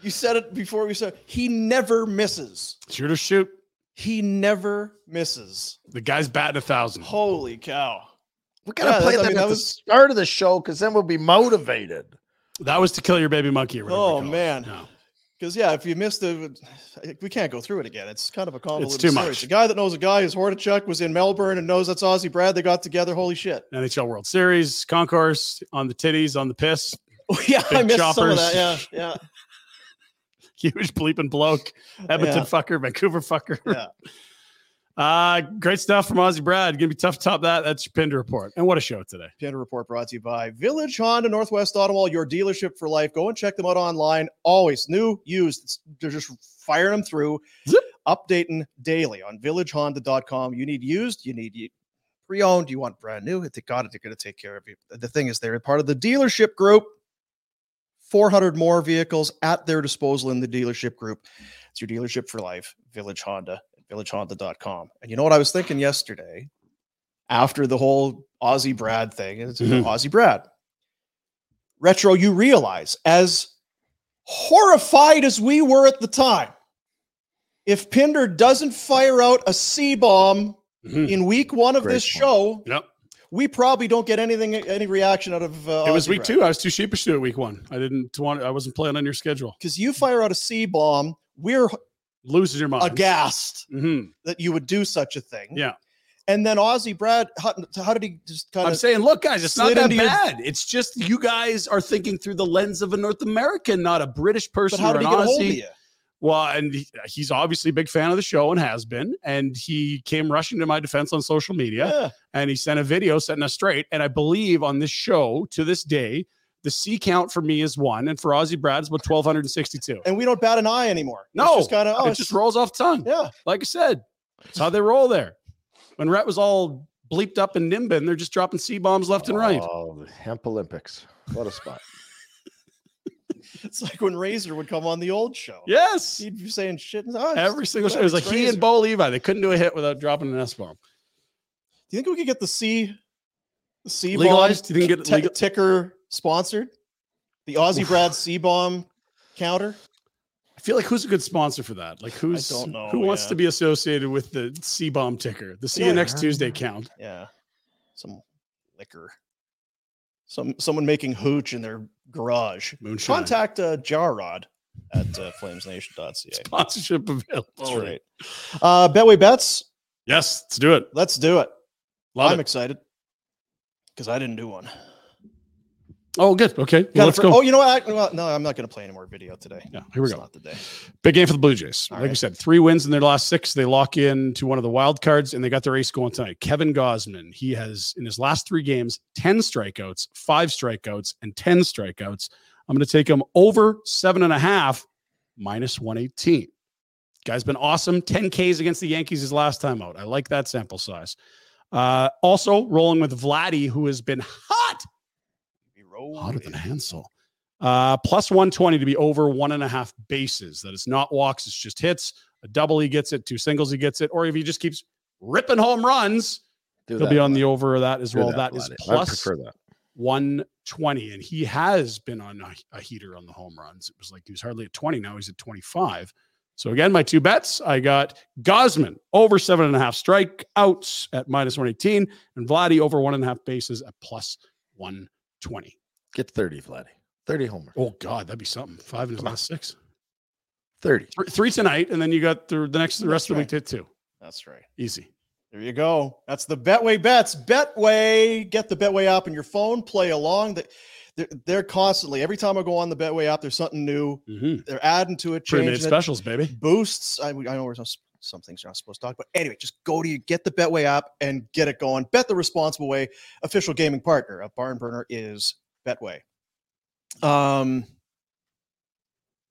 Speaker 1: You said it before we said he never misses.
Speaker 2: Shoot or shoot.
Speaker 1: He never misses.
Speaker 2: The guy's batting a thousand.
Speaker 1: Holy cow.
Speaker 3: We gotta
Speaker 1: Yeah, that-
Speaker 3: play
Speaker 1: I
Speaker 3: them
Speaker 1: mean,
Speaker 3: at
Speaker 1: that
Speaker 3: the
Speaker 1: was-
Speaker 3: start of the show because then we'll be motivated.
Speaker 2: That was to kill your baby monkey. Or whatever we
Speaker 1: Oh
Speaker 2: call it.
Speaker 1: man.
Speaker 2: No.
Speaker 1: Because yeah, if you missed the, we can't go through it again. It's kind of a convoluted
Speaker 2: too
Speaker 1: story.
Speaker 2: much.
Speaker 1: The guy that knows a guy who's Hordachuk was in Melbourne and knows that's Aussie Brad. They got together. Holy shit! *laughs*
Speaker 2: NHL World Series, concourse, on the titties, on the piss. *laughs*
Speaker 1: Oh, yeah, I
Speaker 2: Big
Speaker 1: missed some of
Speaker 2: choppers.
Speaker 1: that. Yeah, yeah.
Speaker 2: Huge bleeping bloke. Edmonton
Speaker 1: Yeah.
Speaker 2: fucker, Vancouver fucker.
Speaker 1: Yeah.
Speaker 2: *laughs* Uh, great stuff from Aussie Brad. Gonna be tough to top that. That's your Pinder report. And what a show today.
Speaker 1: Panda Report brought to you by Village Honda Northwest Ottawa, your dealership for life. Go and check them out online. Always new, used. It's- they're just firing them through,
Speaker 2: Zip.
Speaker 1: updating daily on villagehonda.com. You need used, you need you- pre-owned, you want brand new. They got it. They're going to take care of you. The thing is, they're part of the dealership group. 400 more vehicles at their disposal in the dealership group. It's your dealership for life, Village Honda, villagehonda.com. And you know what I was thinking yesterday? after the whole Aussie Brad thing. It's
Speaker 2: Mhm.
Speaker 1: Aussie Brad. Retro, you realize, as horrified as we were at the time, if Pinder doesn't fire out a C bomb
Speaker 2: Mhm.
Speaker 1: in week one of
Speaker 3: Great
Speaker 1: this
Speaker 3: point.
Speaker 1: show,
Speaker 2: Yep.
Speaker 1: we probably don't get anything, any reaction out of. Uh,
Speaker 2: It was
Speaker 1: Aussie
Speaker 2: week
Speaker 1: Brad.
Speaker 2: two. I was too sheepish to do it week one. I didn't want I wasn't playing on your schedule.
Speaker 1: because you fire out a C bomb. We're
Speaker 2: Losing your mind.
Speaker 1: aghast
Speaker 2: hmm
Speaker 1: that you would do such a thing.
Speaker 2: Yeah.
Speaker 1: And then Aussie Brad, how, how did he just kind
Speaker 2: I'm
Speaker 1: of?
Speaker 2: saying, look, guys, it's not
Speaker 1: slid
Speaker 2: that
Speaker 1: into your-
Speaker 2: bad. It's just you guys are thinking through the lens of a North American, not a British
Speaker 1: But
Speaker 2: person
Speaker 1: how
Speaker 2: or
Speaker 1: did
Speaker 2: an
Speaker 1: he get a hold of
Speaker 2: Aussie.
Speaker 1: you?
Speaker 2: Well, and he- he's obviously a big fan of the show and has been. And he came rushing to my defense on social media and he sent a video setting us straight. And I believe on this show to this day, the C count for me is one, and for Aussie Brad is about 1,262.
Speaker 1: and we don't bat an eye anymore.
Speaker 2: No,
Speaker 1: it's just kind of oh,
Speaker 2: it
Speaker 1: it's
Speaker 2: just rolls off the tongue.
Speaker 1: yeah, *laughs*
Speaker 2: Like I said, that's how they roll there. When Rhett was all bleeped up in Nimbin, they're just dropping C bombs left and right.
Speaker 3: Oh, the Hemp Olympics. What a spot.
Speaker 1: it's like when Razor would come on the old show.
Speaker 2: Yes.
Speaker 1: he'd be saying shit. and, "Oh, it's-
Speaker 2: Every single show. It was like
Speaker 1: it's
Speaker 2: he
Speaker 1: Razor."
Speaker 2: and Bo Levi. They couldn't do a hit without dropping an S bomb.
Speaker 1: Do you think we could get the C, the C
Speaker 2: Legalized?
Speaker 1: legalized
Speaker 2: Do you think get it legal?
Speaker 1: ticker sponsored? The Aussie Brad C bomb counter.
Speaker 2: I feel like who's a good sponsor for that? Like who's
Speaker 1: don't know,
Speaker 2: who wants
Speaker 1: yeah.
Speaker 2: to be associated with the C bomb ticker? The see you
Speaker 1: Yeah.
Speaker 2: next Tuesday count.
Speaker 1: Yeah, some liquor. Some someone making hooch in their garage.
Speaker 2: Moonshine.
Speaker 1: Contact uh, Jarrod at uh, FlamesNation.ca.
Speaker 2: *laughs* Sponsorship available.
Speaker 1: That's right. Uh, Betway bets.
Speaker 2: Yes, let's do it.
Speaker 1: Let's do it.
Speaker 2: Love
Speaker 1: I'm
Speaker 2: it.
Speaker 1: excited because I didn't do one.
Speaker 2: Oh, good. Okay. Well,
Speaker 1: Got it
Speaker 2: let's
Speaker 1: for-
Speaker 2: go.
Speaker 1: Oh, you know what? I, well, no, I'm not going to play any more video today.
Speaker 2: Yeah, here we
Speaker 1: It's
Speaker 2: go.
Speaker 1: Not the day.
Speaker 2: Big game for the Blue Jays.
Speaker 1: All
Speaker 2: like we
Speaker 1: right.
Speaker 2: said, three wins in their last six. They lock in to one of the wild cards and they got their ace going tonight. Kevin Gosman. He has, in his last three games, 10 strikeouts, five strikeouts, and 10 strikeouts. I'm going to take him over seven and a half, minus 118. Guy's been awesome. 10 Ks against the Yankees his last time out. I like that sample size. Uh, also, rolling with Vladdy, who has been hot Hotter than Hansel. Uh, plus 120 to be over one and a half bases. That is not walks, it's just hits. A double, he gets it. Two singles, he gets it. Or if he just keeps ripping home runs,
Speaker 3: Do
Speaker 2: he'll
Speaker 3: that,
Speaker 2: be on the
Speaker 3: Vladdy.
Speaker 2: over of that as
Speaker 3: Do
Speaker 2: well.
Speaker 3: that,
Speaker 2: that is
Speaker 3: Vladdy. I
Speaker 2: plus
Speaker 3: prefer that.
Speaker 2: 120. And he has been on a, a heater on the home runs. It was like he was hardly at 20. Now he's at 25. So again, my two bets I got Gosman over seven and a half strikeouts at minus 118 and Vladdy over one and a half bases at plus 120.
Speaker 3: Get 30, Vladdy. 30 homer.
Speaker 2: Oh God, that'd be something. Five in his last six.
Speaker 3: 30.
Speaker 2: Three, three tonight, and then you got the, the next the rest of the week to two.
Speaker 1: That's right.
Speaker 2: Easy.
Speaker 1: There you go. That's the Betway bets. Betway, get the Betway app on your phone, play along. They- They're, they're constantly every time I go on the Betway app, there's something new.
Speaker 2: Mhm.
Speaker 1: They're adding to it, changing
Speaker 2: Pre-made
Speaker 1: Mm-hmm. it.
Speaker 2: specials, baby.
Speaker 1: boosts. I, I know we're not, some things you're not supposed to talk, but anyway, just go to your, get the Betway app and get it going. Bet the responsible way. Official gaming partner of Barn Burner is Betway. Um,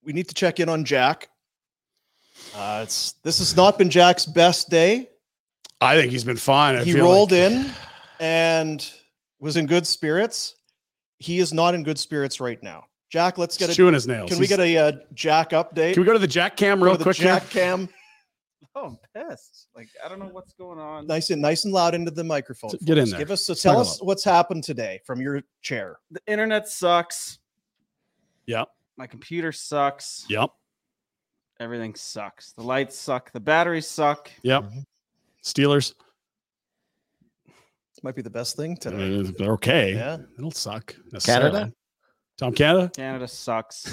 Speaker 1: we need to check in on Jack. Uh, it's this has not been Jack's best day.
Speaker 2: I think he's been fine. I
Speaker 1: he
Speaker 2: feel
Speaker 1: rolled
Speaker 2: like.
Speaker 1: in and was in good spirits. He is not in good spirits right now. Jack, let's get
Speaker 2: He's
Speaker 1: a
Speaker 2: chewing his nails.
Speaker 1: Can we
Speaker 2: He's-
Speaker 1: get a uh, Jack update?
Speaker 2: Can we go to the Jack Cam
Speaker 1: Go
Speaker 2: real
Speaker 1: to the
Speaker 2: quick? here?
Speaker 1: Jack Cam.
Speaker 4: Oh, I'm pissed. Like I don't know what's going on.
Speaker 1: nice and nice and loud into the microphone.
Speaker 2: Get
Speaker 1: for
Speaker 2: in
Speaker 1: us.
Speaker 2: there.
Speaker 1: Give us so
Speaker 2: Let's
Speaker 1: tell
Speaker 2: talk
Speaker 1: us
Speaker 2: about
Speaker 1: what's happened today from your chair.
Speaker 4: The internet sucks.
Speaker 2: Yeah.
Speaker 4: My computer sucks.
Speaker 2: Yep.
Speaker 4: Everything sucks. The lights suck. The batteries suck.
Speaker 2: Yep. Steelers.
Speaker 1: Might be the best thing
Speaker 2: uh,
Speaker 1: today.
Speaker 2: They're okay.
Speaker 1: Yeah. *laughs*
Speaker 2: It'll suck.
Speaker 3: Canada?
Speaker 2: necessarily. Tom Canada.
Speaker 4: Canada sucks.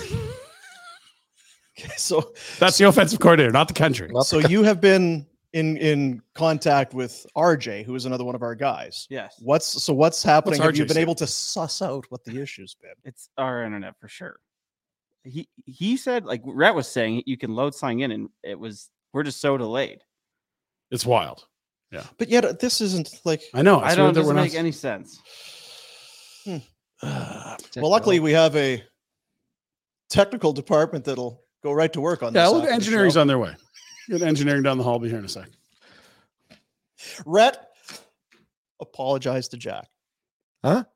Speaker 1: Okay, so
Speaker 2: That's the offensive coordinator, not the country.
Speaker 3: Well,
Speaker 1: so you have been in in contact with RJ, who is another one of our guys.
Speaker 4: yes.
Speaker 1: What's so what's happening? have you
Speaker 2: RJ
Speaker 1: been
Speaker 2: say?
Speaker 1: able to suss out what the issue's been?
Speaker 4: It's our internet for sure. He he said like Rhett was saying you can load sign in and it was we're just so delayed.
Speaker 2: It's wild.
Speaker 1: But yet uh, this isn't like
Speaker 2: I know.
Speaker 4: I
Speaker 2: it's
Speaker 4: don't
Speaker 2: weird
Speaker 4: it
Speaker 2: that we're
Speaker 4: doesn't
Speaker 2: not-
Speaker 4: make any sense.
Speaker 1: hmm. well, luckily we have a technical department that'll go right to work on
Speaker 2: Yeah,
Speaker 1: this.
Speaker 2: look,
Speaker 1: after the
Speaker 2: engineering's
Speaker 1: show.
Speaker 2: on their way. Get engineering down the hall. Be here in a sec.
Speaker 1: Rhett, apologize to Jack.
Speaker 3: Huh?
Speaker 1: *laughs*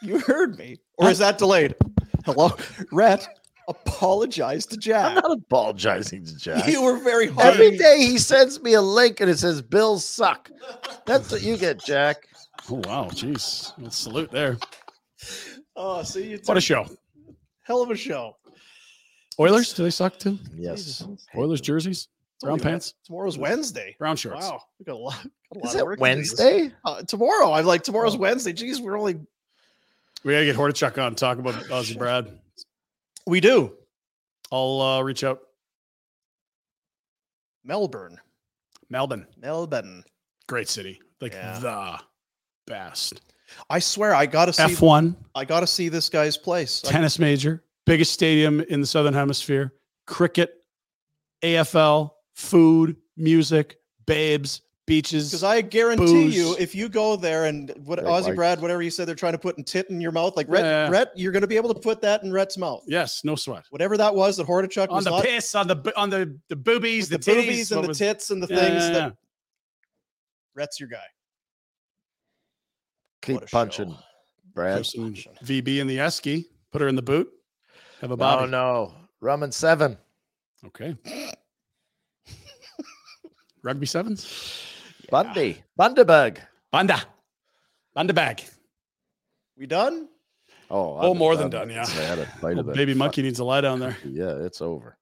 Speaker 1: You heard me. Or is that delayed? Hello? Rhett, apologize to
Speaker 3: I'm *laughs*
Speaker 1: Jack.
Speaker 3: not apologizing to Jack.
Speaker 1: You were very hard.
Speaker 3: *laughs* Every day he sends me a link and it says Bills suck. That's what you get, Jack.
Speaker 1: *laughs*
Speaker 2: Oh wow, jeez. Well, salute there.
Speaker 1: Oh, see, it's
Speaker 2: What a show.
Speaker 1: hell of a show.
Speaker 2: Oilers? Do they suck too?
Speaker 3: Yes.
Speaker 2: Oilers jerseys, brown
Speaker 1: only Wed-
Speaker 2: pants,
Speaker 1: Tomorrow's Wednesday.
Speaker 2: brown shorts.
Speaker 1: uh, oh, Wow. We got a lot. got a lot
Speaker 3: Is
Speaker 1: of
Speaker 3: it
Speaker 1: work to do this-
Speaker 3: Wednesday?
Speaker 1: Uh, tomorrow. I'm like, tomorrow's
Speaker 2: Oh.
Speaker 1: Wednesday. Geez, we're only.
Speaker 2: We gotta get Hortichuk on and talk about Ozzy Brad.
Speaker 1: We do.
Speaker 2: I'll uh, reach out
Speaker 1: Melbourne.
Speaker 2: Melbourne,
Speaker 1: Melbourne.
Speaker 2: great city, like
Speaker 1: Yeah.
Speaker 2: the best.
Speaker 1: I swear, I gotta see.
Speaker 2: F one
Speaker 1: I gotta see this guy's place. I-
Speaker 2: tennis major, biggest stadium in the southern hemisphere. Cricket, AFL, food, music, babes,
Speaker 1: Because
Speaker 2: beaches.
Speaker 1: I guarantee you,
Speaker 2: booze.
Speaker 1: if you go there and what
Speaker 3: Right,
Speaker 1: Aussie
Speaker 3: like-
Speaker 1: Brad, whatever you said, they're trying to put in tit in your mouth, like Rhett,
Speaker 2: Yeah.
Speaker 1: Rhett, you're going to be able to put that in Rhett's mouth.
Speaker 2: yes, no sweat.
Speaker 1: Whatever that was that Hordachuk
Speaker 2: On
Speaker 1: was
Speaker 2: the
Speaker 1: not,
Speaker 2: piss, on the bo- on the the boobies,
Speaker 1: with the,
Speaker 2: the, titties,
Speaker 1: boobies
Speaker 2: what
Speaker 1: and the
Speaker 2: was-
Speaker 1: tits and the
Speaker 2: Yeah,
Speaker 1: things
Speaker 2: yeah,
Speaker 1: that
Speaker 2: yeah.
Speaker 1: Rhett's your guy.
Speaker 3: Keep
Speaker 1: a show.
Speaker 3: punching, Brad.
Speaker 2: Put some VB in the esky, put her in the boot, have a
Speaker 3: Oh
Speaker 2: bobby.
Speaker 3: no. Rum and seven.
Speaker 2: Okay. *laughs* Rugby sevens.
Speaker 3: Bundy. Bundaberg.
Speaker 2: Banda. Banda bag.
Speaker 1: We done?
Speaker 3: Oh,
Speaker 2: Oh,
Speaker 3: I'm-
Speaker 2: more than
Speaker 3: I'm-
Speaker 2: done, yeah.
Speaker 3: I had a
Speaker 2: *laughs*
Speaker 3: bite
Speaker 2: Oh,
Speaker 3: of it.
Speaker 2: baby monkey needs a lie down there.
Speaker 3: Fuck, Yeah, it's over.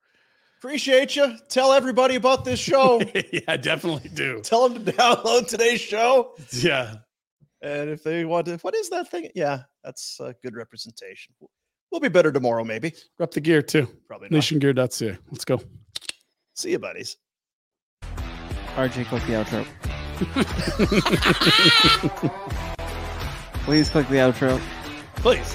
Speaker 1: Appreciate you. Tell everybody about this
Speaker 2: *laughs*
Speaker 1: show.
Speaker 2: *laughs* yeah, I definitely do.
Speaker 1: Tell them to download today's show.
Speaker 2: Yeah.
Speaker 1: And if they want to, what is that thing? Yeah, that's a good representation. We'll be better tomorrow, maybe.
Speaker 2: Rep the gear too.
Speaker 1: Probably not.
Speaker 2: Nationgear.ca. Let's go.
Speaker 1: See you, buddies.
Speaker 4: RJ, click the outro. *laughs* Please click the outro.
Speaker 2: please.